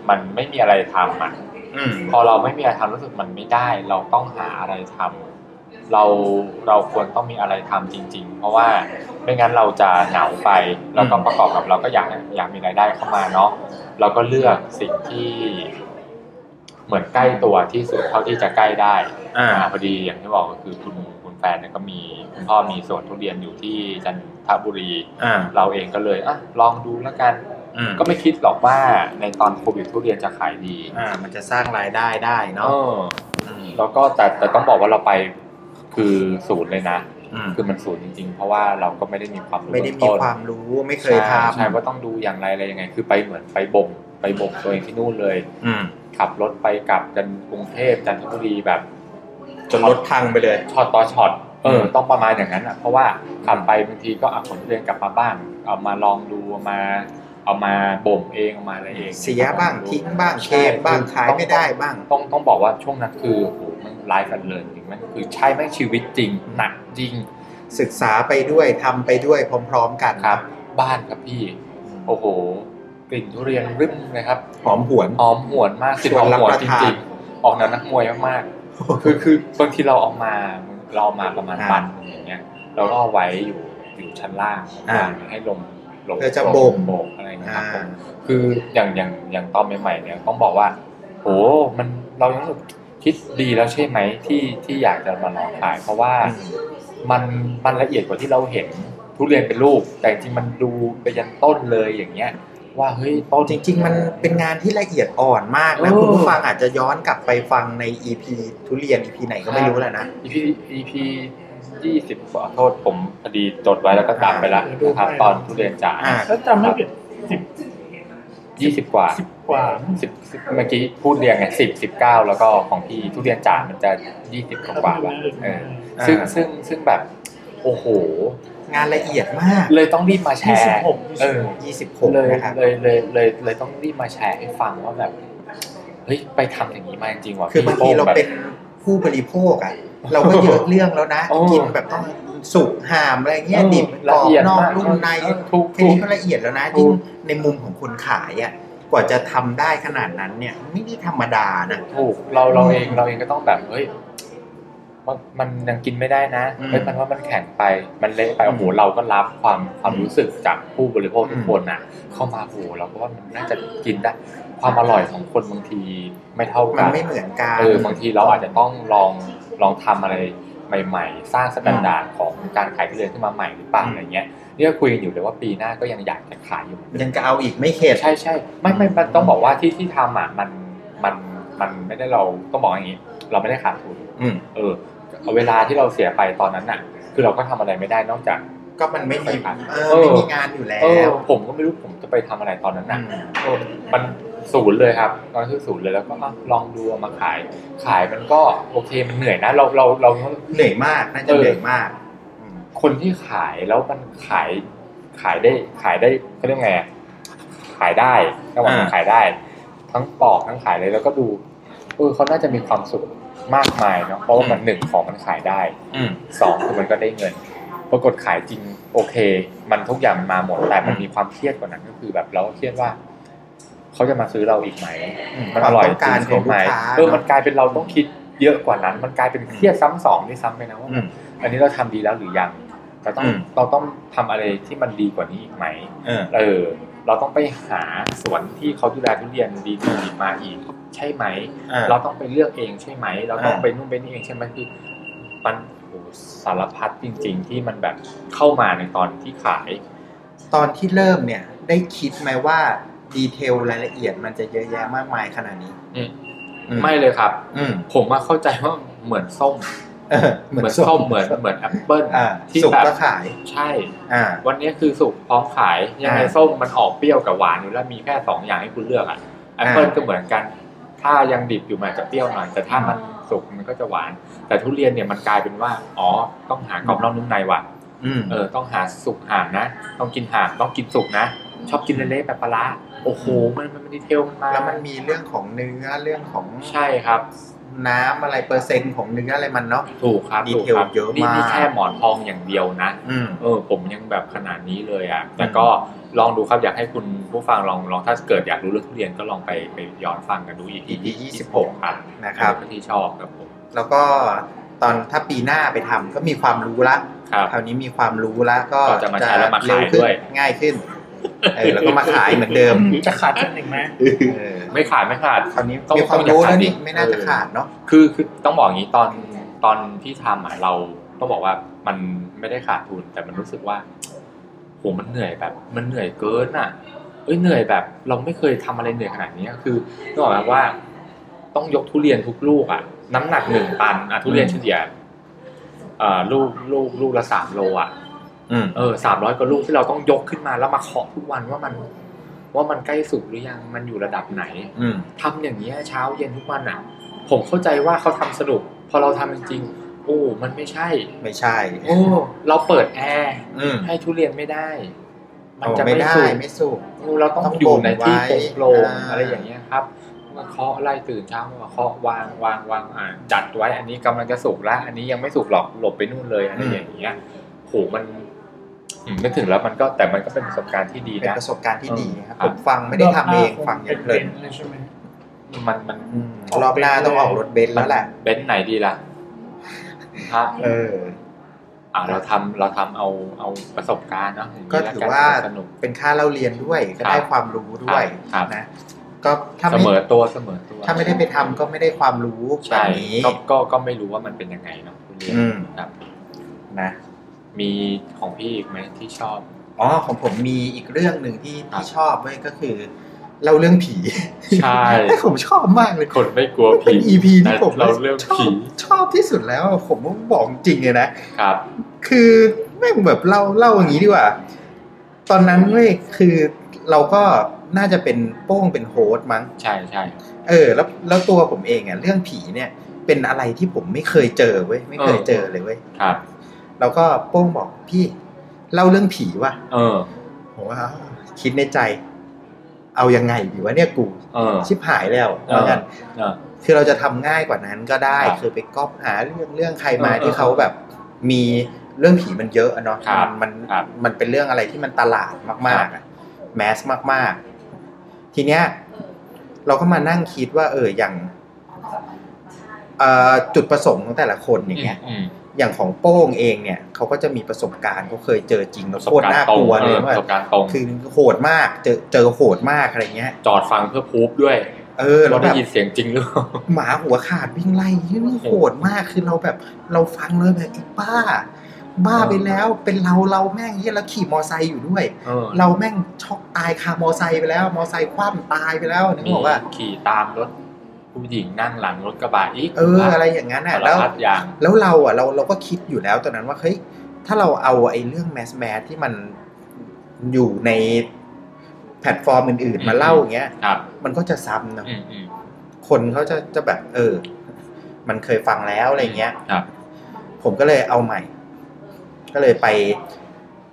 S2: มันไม่มีอะไรทำอะ
S1: อืม
S2: พอเราไม่มีอะไรทำรู้สึกมันไม่ได้ เราต้องหาอะไรทำเราเราควรต้องมีอะไรทำจริง ๆ เพราะว่าไม่งั้นเราจะเหงาไปแล้วก็ประกอบกับเราก็อยากอยากมีรายได้เข้ามาเนาะเราก็เลือกสิ่งที่ เหมือนใกล้ตัวที่สุดเท่าที่จะใกล้ได้
S1: อ่า
S2: อ่าพอดีอย่างที่บอกก็คือคุณคุณแฟนเนี่ยก็มีคุณพ่อมีสวนทุเรียนอยู่ที่จันทบุรี
S1: อ่า
S2: เราเองก็เลยอ่ะลองดูแล้วกัน
S1: อืม
S2: ก็ไม่คิดหรอกว่าในตอนโควิดทุเรียนจะขายดี
S1: อ่า มันจะสร้างรายได้ได้
S2: เอ
S1: เนาะ
S2: อ
S1: ม
S2: แล้วก็แต่แต่ต้องบอกว่าเราไปคือศูนย์เลยนะ
S1: อืม
S2: คือมันศูนย์จริง ๆ เพราะว่าเราก็ไม่ได้มีความรู้
S1: ไม่ได้มี
S2: เบื้องต้น
S1: ความรู้ไม่เคยทำ
S2: ใช่ใช่ว่าต้องดูอย่างไรอะไรยังไง คือไปเหมือนไปบ่มไปบ่มตัวเองที่นู่นเลย
S1: อืม
S2: ขับรถไปกลับกันกรุงเทพจันทบุรีแบบ
S1: จนรถพังไปเลย
S2: ช็อตต่อช็อตเอออ
S1: ม
S2: ต้องประมาณอย่างนั้นอ่ะเพราะว่าขับไปบางทีก็เอาผลทุเรียนกลับมาบ้านเอามาลองดูเอามา เอามาบ่มเองเอามาอะไรเอง
S1: เสียบ้างทิ้งบ้างเคมบ้างขายไม่ได้บ้าง
S2: ต้องต้องบอกว่าช่วงนั้นคือโหมันไลฟ์กันเลยจริงมันคือใช่แม่งชีวิตจริงหนักจริง
S1: ศึกษาไปด้วยทำไปด้วยพร้อมๆกัน
S2: ครับ บ้านครับพี่ โอ้โห กลิ่นทุเรียนรึมนะครับ
S1: หอมหวน
S2: หอมหวนมากกลิ่นหอมหวนจริงๆ ออกแนวนักมวยมากๆคือคือบางทีเราเอามาเราเอามาประมาณ
S1: อ่า
S2: ปันอย่างเงี้ยเราล่อไว้อยู่อยู่ชั้นล่าง
S1: อ่า
S2: ให้ลมลม
S1: เพื่อจะ
S2: ลม
S1: บ่ม
S2: บกอะไรอย่างเงี้ยค
S1: อ่า
S2: รับผม คืออย่างอย่างอย่างตอนใหม่ๆเนี่ยต้องบอกว่า โหมันเรายังรู้สึกคิดดีแล้วใช่ไหมที่ที่อยากจะมาลองขาย เพราะว่า
S1: อืม
S2: มันมันละเอียดกว่าที่เราเห็นทุเรียนเป็นลูก แต่จริงๆมันดูไปยันต้นเลยอย่างเงี้ย ว่าเฮ้ยต้น
S1: จริง ๆ มันเป็นงานที่ละเอียดอ่อนมากนะคุณผู้ฟังอาจจะย้อนกลับไปฟังใน EP ทุเรียน EP ไหนก็ไม่รู้แหละนะ
S2: อีพีอีพียี่สิบขอโทษผมพอดีจดไว้แล้วก็ตามไปละนะครับตอนทุเรียนจ๋า
S1: อ่า
S3: ถ้าจำไม่ผิดสิบ
S2: ยี่สิบกว่า
S3: สิบกว่า
S2: สิบสิบเมื่อกี้พูดเรียงไงสิบสิบเก้าแล้วก็ของพี่ทุเรียนจ่ามันจะยี่สิบกว่าๆละเออ
S1: อ่า
S2: ซึ่งซึ่งซึ่งแบบ โอ้โห
S1: งานละเอียดมาก
S2: เลยต้องรีบมาแช
S3: ยี่สิบ
S2: ร์
S3: หก
S2: เออ
S1: 26
S2: เลย
S1: นะครับ
S2: เลยเลยเลยเลยต้องรีบมาแชร์ให้ฟังว่าแบบเฮ้ยไปทำอย่างนี้มาจริงๆว่ะ
S1: คือบางที
S2: พี่โป้
S1: เรา
S2: แบบ
S1: เป็นผู้บริโภค อ่ะ เราก็เยอะเรื่องแล้วนะ
S2: โอ้
S1: กินแบบต้องสุกหามอะไรเงี้ยดิบกร
S2: ละ
S1: อบ
S2: เอียด
S1: นอก
S2: มาก
S1: นุ่มใน
S2: เออถูก
S1: แค่
S2: ถูก
S1: นี้ก็ละเอียดแล้วนะ
S2: ถู
S1: ยิ่ง
S2: ก
S1: ในมุมของคนขายอ่ะกว่าจะทำได้ขนาดนั้นเนี่ย ไม่ได้ธรรมดานะ
S2: ถูกเราเราเองเราเองก็ต้องแบบเฮ้ยมันมันยังกินไม่ได้นะ
S1: อืม
S2: เฮ้ยมันว่ามันแข็งไปมันเละไป
S1: อืม
S2: โอ้โหเราก็รับความความ
S1: อืม
S2: รู้สึกจากผู้บริโภคทุก
S1: อืม
S2: คนน่ะ เข้ามาโอ้โหเราก็ว่ามันน่าจะกินได้ ความอร่อยของคนบางทีไม่เท่า
S1: มั
S2: กันน
S1: ไม่เหมือนกัน
S2: เออบางทีเราอาจจะต้องลองลองทำอะไร ใหม่ๆ สร้างสแตนดาร์ดของการขายทุเรียนขึ้นมาใหม่หรือเปล่า
S1: อืม
S2: อะไรเงี้ยนี่ก็คุยกันอยู่เลยว่าปีหน้าก็ยังอยากจะขายอยู่
S1: ยังจะเอาอีกไม่เข็ด
S2: ใช่ใช่ไม่ไม่มันต้องบอกว่าที่ที่ทำอ่ะมันมันมันไม่ได้เราต้องบอกอย่างนี้ เราไม่ได้ขาดทุน
S1: อืม
S2: เออเอาเวลาที่เราเสียไปตอนนั้นน่ะ คือเราก็ทำอะไรไม่ได้นอกจาก
S1: ก็มันไม่มี
S2: ไปปะ
S1: เอ
S2: เอ
S1: อ
S2: อ
S1: ไม่มีงานอยู่แล้
S2: เออ
S1: ว
S2: ผมก็ไม่รู้ผมจะไปทำอะไรตอนนั้น
S1: อื
S2: น่ะ
S1: ม
S2: เออมันศูนย์เลยครับตอนนั้นคือศูนย์เลยแล้วก็อ่ะลองดูเอามาขาย ขายมันก็โอเคมันเหนื่อยนะเราเราเรา
S1: เหนื่อยมากน่าจะ
S2: เออ
S1: เหนื่อยมากอืม
S2: คนที่ขายแล้วมันขายขายได้ขายได้เขาเรียกไงอะขายได้ระหว่างขายได้ ทั้งปอกทั้งขายเลยแล้วก็ดูเออเขาน่าจะมีความสุขมากมายเนาะเพราะว่ามันหนึ่งของมันขายได้
S1: อืม
S2: สองคือมันก็ได้เงิน ปรากฏขายจริงโอเค มันทุกอย่างมันมาหมดแต่มันมีความเครียดกว่านั้นก็คือแบบเราก็เครียดว่าเขาจะมาซื้อเราอีกไหม มันอร่อยจริงใช่ไหมเออมันกลายเป็นเราต้องคิดเยอะกว่านั้น มันกลายเป็นเครียดซ้ำสองนี่ซ้ำไปนะว่า อันนี้เราทำดีแล้วหรือยังเราต้อง
S1: อืม
S2: เราต้องทำอะไรที่มันดีกว่านี้อีกไหม
S1: เออ
S2: เออ เราต้องไปหาสวนที่เขาดูแลทุเรียนดีๆมาอีกใช่ไหม เราต้องไปเลือกเองใช่ไหม เราต้อง
S1: อ่า
S2: ไปนู่นไปนี่เองใช่ไหมคือมันโอ้โหสารพัดจริง ๆ ที่มันแบบเข้ามาในตอนที่ขาย
S1: ตอนที่เริ่มเนี่ยได้คิดไหมว่าดีเทลรายละเอียดมันจะเยอะแยะมากมายขนาดนี้
S2: อืม ไม่เลยครับ
S1: อืม
S2: ผมมาเข้าใจว่าเหมือนส้ม
S1: เออ
S2: เหมือนส้มเหมือนเหมือนแอปเปิ้ล
S1: อ่า
S2: ที่
S1: สุก
S2: แบบ
S1: ก็ขาย
S2: ใช่
S1: อ่า
S2: วันนี้คือสุกพร้อมขายยังไง
S1: อ่า
S2: ส้มมันออกเปรี้ยวกับหวานอยู่แล้วมีแค่สองอย่างให้คุณเลือกอ่ะแอปเปิล
S1: อ่า
S2: ก็เหมือนกัน ถ้ายังดิบอยู่มันอาจจะเปรี้ยวหน่อยแต่ถ้ามันสุกมันก็จะหวาน แต่ทุเรียนเนี่ยมันกลายเป็นว่าอ๋อต้องหากรอบนอกนุ่มในว่ะ
S1: อืม
S2: เออต้องหาสุกห่างนะ ต้องกินห่างต้องกินสุกนะ ชอบกินเละๆแบบปลาร้าโอ้โหมันมันมันดีเทลมันมา
S1: แล้วมันมีเรื่องของเนื้อเรื่องของ
S2: ใช่ครับ
S1: น้ำอะไรเปอร์เซ็นต์ของเนื้ออะไรมันเนาะ
S2: ถูกครับ
S1: ดี
S2: ถูก
S1: เทล
S2: ครับ
S1: เยอะ
S2: นี่นี่
S1: มาก
S2: แค่หมอนทองอย่างเดียวนะ
S1: อืม
S2: เออผมยังแบบขนาดนี้เลยอ่ะแต่ก็ลองดูครับอยากให้คุณผู้ฟังลองลองถ้าเกิดอยากรู้เรื่องทุเรียนก็ลองไปไปย้อนฟังกันดู EP
S1: EP
S2: ที่
S1: 26
S2: ครับ
S1: นะครับ
S2: อันนี้ก็ที่ชอบครับผม
S1: แล้วก็ตอนถ้าปีหน้าไปทำก็มีความรู้ละ
S2: ครับ
S1: คราวนี้มีความรู้แล้วก็
S2: ก็จะมาใช้แล้วมาขาย
S1: เร็ขึ้น
S2: ด้วย
S1: ง่ายขึ้นเออแล้วก็มาขายเหมือนเดิม
S3: จะขาดทุนอีกไหม
S1: เออ
S2: ไม่ขาดไม่ขาด
S1: คราวนี้
S2: ต้อง
S1: มีความรู้แล้วนี่
S2: ต้องอยากขายดิ
S1: ไม่น่าจะขาดเนาะ
S2: คือคือต้องบอกอย่างนี้ตอนตอนที่ทำอ่ะเราต้องบอกว่ามันไม่ได้ขาดทุนแต่มันรู้สึกว่าโหมันเหนื่อยแบบ มันเหนื่อยเกินอ่ะเอ้ยเหนื่อยแบบ เราไม่เคยทำอะไรเหนื่อยขนาดนี้คือต้องบอกว่า ต้องยกทุเรียนทุกลูกอ่ะน้ำหนักหนึ่งตันอ่ะทุเรียนเฉลี่ยเอ่อลูกลูกลูกละสามโลอ่ะ
S1: อืม
S2: เออสามร้อยกว่าลูกที่เราต้องยกขึ้นมาแล้วมาเคาะทุกวันว่ามัน ว่ามันใกล้สุกหรือยังมันอยู่ระดับไหน
S1: อืม
S2: ทำอย่างเงี้ยเช้าเย็นทุกวันอ่ะ ผมเข้าใจว่าเขาทำสนุก พอเราทำจริงๆโอ้มันไม่ใช่
S1: ไม่ใช่
S2: โอ้เราเปิดแอร์
S1: อืม
S2: ให้ทุเรียนไม่ได้ มัน
S1: เอา
S2: จะ
S1: ไม่
S2: ไม่
S1: ได้
S2: สุก
S1: ไม่สู้
S2: โอ้เราต้อง
S1: ต้อง
S2: อยู่ในที่
S1: บ่มไว้
S2: โปร่ง
S1: อ่า
S2: ๆอะไรอย่างเงี้ยครับมาเคาะไล่ตื่นเช้ามาเคาะวางวางวางอ่าจัดไว้อันนี้กำลังจะสุกแล้ว อันนี้ยังไม่สุกหรอกหลบไปนู่นเลยอะไรอย่างเงี้ยโหมันอืมนึกถึงแล้วมันก็แต่มันก็เป็นประสบการณ์ที่ดี
S1: เป็น
S2: นะ
S1: ประสบการณ์ที่ดีครับ
S2: เออ
S1: ผมฟังไม่ได้ทำเองฟังอ
S3: เป็
S1: ย่าน งเพ
S3: เล
S1: ลิ
S3: น
S1: น
S3: เลยใช่ไหม
S2: มันมัน
S1: อืมรอบหน้าต้องออกรถเบนซ์แล้วแหละ
S2: เบนซ์ไหนดี ล่ะฮะ
S1: เออ
S2: อ่ะเราทำเราทำเอาเอาประสบการณ์เนาะย่งนี้
S1: ก็ถือ
S2: แล้วน
S1: ว่า
S2: สนุก
S1: เป็นค่าเล่าเรียนด้วยก็
S2: ครับ
S1: ได้ความรู้ด้วย
S2: ครับ
S1: นะ ก็ถ้า
S2: เส
S1: ไม่
S2: มอตัวเสมอตัว
S1: ถ้าไม่ได้ไปทำก็ไม่ได้ความรู้แบ
S2: ใช่
S1: บนี้
S2: ก็ก็ก็ไม่รู้ว่ามันเป็นยังไงเนาะคุณเรียน
S1: อืม
S2: ครับ
S1: นะ
S2: มีของพี่อีกไหมที่ชอบ
S1: อ๋อของผมมีอีกเรื่องหนึ่งที่
S2: ครับ
S1: ที่ชอบเว้ยก็คือเล่าเรื่องผี
S2: ใช่
S1: ผมชอบมากเลย
S2: คนไม่กลัว
S1: มันเป็
S2: ผี
S1: น EP ที่ผม
S2: เราเรื่อง
S1: ชอบ
S2: ผี
S1: ชอบที่สุดแล้วอะผมบอกจริงเลยนะ
S2: ครับ
S1: คือแม่งแบบเล่าเล่าอย่างนี้ดีกว่า ตอนนั้นเว้ยคือเราก็น่าจะเป็นโป้งเป็นโฮสต์มั้ง
S2: ใช่ใช่
S1: เออ แล้วแล้วตัวผมเองอ่ะเรื่องผีเนี่ย เป็นอะไรที่ผมไม่เคยเจอเว้ยไม่เคย
S2: เออ
S1: เจอเลยเว้ย
S2: ครับ
S1: แล้วก็โป้งบอกพี่เล่าเรื่องผีว่ะ
S2: เออ
S1: ผมว่าอ้าวคิดในใจ เอายังไงดีวะเนี่ยกู
S2: เออ
S1: ชิบหายแล้ว
S2: เออ
S1: แล้วกัน
S2: เออ
S1: คือเราจะทำง่ายกว่านั้นก็ได้
S2: ครับ
S1: คือไปก๊อปหาเรื่องเรื่องใครมา
S2: เออ
S1: ที่เขาแบบ มีเรื่องผีมันเยอะอะเนาะ
S2: ครับ
S1: มันมัน
S2: ครับ
S1: มันเป็นเรื่องอะไรที่มันตลาดมากๆอะแมสมากๆ ทีเนี้ยเราก็มานั่งคิดว่า เอออย่างเอ่อจุดประสงค์ของแต่ละคนอย่างเงี้ย อย่างของโป้งเองเนี่ยเขาก็จะมีประสบการณ์เขาเคยเจอจริงแล้วโคตรน่ากลัวเลย
S2: ประสบการณ์ตรงเออประสบการณ์ตรง
S1: คือโหดมากเจอเจอโหดมากอะไรเงี้ย
S2: จอดฟังเพื่อพูฟด้วย
S1: เ เออแล้ว
S2: เราได้
S1: แบบ
S2: ยินเสียงจริงหรือเปล่า
S1: หมาหัวขาดวิ่งไล่นี่นี่โหดมากคือเราแบบ เราฟังเลยแบบไอ้บ้า บ้าไปแล้วเป็นเราเราแม่งเฮียแล้วขี่มอไซค์อยู่ด้วย เราแม่งช็อกตายคามอไซค์ไปแล้ว มอไซค์คว่ำตายไปแล้วนึก
S2: มี
S1: ออกว่า
S2: ขี่ตามรถผู้หญิงนั่งหลังรถกระบะอีก
S1: เอออะไรอย่างนั้น
S2: สา
S1: อ่ะ
S2: ร
S1: แล้ว
S2: พัดอย่าง
S1: แล้วเราอ่ะเราเราก็คิดอยู่แล้วตอนนั้นว่าเฮ้ยถ้าเราเอาไอ้เรื่องแมสแมสที่มันอยู่ในแพลตฟอร์มอื่นๆ มาเล่าอย่างเงี้ย
S2: ครับ
S1: มันก็จะซ้ำนะ
S2: อืมอืม
S1: คนเขาจะจะแบบ เออ มันเคยฟังแล้วอะไรเงี้ย
S2: ครับ
S1: ผมก็เลยเอาใหม่ ก็เลยไป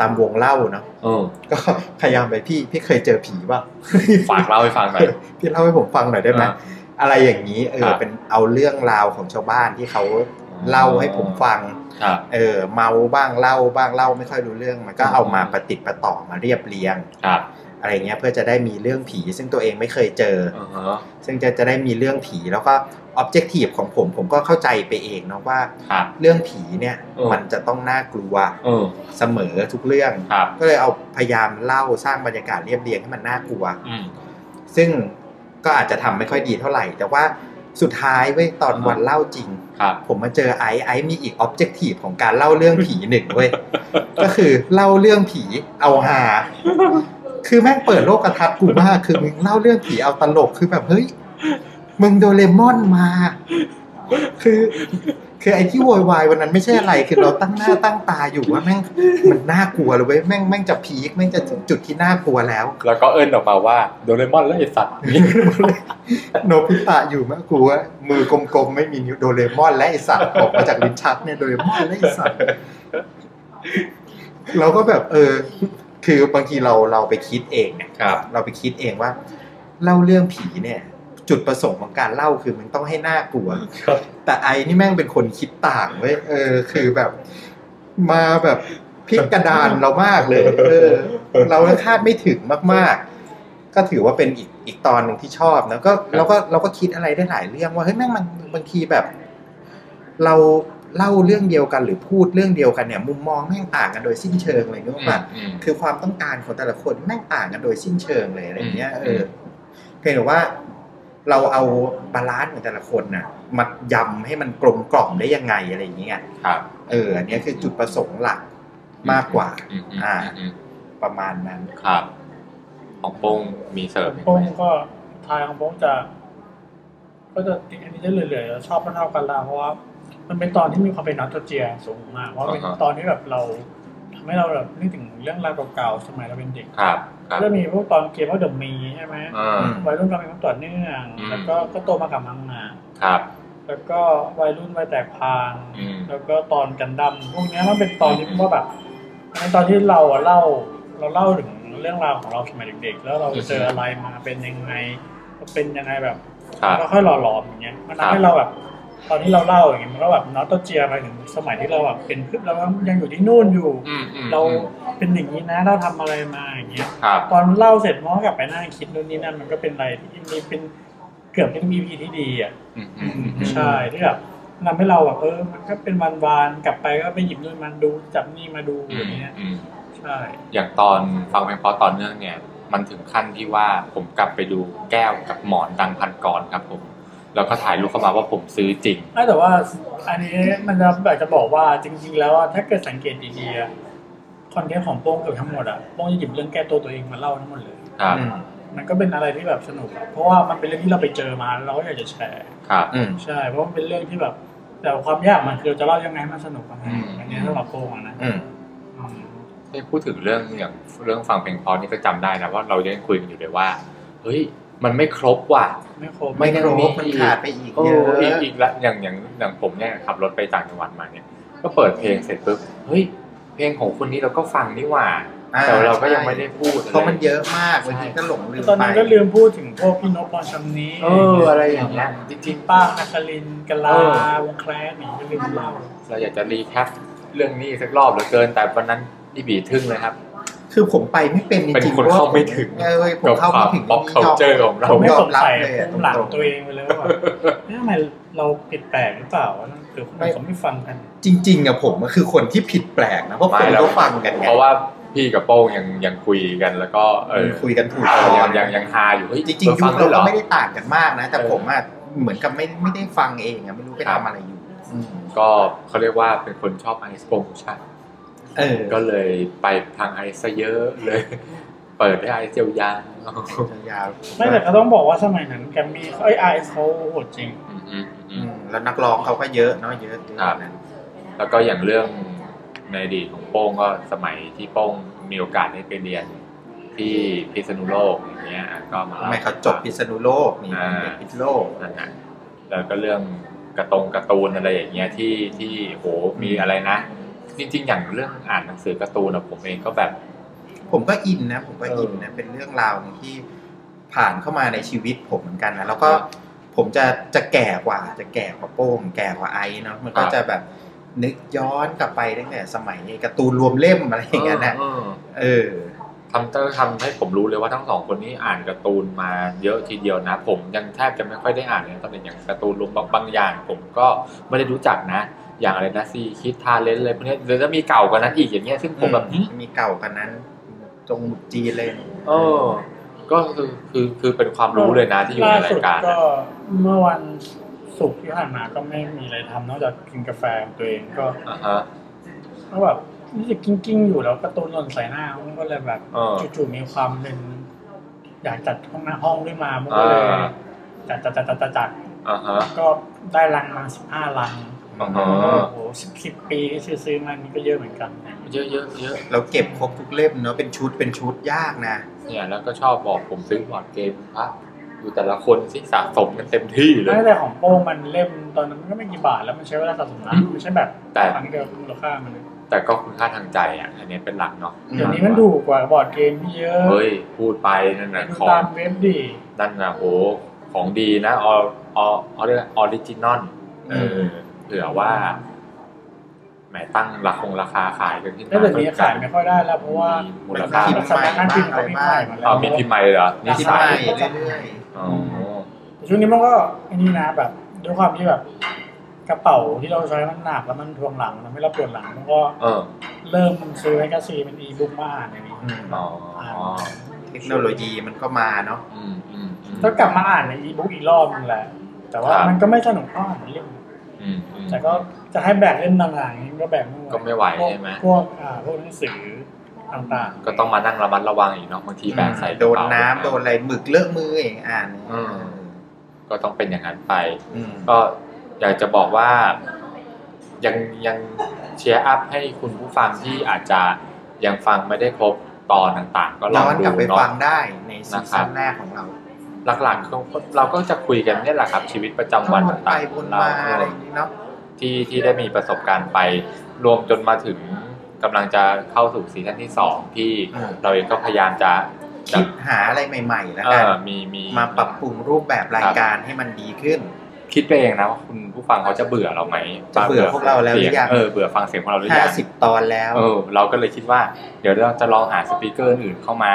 S1: ตามวงเล่าเนาะ
S2: เออ
S1: ก็พยายามไปพี่พี่เคยเจอผีป่ะ
S2: ฝากเล่าให้ฟังหน่อย
S1: พี่เล่าให้ผมฟังหน่อยได้ไหม
S2: อ่า
S1: อะไรอย่างนี้ เอ
S2: ค
S1: อ
S2: รับ
S1: เป็นเอาเรื่องราวของชาวบ้านที่เขาเล่าให้ผมฟัง
S2: ครับ
S1: เออ เมาบ้างเล่าบ้างเล่าไม่ค่อยรู้เรื่อง มันก็
S2: อืม
S1: เอามาประติดประต่อมาเรียบเรียง
S2: ครับ
S1: อะไรเงี้ยเพื่อจะได้มีเรื่องผี ซึ่งตัวเองไม่เคยเจอ
S2: อือฮะ
S1: ซึ่งจะจะได้มีเรื่องผีแล้วก็ออบเจกตีฟของผมผมก็เข้าใจไปเองเนาะว่า
S2: ครับ
S1: เรื่องผีเนี่ย
S2: อืม
S1: มันจะต้องน่ากลัว
S2: เออ
S1: เสมอทุกเรื่อง
S2: ครับ
S1: ก็เลยเอาพยายามเล่าสร้างบรรยากาศเรียบเรียงให้มันน่ากลัว
S2: อืม
S1: ซึ่งก็อาจจะทำไม่ค่อยดีเท่าไหร่ แต่ว่าสุดท้ายเว้ยตอน
S2: อ่าฮะ
S1: วันเล่าจริง
S2: ครับ
S1: ผมมาเจอไอซ์ไอซ์มีอีกออบเจกตีฟของการเล่าเรื่องผีหนึ่งเว้ย ก็คือเล่าเรื่องผีเอาหา คือแม่งเปิดโลกกระทัดกูมาก คือมึงเล่าเรื่องผีเอาตลกคือแบบเฮ้ย มึงโดเรมอนมา คือ คือไอ้ที่โวยวายวันนั้นไม่ใช่อะไร คือเราตั้งหน้าตั้งตาอยู่ว่าแม่งมันน่ากลัวเลยเว้ยแม่งแม่งจะพีคแม่งจะถึงจุดที่น่ากลัวแล้ว
S2: แล้วก็เอิ้นออกมาว่าโดเรมอนแล้วไอสัตว์นี่
S1: โนบิตะอยู่มากกูว่ามือกลมๆ ไม่มีนิ้วโดเรมอนและไอสัตว์ออกมาจากลิ้นชักเนี่ยโดเรมอนและไอสัตว์เราก็แบบเออ คือบางทีเราเราไปคิดเองเนี่ย
S2: ครับ
S1: เราไปคิดเองว่า เล่าเรื่องผีเนี่ย จุดประสงค์ของการเล่าคือมันต้องให้น่ากลัว
S2: ครับ
S1: แต่ไอนี่แม่งเป็นคนคิดต่างเว้ยเออ คือแบบ มาแบบพลิกกระดานเรามากเลยเออ เราคาดไม่ถึงมาก ๆ ก็ถือว่าเป็นอีกอีกตอนหนึ่งที่ชอบนะก็เราก็เราก็คิดอะไรได้หลายเรื่องว่าเฮ้ยแม่งมันบางทีแบบ เราเล่าเรื่องเดียวกันหรือพูดเรื่องเดียวกันเนี่ย มุมมองแม่งต่างกันโดยสิ้นเชิงเลยนึกว่า
S2: อืม
S1: คือความต้องการของแต่ละคนแม่งต่างกันโดยสิ้นเชิงเลยอะไรเงี้ย
S2: อืม
S1: เออเพียงแต่ว่าเราเอาบาลานซ์ของแต่ละคนน่ะมายำให้มันกลมกล่อมได้ยังไงอะไรอย่างเงี้ย
S2: ครับ
S1: เอออันเนี้ยคือจุดประสงค์หลักมากกว่า
S2: อืมอืม
S1: อ่า
S2: อืม
S1: ประมาณนั้น
S2: ครับ ของโป้งมีเสริมอีก
S3: ผม
S2: ไหม
S3: ก็ทายของผมจะ ก็จะติดอันนี้จะเหลื่อยๆแล้วชอบเท่าๆกันละเพราะว่ามันเป็นตอนที่มีความเป็นนอสตัลเจียสูงมากเพราะว่าเป็นตอนที่แบบเราทำให้เราแบบนึกถึงเรื่องราวเก่าๆสมัยเราเป็นเด็ก
S2: ครับ ครับ
S3: ก็มีพวกตอนเกมว่าเดอะมีใช่ไหม
S2: อ่า
S3: วัยรุ่นก็มีความต่อเนื่อง
S2: อืม
S3: แล้วก็ก็โตมากับมังงะ
S2: ครับ
S3: แล้วก็วัยรุ่นวัยแตกพาน
S2: อืม
S3: แล้วก็ตอนกันดั้มพวกเนี้ยมันเป็นตอนที่ว่าแบบมันเป็นตอนที่เราอะเล่า เราเล่าถึงเรื่องราวของเราสมัยเด็ก ๆ แล้วเราเจออะไรมาเป็นยังไงเป็นยังไงแบบ
S2: ครับ
S3: มันค่อยหล่อหลอมอย่างเงี้ยมันทำให้เราแบบ ตอนที่เราเล่าอย่างเงี้ยมันก็แบบนอสตเจียไปถึงสมัยที่เราแบบเป็นเพื่อนเรายังอยู่ที่นู่นอยู่
S2: อืมอืม
S3: เรา
S2: อืม
S3: เป็นอย่างนี้นะเราทำอะไรมาอย่างเงี้ย
S2: ครับ
S3: ตอนเล่าเสร็จมันก็กลับไปนั่งคิดนู่นนี่นั่นมันก็เป็นอะไรที่มีเป็นเกือบเป็นมีพีที่ดีอ่ะ
S2: อืมอืมอืม
S3: ใช่ที่แบบทำให้เราแบบเออมันก็เป็นวันวานๆกลับไปก็ไปหยิบนู่นมันดูจับนี่มาดูอย่างเงี้ย
S2: อืม
S3: ใช่
S2: อย่างตอนฟังเพลงเพราะตอนเนื่องเนี่ย มันถึงขั้นที่ว่าผมกลับไปดูแก้วกับหมอนดังพันกรครับผม แล้วก็ถ่ายรูปเข้ามาว่าผมซื้อจริง
S3: เอ้ยแต่ว่าอันนี้มันจะแบบจะบอกว่าจริง ๆ แล้วอะถ้าเกิดสังเกตดีๆอะคอนเทนต์ของโป้งเกือบทั้งหมดอ่ะโป้งจะหยิบเรื่องแก้ตัวตัวเองมาเล่าทั้งหมดเลย
S2: ครับ
S1: อืม
S3: มันก็เป็นอะไรที่แบบสนุกอะเพราะว่ามันเป็นเรื่องที่เราไปเจอมาแล้วเราก็อยากจะแชร์
S2: ครับ
S1: อืม
S3: ใช่ เพราะมันเป็นเรื่องที่แบบ แต่ความยากมันคือเราจะเล่ายังไงให้มันสนุกยังไง
S2: อืม
S3: อันนี้สำหรับโปงอะนะ
S1: อืม
S3: อืม
S2: ได้พูดถึงเรื่องอย่างเรื่องฟังเพลงเพราะนี่ก็จำได้นะว่าเรายังคุยกันอยู่เลยว่า เฮ้ย มันไม่ครบว่ะ
S3: ไม่ครบ
S2: ไม่
S1: ไม่
S2: งั้
S1: คน ร
S2: มี
S1: บมัน
S2: อีก
S1: ขาดไปอีก
S2: โอ้
S1: เยอะ
S2: อีกอีกละอย่างอย่างอย่างผมเนี่ยขับรถไปต่างจังหวัดมาเนี่ย ก็เปิดเพลงเสร็จปุ๊บเฮ้ย เพลงของคนนี้เราก็ฟังนี่หว่า
S1: อ่
S2: แต่เราก็ยังไม่ได้พูด
S1: เพราะมันเยอะมากบางทีก็หลงลืม
S3: ตอนนั้น
S1: ไป
S3: ก็ลืมพูดถึงพวกพี่นกพรชัมนี้
S2: เอออะไรอย่างเงี้ยจริงๆ
S3: ป้าอาคารินกะลา
S2: เออ
S3: วงแคลสนี่ก็ลืมเล่า
S2: เราอยากจะรีแคปเรื่องนี้สักรอบเหลือเกิน แต่วันนั้นพี่บีทึ่งเลยครับ
S1: คือผมไปไม่เป็นจ
S2: เป็น
S1: ริงๆ
S2: คน
S1: พระว่
S2: เข้าไม่ถึง
S1: เออผมเข้าไม่ถึง
S2: ป๊อป
S1: นี้
S2: เคา
S1: หรอก
S2: เจอร์ของเรา
S1: ผม
S3: ไม่
S1: ยอ
S3: ส
S1: ม
S3: ง
S1: รับ
S3: สัย
S1: เลยอะ
S3: ภูมิหลัง
S1: ตรงๆ
S3: ตัวเองไปเลยว่าแบบเอ๊ะทำไมเราผิดแปลกหรือเปล่าวะหรือคนอื่นเขาไม่ฟังกัน
S1: จริงๆอะผมก็คือคนที่ผิดแปลกนะเพราะค
S2: ไม่
S1: น
S2: หรอก
S1: ก็ฟังกันไง
S2: เพราะว่า พี่กับโป้งยังยังคุยกันแล้วก็เออ
S1: คุยกันถูก
S2: เอ
S1: ต
S2: อ
S1: อ
S2: ยั
S1: น
S2: งยังยังฮาอยู่เฮ้ย
S1: จริงๆยุ
S2: ฟั
S1: ค
S2: ด้
S1: เรา
S2: วยเหร
S1: ก็
S2: อ
S1: ไม่ได้ต่างกันมากนะ แต่
S2: เออ
S1: ผมอ่ะเหมือนกับไม่ไม่ได้ฟังเองอ่ะไม่รู้ไปทำอะไรอยู่อืม
S2: ก็เขาเรียกว่าเป็นคนชอบไอซ์โปรโมชั่น
S1: เออ
S2: ก็เลยไปทางไอซ์ซะเยอะเลย เปิดให้ไอซ์เจียวยาน
S1: ยาว
S3: ไม่แต่ก็ต้องบอกว่าสมัยนั้นแกรมมี่ไอไอเขาโหดจริง
S2: อืมๆ
S1: อื
S2: ๆ
S1: มแล้วนักร้องเขาก็เยอะเนาะเยอะเยอะ
S2: ครับ
S1: นะ
S2: แล้วก็อย่างเรื่องในอดีตของโป้งก็สมัยที่โป้งมีโอกาสได้ไปเรียนที่พิษณุโลกอย่างเงี้ยอ่ะก็มา
S1: ทำไมเขาจบพิษณุโลกนี่เด็กพิษณุโลก
S2: นั่นแหละแล้วก็เรื่องกระตงการ์ตูนอะไรอย่างเงี้ยที่ที่โหมีอะไรนะ จริงๆ อย่างเรื่องอ่านหนังสือการ์ตูนนะผมเองก็แบบ
S1: ผมก็อินนะ ผมก็อินนะเป็นเรื่องราวที่ผ่านเข้ามาในชีวิตผมเหมือนกันนะแล้วก็
S2: ครับ
S1: ผมจะจะแก่กว่า จะแก่กว่าโป้งแก่กว่าไอซ์เนาะมันก็
S2: ครับ
S1: จะแบบนึกย้อนกลับไปตั้งแต่สมัยการ์ตูนรวมเล่มอะไรอย่างเงี้ยนะ
S2: เออ
S1: เออ
S2: ทำเตอร์ทำให้ผมรู้เลยว่าทั้งสองคนนี้อ่านการ์ตูนมาเยอะทีเดียวนะ ผมยังแทบจะไม่ค่อยได้อ่านเลยนะตอนเด็กอย่างการ์ตูนรวมบางบางอย่าง ผมก็ไม่ได้รู้จักนะ อย่างอะไรนะซีคิดทาเลนอะไรพวกเนี้ยหรือจะมีเก่ากว่านั้นอีกอย่างเงี้ยซึ่งผมแบบหึ
S1: มีเก่ากันนั้นจงหมุดจีนเลย
S2: เออ ก็คือคือคือเป็นความรู้เลยนะที่อยู่
S3: ล่าร
S2: ในาย
S3: สุด
S2: การ
S3: ก็
S2: นะ
S3: เมื่อวันศุกร์ที่ผ่านมาก็ไม่มีอะไรทำนอกจากกินกาแฟของตัวเองก็
S2: อ่าฮะ
S3: ก็แบบรู้สึกกิ้งๆอยู่แล้วการะตูนหล่นใส่หน้ามันก็เลยแบบ
S2: เออ
S3: จู่ๆมีความเป็นอยากจัดห้องน้าห้องด้วยมามันก็เลย
S2: อ่า
S3: จัดจัดจัดจัดจัดจัด
S2: อ่าฮะ
S3: ก็ได้รังมาสิบห้ารัง
S2: อ๋อ
S3: โอ้โหสิบสิบปีที่ซื้อซื้อมานี่ก็เยอะเหมือนกัน
S2: เยอะเยอะเยอะ
S1: เราเก็บครบทุกเล่มเนาะเป็นชุดเป็นชุดยากนะ
S2: เนี่ยแล้วก็ชอบบอกผมซื้อบอร์ดเกมพระอยู่แต่ละคนสิสะสมกันเต็มที่เลย
S3: ไม่แต่ของโป้งมันเล่มตอนนั้นมันก็ไม่กี่บาทแล้วมันใช้เวลาสะสมนานมันไม่ใช่แบบ
S2: แต่
S3: ครั้งเดียวมูลค่ามันเลย
S2: แต่ก็คุณค่าทางใจอ่ะอันเนี้ยเป็นหลักเนาะ
S1: อืม
S3: เดี๋ยวนี้มันถูกกว่าบอร์ดเกมเยอะ
S2: เฮ้ยพูดไปนั่นน่ะ
S3: ดู
S2: ของ
S3: ตามเว็บดี
S2: นั่นนะโหของดีนะอออออเรียกออริจินอลเออเผื่อว่าแหมตั้งราคงราคาขายกันขึ้น
S3: แล้ว
S2: มา
S3: เดี๋ยวนี้ขายไม่ค่อยได้แล้วเพราะว่า
S2: มูลค่า
S1: พิมพ์ใหม่บ้าง
S3: พิมพ์
S1: อะไรบ้าง
S2: เอามีพิมพ์ใหม่เหรอนี่
S1: ที่
S2: สา
S1: ไม่
S2: ย
S1: เรื่อย
S2: อ๋อ
S3: ช่วงนี้มันก็ไอันนี้นะแบบด้วยความที่แบบกระเป๋าที่เราใช้มันหนักแล้วมันทวงหลังมันไม่รับปวดหลังมันก็
S2: เออ
S3: เริ่มมันซื้อแมกกาซีนเป็นอีบุ๊กมาอ่านอย่างนี้
S1: ๆอืม
S2: อ๋อ
S1: เทคโนโลยีมันก็มาเนาะ
S2: อืมอืมอืม
S3: ก็กลับมาอ่านในอีบุ๊กอีกรอบนึงแหละแต่ว่า
S2: ครับ
S3: มันก็ไม่สนุกเท่าอ่านในเล่ม
S2: อืมอืม
S3: แต่ก็จะให้แบกเล่มนานๆอย่างนี้ก็แบกไม่ไหว
S2: ก็ไม่ไหว
S3: พว
S2: ใช่ไหม
S3: พวกอ่าพวกหนังสือต่างๆ
S2: ก็ต้องมานั่งระมัดระวังอีกเนาะบางทีแบกใส่ก
S1: โดน
S2: ระเป๋า
S1: น้ำโดนอะไรหมึกเลอะมือเองอ่าน
S2: อืม ก็ต้องเป็นอย่างนั้นไป
S1: อืม
S2: ก็อยากจะบอกว่ายังยังเชียร์อัพให้คุณผู้ฟังที่อาจจะยังฟังไม่ได้ครบตอนต่างๆ ก็ล
S1: ย้
S2: อ
S1: อง นก
S2: ดู
S1: ลับไป
S2: เนาะ
S1: ฟังได้ในซี
S2: นะครั
S1: ซั่
S2: บ
S1: นแรกของเรา
S2: หลักๆก็เราก็จะคุยกันเนี่ยแหละครับ ชีวิตประจำ
S1: ทั้ง
S2: วัน
S1: วนไป
S2: ต่า
S1: วน
S2: งๆของเรา
S1: มาอะไรอย่างนี้เนาะ
S2: ที่ที่ได้มีประสบการณ์ไป รวมจนมาถึงกำลังจะเข้าสู่ซีซั่นที่สองที่เราเองก็พยายามจะจะ
S1: คิดหาอะไรใหม่ ๆ แล้ว
S2: เอ
S1: กัน
S2: อมีมี
S1: มาปรับปรุงรูปแบบราย
S2: ครับ
S1: การให้มันดีขึ้น
S2: คิดไปเองนะว่าคุณผู้ฟังเขาจะเบื่อเราไหม
S1: จะเบื่อพวกเราแล้วหรือยัง
S2: เออเบื่อฟังเสียงของเราหรือยัง
S1: 50 ตอนแล้ว
S2: เออเราก็เลยคิดว่า เดี๋ยวเราจะลองหาสปีกเกอร์อื่นเข้ามา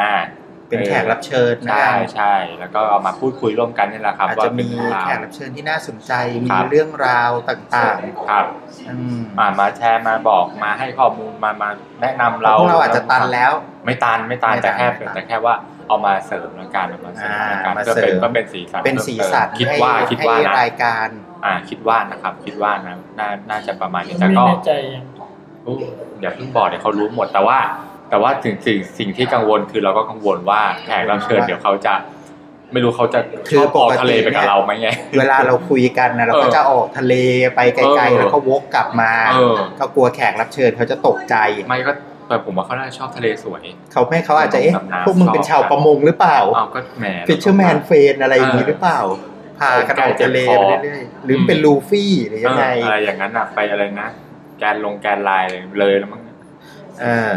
S1: เป็นแขกรับเชิญนะ
S2: ใช่
S1: ครับ
S2: ใช่แล้วก็เอามาพูดคุยร่วมกันนี่แหละครับ
S1: อาจ
S2: ว่า
S1: จะ
S2: เป็
S1: มี
S2: นเรื่องราว
S1: แขกรับเชิญที่น่าสนใจ มี
S2: ครับ
S1: เรื่องราวต่าง
S2: ครับ
S1: ๆอืม
S2: มามาแชร์มาบอกมาให้ข้อมูลมามาแนะนำเรา
S1: พวกเราอาจจะตันแล้ว
S2: ไม่ตันไม่ตัน
S1: ไม่ตัน
S2: แต่แค่
S1: ไม่ตัน
S2: แต่แค่ว่าเอามาเสริมแล้วกันเอามาเสริมแล้วกัน
S1: อ่ามา
S2: ก็เป็น
S1: เสริม
S2: ก็เป็นสีสัน
S1: เป็นสีสัน
S2: คิด
S1: ให้
S2: ว่าคิดว่า
S1: ให้
S2: นะ
S1: รายการ
S2: อ่าคิดว่านะครับคิดว่านะน่าน่าจะประมาณนี้แต่
S3: มี
S2: ก็
S3: ในใจยัง
S2: อู้อย่าเพิ่งบอกเดี๋ยวเขารู้หมดแต่ว่า แต่ว่าถึงสิ่งสิ่งที่กังวลคือเราก็กังวลว่าแขกรับเชิญเดี๋ยวเขาจะ ไม่รู้เขาจะ
S1: คือ
S2: ชบก
S1: ปกติ
S2: ทะเลไปกับเราไหมไง
S1: เวลาเราคุยกันนะเราก็
S2: เออ
S1: จะออกทะเลไปไกล
S2: เออ
S1: ๆ แล้วก็วกกลับมา
S2: เออ
S1: ก็กลัวแขกรับเชิญเขาจะตกใจ
S2: ไม่ก็แต่ผมว่าเขาน่าจะชอบทะเลสวย
S1: เขาไม่เขาอาจจะเอ๊ะ
S2: ดำน้ำ
S1: พวกมึงเป็นชาวประมงหรือเปล่า
S2: เอาก็แหม
S1: ฟิชเชอร์แมนเฟนอะไรอย่างนี้หรือเปล่า พากันออกทะเลไปเรื่อยๆหรือเป็น
S2: อืม
S1: ลูฟี่หรือยังไง
S2: เอออะไรอย่างนั้นอะไปอะไรนะแกนลงแกนลายเลยแล้วมั้ง
S1: เออ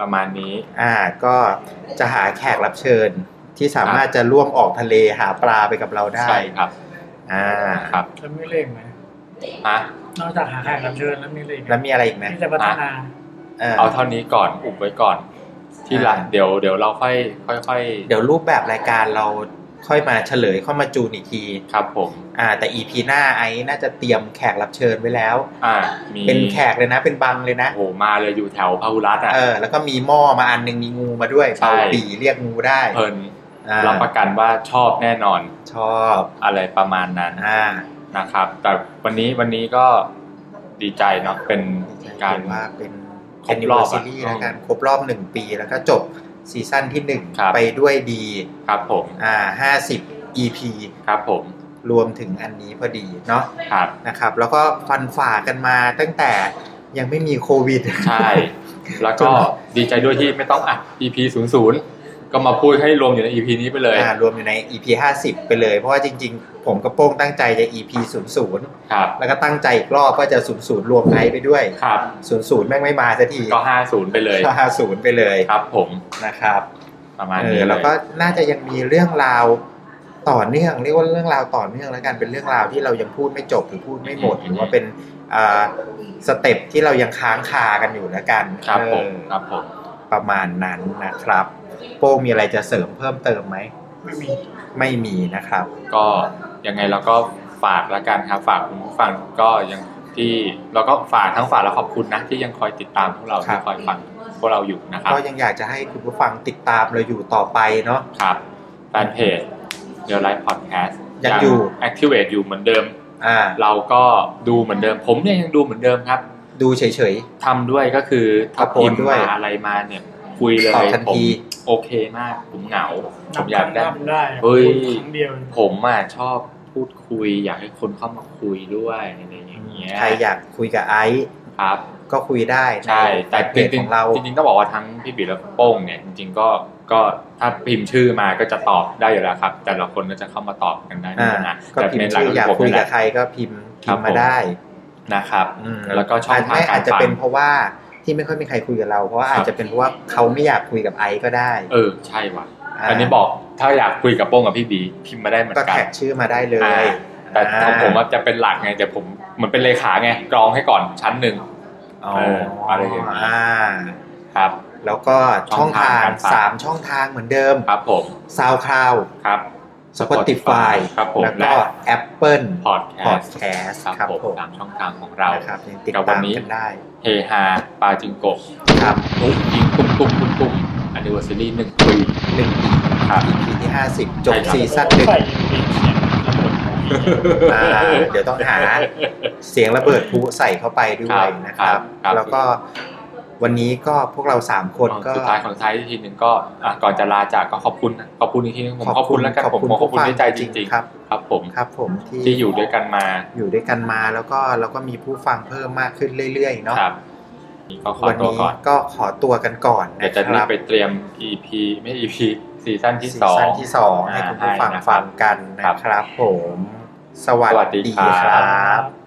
S2: ประมาณนี้
S1: อ่าก็จะหาแขกรับเชิญที่สามารถจะร่วมออกทะเลหาปลาไปกับเราได้
S2: ใช่ครับ
S1: อ่า
S2: ครับ
S3: แล้วมีเลขไหม
S2: ฮะ
S3: นอกจากหาแขกรับเชิญแล้วมีเลขไหม
S1: แล้วมีอะไรอีกไหม
S3: ที่จะพัฒนา
S1: เออ
S2: เอาเท่านี้ก่อนอุบไว้ก่อน ที่หลัง
S1: อ่า
S2: เดี๋ยวเดี๋ยวเราค่อยค่อยค่อย
S1: เดี๋ยวรูปแบบรายการเรา ค่อยมาเฉลยค่อยมาจูนอีกที
S2: ครับผม
S1: อ่าแต่ EP หน้าไอ้น่าจะเตรียมแขกรับเชิญไว้แล้ว
S2: อ่ามี
S1: เป็นแขกเลยนะ เป็นบังเลยนะ
S2: โอ้โหมาเลยอยู่แถวพาหุรัตน์อ่ะ
S1: เออ แล้วก็มีหม้อมาอันหนึงมีงูมาด้วย
S2: ใช่
S1: เป่าปีเรียกงูได้
S2: เพลิน
S1: อ่า
S2: รับประกันว่าชอบแน่นอน
S1: ชอบ
S2: อะไรประมาณนั้น
S1: อ่า
S2: นะครับ แต่วันนี้วันนี้ก็ดีใจเนาะเป็น
S1: กา
S2: การ
S1: รว่าเป็น
S2: ครบรอบอะ
S1: ซีรีส์แล้วกันครบรอบหนึ่งปีแล้วก็จบซีซั่นที่หนึ่ง
S2: ครับ
S1: ไปด้วยดี
S2: ครับผม
S1: อ่าห้าสิบ EP
S2: ครับผม
S1: รวมถึงอันนี้พอดีเนาะ
S2: ครับ
S1: นะครับ แล้วก็ฟันฝ่ากันมาตั้งแต่ยังไม่มีโควิด
S2: ใช่ แล้วก็ดีใจด้วยที่ไม่ต้องอัด EP 00 ก็มาพูดให้รวมอยู่ใน EP นี้ไปเลย
S1: อ่ารวมอยู่ใน EP 50 ไปเลย เพราะว่าจริงๆ ผมกับโป้งตั้งใจจะ EP 00
S2: ครับ
S1: แล้วก็ตั้งใจอีกรอบว่าจะ 00 รวมไทยไปด้วย
S2: ครับ
S1: 00 แม่งไม่มาสักที
S2: ก็ 50 ไปเลย
S1: ก็50 ไปเลย
S2: ครับผม
S1: นะครับ
S2: ประมาณ
S1: เอ
S2: นี้
S1: อ
S2: เล
S1: แล้ว
S2: ย
S1: ก็น่าจะยังมีเรื่องราวต่อเนื่องเรียกว่าเรื่องราวต่อเนื่องแล้วกันเป็นเรื่องราวที่เรายังพูดไม่จบหรือพูดไม่หมด หรือว่าเป็นอ่าสเต็ปที่เรายังค้างคากันอยู่แล้วกัน
S2: ครับผม
S1: เออ
S2: ครับผม
S1: ประมาณนั้นนะครับ โป้งมีอะไรจะเสริมเพิ่มเติมไหม
S3: ไม่มี
S1: ไม่มีนะครับ
S2: ก็ยังไงเราก็ฝากละกันครับ ฝากคุณผู้ฟังก็ยังที่เราก็ฝากทั้งฝากและขอบคุณนะที่ยังคอยติดตามพวกเรา
S1: ครั
S2: ที่
S1: บ
S2: คอยฟังพวกเราอยู่นะครับ
S1: ก็ยังอยากจะให้คุณผู้ฟังติดตามเราอยู่ต่อไปเนาะ
S2: ครับแฟนเพจเดลไลฟ์พอดแคสต์
S1: ยังอยู่
S2: Activate อยู่เหมือนเดิม
S1: อ่า
S2: เราก็ดูเหมือนเดิม ผมเนี่ยยังดูเหมือนเดิมครับ
S1: ดูเฉย
S2: ทำด้วยก็คือ
S1: ค
S2: ถ้า
S1: รับผ
S2: พิ
S1: ม
S2: มพ์
S1: ด้วย
S2: มาอะไรมาเนี่ย คุยเลย
S1: ตอบทัน
S2: ผม
S1: ที
S2: โอเคมาก ผมเหงา ผ
S3: นับ
S2: มอยาก
S3: ค
S2: ได้
S3: รั้งนับได้
S2: เฮ้ย
S3: ครั้งเดียว
S2: ผมอ่ะชอบพูดคุย อยากให้คนเข้ามาคุยด้วยอะไรอย่างเงี้ย
S1: ๆ ใครอยากคุยกับไอซ์
S2: ครับ
S1: ก็คุยได้ใน
S2: ใช่แต่
S1: เพ
S2: จริ
S1: จ
S2: งจริ
S1: ขอ
S2: ง
S1: งเรา
S2: จริงๆต้องบอกว่าทั้งพี่บิวและโป้งเนี่ยจริงๆก็ก็ถ้าพิมพ์ชื่อมาก็จะตอบได้อยู่แล้วครับ แต่ละคนก็จะเข้ามาตอบกันได้
S1: อ่า
S2: นะนะ
S1: ก็
S2: แต่
S1: พิม
S2: เมน
S1: พ์
S2: หลัก
S1: ชื่ออยาก
S2: ของผม
S1: คุย
S2: นี่แห
S1: กับ
S2: ละ
S1: ใครก็พิมพ์พิมพ์
S2: ครั
S1: มา
S2: บผม
S1: ได้
S2: นะครับ
S1: อืม
S2: แล้วก็ช่องทาง
S1: ไม่
S2: การ
S1: อาจจะเป็น
S2: ฟัง
S1: เพราะว่าที่ไม่ค่อยมีใครคุยกับเรา เพราะว่า
S2: ครับ
S1: อาจจะเป็นเพราะว่าเขาไม่อยากคุยกับไอซ์ก็ได้
S2: เออใช่ว่ะ
S1: า
S2: อันนี้บอกถ้าอยากคุยกับโป้งกับพี่บีพิมพ์มาได้เหมือน
S1: ก็
S2: กั
S1: แท็
S2: น
S1: กชื่อมาได้เลย
S2: อ่า แต่
S1: อ่า
S2: ของผมอะจะเป็นหลักไงแต่ผมเหมือนเป็นเลขาไงกรองให้ก่อนชั้นหนึ่ง
S1: อ๋อ
S2: เอออะไรอย่างนี้
S1: อ่า
S2: ครับ
S1: แล้วก็ช่องทาง
S2: ช่องทางการฟัง
S1: สามช่องทางเหมือนเดิม
S2: ครับผม
S1: SoundCloud
S2: ครับ
S1: Spotify
S2: ครับผม
S1: แล้วก็
S2: และ
S1: Apple
S2: พอดแคสต์
S1: Podcast
S2: ครับ
S1: ครับ
S2: ผ
S1: ผม
S2: มตามช่องทางของเรา
S1: นะครับยังติด
S2: กับวั
S1: ตาน ม
S2: นี้
S1: กันได้
S2: เฮฮาปาจิงโกะ
S1: ครับ
S2: ลุกยิงตุ้มตุ้มตุ้มตุ้มอันดิวซีรีหนึ่งปี
S1: หนึ่ง
S2: ครับ
S1: EP ที่ห้าสิบจบ
S2: ใช่ครับ
S1: ซีซั่นหนึ่ง
S3: ใส่ปีกเสียง
S1: อ่าเดี๋ยวต้องหา เสียงระเบิดพลุใส่เข้าไปด้วยนะครั
S2: ครับ บครับ
S1: แล้วก็วันนี้ก็พวกเราสามคนก็
S2: สุดท้ายของท้ายอีกทีหนึ่งก็อ่ะก่อนจะลาจากก็ขอบคุณนะขอบคุณอีกทีหนึงผมขอบคุณแล้วกันผมขอบคุณด้วยใจจริง
S1: ๆครับ
S2: ๆ ครับผม
S1: ครับผมที่
S2: ที่อยู่ด้วยกันมา
S1: อยู่ด้วยกันมาแล้วก็เราก็มีผู้ฟังเพิ่มมากขึ้นเรื่อยๆเนาะ
S2: ครับนี่ก็ขอ
S1: วัน
S2: ตัว
S1: นี้
S2: ก่อน
S1: ก็ขอตัวกันก่อน
S2: เดี๋ย
S1: นะ
S2: ว
S1: ค
S2: จะรีบ
S1: รับ
S2: ไปเตรียม EP ไม่ EP ซีซั่นที่
S1: ซี
S2: สอง
S1: ซั่นที่สองให้คุณผู้ฟัง
S2: อ่าให้นะครับ
S1: ฟังกันนะครับผม สวั
S2: สวัสดีครับ
S1: บ
S3: ครับ